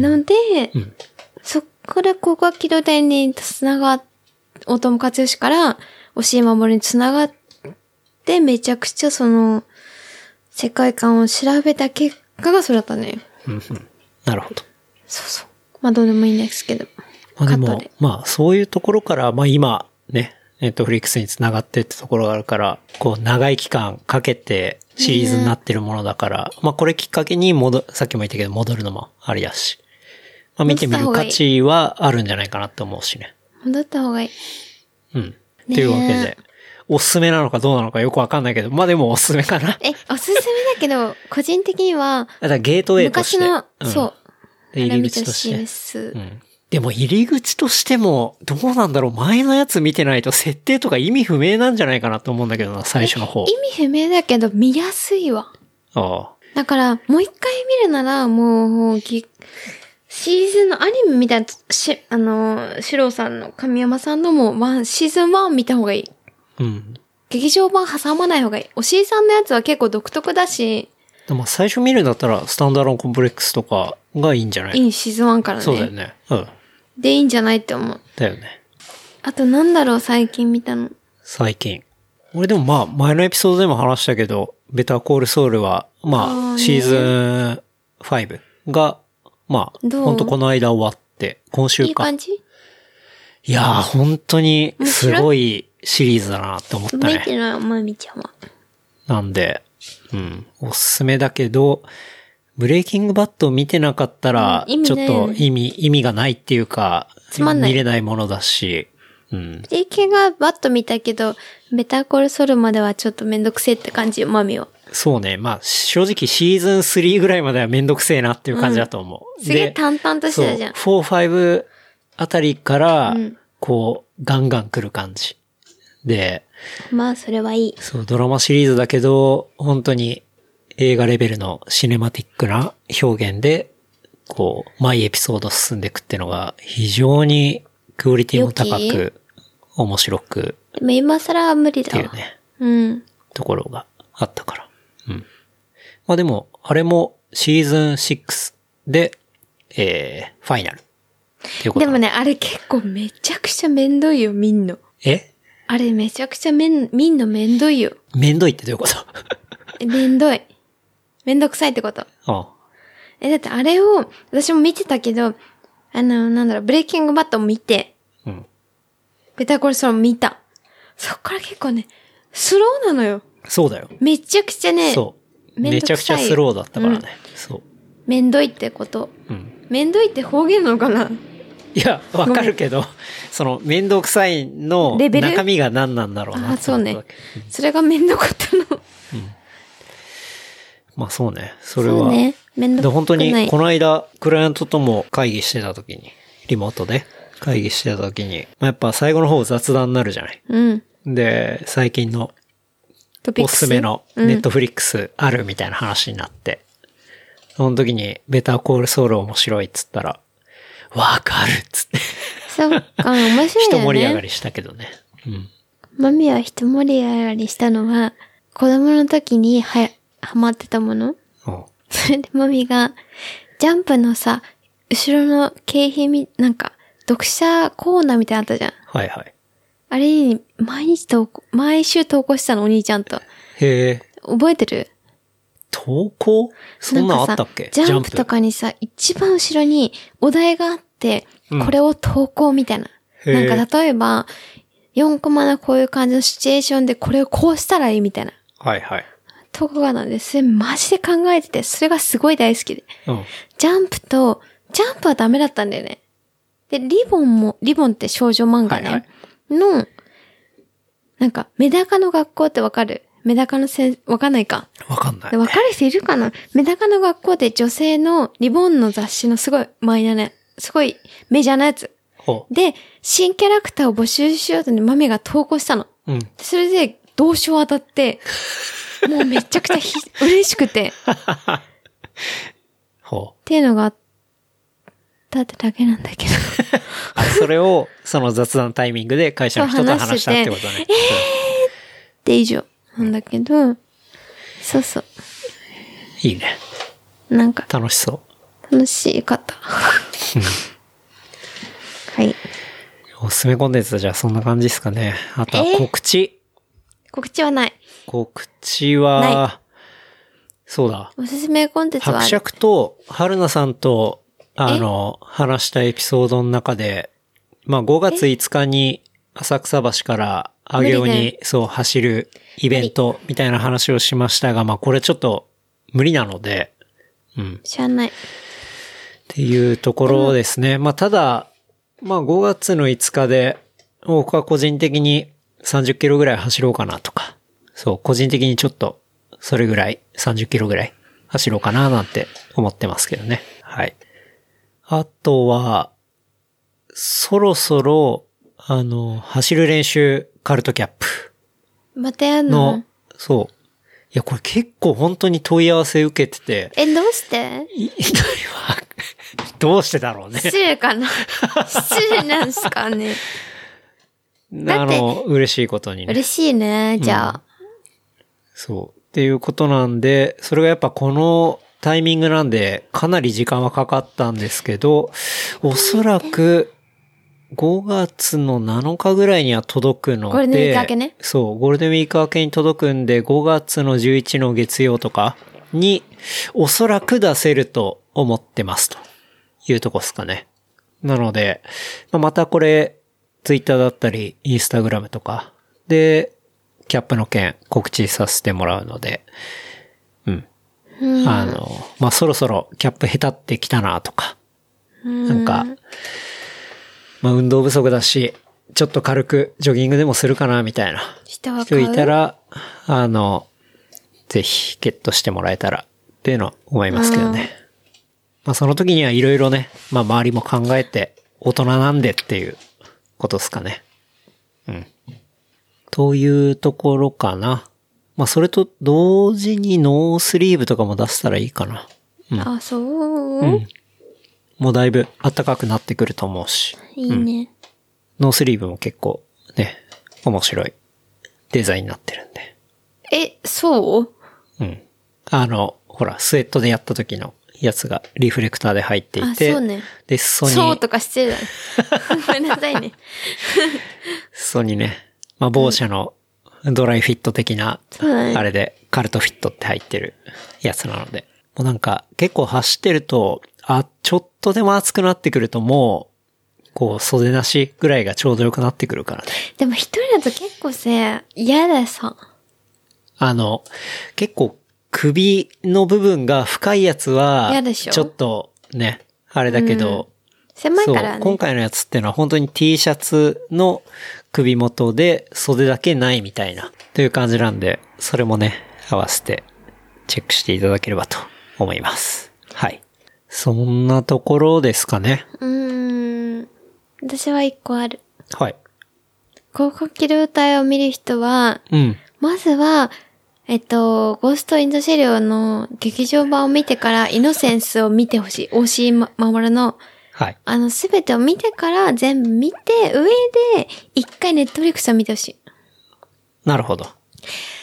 ので、
うん。
そっから高校機動隊につながっ、大友克義から、押井守につながって、めちゃくちゃその、世界観を調べた結果がそれだったね。
うんうん。なるほど。
そうそう。まあ、どうでもいいんですけど。
まあで
カッ
も
トで、
まあそういうところから、まあ今、ね、ネットフリックスにつながってってところがあるから、こう長い期間かけてシリーズになってるものだから、まあこれきっかけに戻、さっきも言ったけど戻るのもありだし、まあ見てみる価値はあるんじゃないかなと思うしね。
戻った方がいい。
うん。というわけ
ね
で、おすすめなのかどうなのかよくわかんないけど、まあでもおすすめかな。
え、おすすめだけど、個人的には、
あだからゲートウェイとして。
昔の、そう。
うん。で
あれ
入り
見て
口
ほ
と
し
し
い
て。
です
う。んでも入り口としても、どうなんだろう前のやつ見てないと設定とか意味不明なんじゃないかなと思うんだけどな、最初の方。
意味不明だけど、見やすいわ。
あ
だから、もう一回見るなら、もう、ぎシーズンのアニメみたいな、し、あの、シロさんの神山さんのも、ワン、シーズン1見た方がいい。
あ。うん。
劇場版挟まない方がいい。おしいさんのやつは結構独特だし、
でも最初見るんだったら、スタンドアローンコンプレックスとかがいいんじゃない
いいシーズン1からね。
そうだよね。うん。
で、いいんじゃないって思う。
だよね。
あと、なんだろう、最近見たの。
最近。俺でもまあ、前のエピソードでも話したけど、ベターコールソウルは、ま
あー
あ、
ね
シーズン5が、まあ、
どう
ほんとこの間終わって、今週か。
いい感じ
いやー、本当に、すごいシリーズだなって思った
見て
ね。
ない、まみちゃんは。
なんで、うん、おすすめだけど、ブレイキングバットを見てなかったら、
うん意
ち
味
ょ
ない
っ
よ
と
ね
意味、意味がないっていうか、
つまんない
見れないものだし、うん。
で、ケがバッと見たけど、ベターコールソウルまではちょっとめんどくせえって感じよ、マミは。
そうね、まあ、正直シーズン3ぐらいまではめんどくせえなっていう感じだと思う。
すげえ淡々としてたじゃん。
そう、4、5あたりから
うん、
こう、ガンガン来る感じ。で、
まあ、それはいい。
そう、ドラマシリーズだけど、本当に映画レベルのシネマティックな表現で、こう、毎エピソード進んでいくっていうのが、非常にクオリティも高
良
く、面白く
でも今更は無理
って
だ
い
わ
う。ね、
うん。
ところがあったから。うん。まあでも、あれもシーズン6で、えー、ファイナル。っていうこと
で
な
もね、あれ結構めちゃくちゃめんどいよ、見んの。
え
あれめちゃくちゃめん、見んのめんどいよ。
めんどいってどういうこと
えめんどい。めんどくさいってこと。
あ
え、だってあれを、私も見てたけど、あの、なんだろう、ブレイキングバットも見て、
あうん。
ベターコールソウルも見た。そっから結構ね、スローなのよ。
そうだよ。
めちゃくちゃね、
そう。
めん
め
ど
ちゃ
く
くち
さい
ゃスローだったからね。そう。
めんどいってこと。
うん。
めんどいって方言なのかない
や、わかるけど、その、面倒くさいの
レベル
中身が何なんだろうな
あ、
って
そう
思った
ね
わけ。
それがめんどかったの。
まあそうね。それ
そう
は。
ね。めん
で
どくない。
本当に、この間、クライアントとも会議してた時に、リモートで会議してた時に、まあ、やっぱ最後の方雑談になるじゃない。
うん。
で、最近の
トピッ
お
クス。
すすめの
うん
ネットフリックスあるみたいな話になって、その時に、ベターコールソウル面白いっつったら、わかるっつって、
そっか、面白い
一
よ
盛り上が
ね。
りしたけどね。うん。
マミは一盛り上がりしたのは、子供の時には、はまってたもの
うん
それでマミが、ジャンプのさ、後ろの景品み、なんか、読者コーナーみたいなのあったじゃん。
はいはい。
あれに、毎日投稿、毎週投稿してたの、お兄ちゃんと。
へえ。
覚えてる
投稿そんなんあったっけ
なんかさジャンプと。かにさ、一番後ろにお題があって、
うん
これを投稿みたいな。
へー
なんか例えば、4コマのこういう感じのシチュエーションでこれをこうしたらいいみたいな。
はいはい。
投稿があるので、それマジで考えてて、それがすごい大好きで。
うん。
ジャンプと、ジャンプはダメだったんだよね。で、リボンも、リボンって少女漫画ね。
はいはい
の、なんか、メダカの学校ってわかるメダカのせん、わかんないか。
わかんない。
でわかる人いるかなメダカの学校で女性のリボンの雑誌のすごいマイナーなすごいメジャーなやつ。
ほ
で、新キャラクターを募集しようとね、マミが投稿したの。
う。うん。
それで、同賞当たって、もうめちゃくちゃひ嬉しくて、っ
ほう。
ていうのがあったってだけなんだけど。
あ、それを、その雑談タイミングで会社の人と
そう
話
話
し
したて
っててことね。
で、以上なんだけど、そうそ
うんいいね。
う。なんか、
楽しそ
楽しかった。はい。
う。おすすめコンテンツはじゃあそんな感じですかね。あとは
えー
告知。
告知はない。
告知は、そうだ。
おすすめコンテンツは
伯
ある。
爵と春菜さんと、あの、話したエピソードの中で、まあ5月5日に浅草橋から上尾
無理
に、そう、走るイベントみたいな話をしましたが、まあこれちょっと無理なので、うん。
知らない。
っていうところですね。まあ、ただ、まあ、5月の5日で、僕は個人的に30キロぐらい走ろうかなとか、そう、個人的にちょっと、それぐらい、30キロぐらい走ろうかななんて思ってますけどね。はい。あとは、そろそろ、あの、走る練習、カルトキャップ
またやんの
の、そう。いや、これ結構本当に問い合わせ受けてて、
え、どうして
い どうしてだろうね。
失礼 かな失礼なんすかねだ
あ
って
の、嬉しいことにね。
嬉しいね、じゃあ。
そう。っていうことなんで、それがやっぱこのタイミングなんで、かなり時間はかかったんですけど、おそらく、5月の7日ぐらいには届くので。
ゴールデンウィーク明けね
そう、ゴールデンウィーク明けに届くんで、5月の11の月曜とかに、おそらく出せると思ってますというとこですかね。なので、まあ、またこれ、ツイッターだったり、インスタグラムとか、で、キャップの件告知させてもらうので、うん。
うん
あの、まあ、そろそろキャップ下手ってきたなとか、なんか、まあ、運動不足だし、ちょっと軽くジョギングでもするかなみたいな
人は
人
買う
いたら、あの、ぜひゲットしてもらえたらっていうのは思いますけどね。まあその時にはいろいろね、まあ周りも考えて大人なんでっていうことですかね。うん。というところかな。まあそれと同時にノースリーブとかも出せたらいいかな。
あ、そう、
もうだいぶ暖かくなってくると思うし。
いいね。
ノースリーブも結構ね、面白いデザインになってるんで。
え、そう
うん。あの、ほら、スウェットでやった時のやつがリフレクターで入ってい
あ、
て、
そうね。
で、裾に、
そうとか失礼 だね。ごめんなさいね。
裾にね、まあ、某社のドライフィット的な、
そうだね
あれで、カルトフィットって入ってるやつなので、もうなんか、結構走ってると、あ、ちょっとでも暑くなってくると、もう、こう、袖なしぐらいがちょうどよくなってくるからね。
でも一人だと結構さ、嫌ださ。
あの、結構首の部分が深いやつは
嫌、でしょ
ちょっとね、あれだけど、
狭い
そう
から
今
ね。
回のやつってのは本当に T シャツの首元で袖だけないみたいな、という感じなんで、それもね、合わせてチェックしていただければと思います。はい。そんなところですかね。
うーん。私は一個ある。
はい。
広告機動隊を見る人は、
うん。
まずは、えっと、ゴースト・イン・ザ・シェリオの劇場版を見てから、イノセンスを見てほしい。大石ま守の、
はい。
あの、すべてを見てから、全部見て、上で、一回ネットフリックスを見てほしい。
なるほど。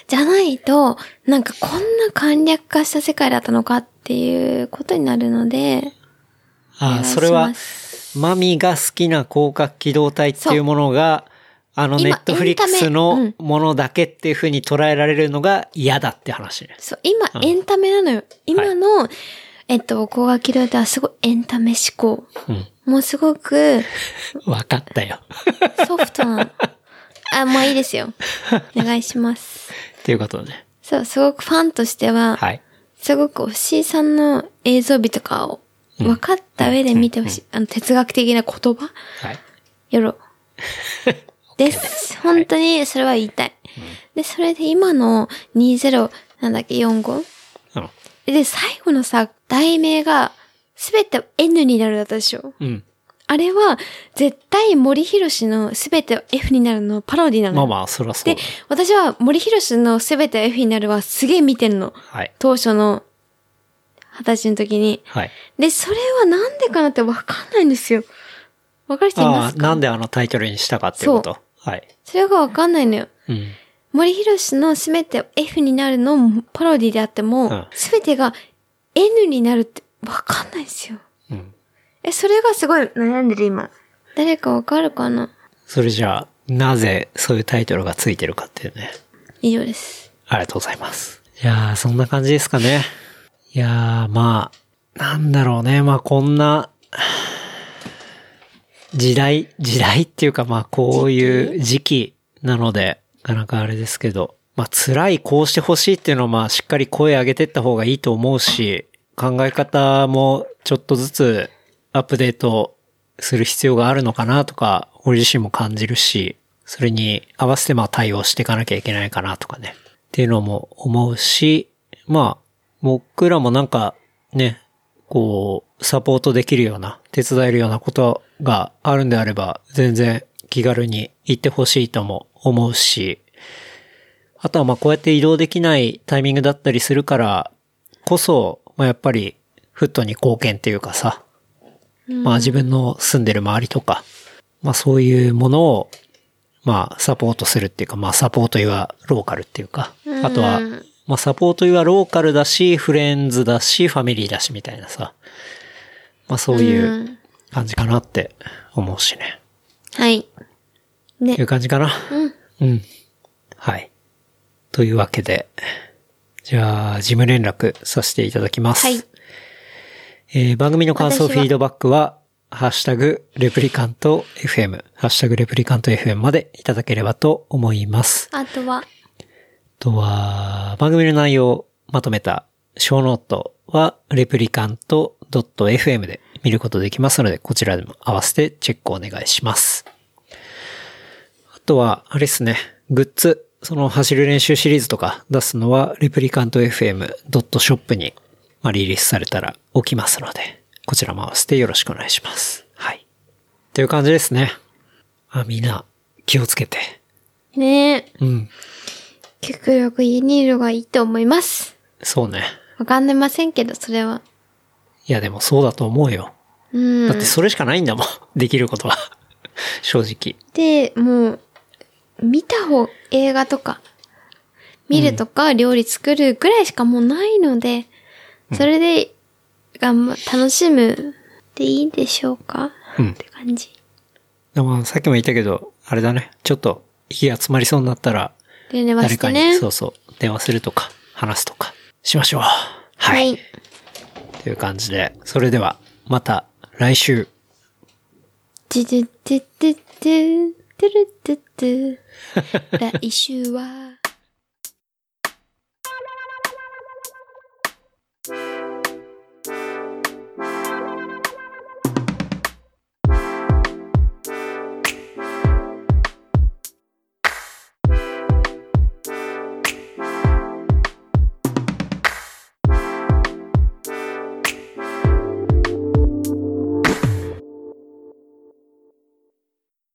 じゃないと、なんかこんな簡略化した世界だったのかっていうことになるので、お
あ
願
あ、
いします
それは、マミが好きな広角機動隊っていうものが、あのネ
今
ットフリック
エンタ
ス
メ
のものだけっていう風に捉えられるのが嫌だって話ね。
そう、今
う、ん
エンタメなのよ。今の、えっと、高学療ではすごいエンタメ思考。
うん。
もうすごく、
わかったよ。
ソフトなの。あ、もういいですよ。お願いします。
っていうことね。
そう、すごくファンとしては、
はい。
すごくおしいさんの映像美とかを分かった上で見てほしい。あの、哲学的な言葉
はい。
よろ。です。本当にそれは言いたい。で、それで今の20、なんだっけ、45?
うん。
で、最後のさ、題名が、すべてを N になるだったでしょ
うん。
あれは、絶対森博のすべてを F になるのパロディなの。
まあまあ、そらそう
で
だ。、
私は森博のすべてを F になるはすげえ見てんの。
はい。
当初の二十歳の時に。
はい。
で、それはなんでかなってわかんないんですよ。わかる人いま
あ
す
あ、
か
なんであのタイトルにしたかっていうこと。はい。
それがわかんないのよ。
うん。
森博のすべてを F になるのパロディであって
う
も
ん、
すべてが N になるってわかんないんですよ。
うん。
え、それがすごい悩んでる今。誰かわかるかな
それじゃあ、なぜそういうタイトルがついてるかっていうね。
以上です。
ありがとうございます。いやー、そんな感じですかね。いやー、まあ、なんだろうね。まあ、こんな、時代、時代っていうか、まあ、こういう時期なので、なかなかあれですけど、まあ、辛い、こうしてほしいっていうのは、まあ、しっかり声上げてった方がいいと思うし、考え方もちょっとずつアップデートする必要があるのかなとか、俺自身も感じるし、それに合わせてまあ対応していかなきゃいけないかなとかね、っていうのも思うし、まあ、僕らもなんかね、こう、サポートできるような、手伝えるようなことがあるんであれば、全然気軽に行ってほしいとも思うし、あとはまあこうやって移動できないタイミングだったりするからこそ、まあやっぱりフットに貢献っていうかさ、まあ自分の住んでる周りとか、まあそういうものを、まあサポートするっていうか、まあサポートはローカルっていうか、
うん
あとは、まあサポートはローカルだし、フレンズだし、ファミリーだしみたいなさ、まあそういうう感じかなって思うしね。
はい。ね
いう感じかな。
うん。
うん。はい。というわけで、じゃあ、事務連絡させていただきます。
はい
えー番組の感想、
私
フ
は
ィードバックは、ハッシュタグ、レプリカント FM、ハッシュタグ、レプリカント FM までいただければと思います。あ
あとは、
とは、番組の内容をまとめた小ノートは、レプリカント .fm で見ることできますので、こちらでも合わせてチェックお願いします。あとは、あれですね、グッズ、その走る練習シリーズとか出すのは、レプリカント FM.shop に、まあ、リリースされたら置きますので、こちらも合わせてよろしくお願いします。はい。という感じですね。まあ、みんな気をつけて。
ねえ、
うん。
極力家にいるのがいいと思います。
そうね。
わかんでませんけど、それは。
いや、でもそうだと思うよ。
うん。
だってそれしかないんだもん。 できることは。正直。
で、もう、見た方、映画とか、見るとか、料理作るぐらいしかもうないので、それで、がんば、楽しむでいいでしょうか
うん
って感じ。
でもさっきも言ったけど、あれだね。ちょっと息が詰まりそうになったら、
で、電話
誰
し
か
て
に、
ね。
そうそう、電話するとか、話すとか、しましょう。は。
はいい。
という感じで、それでは、また来週。
てててててててるてて。来週は。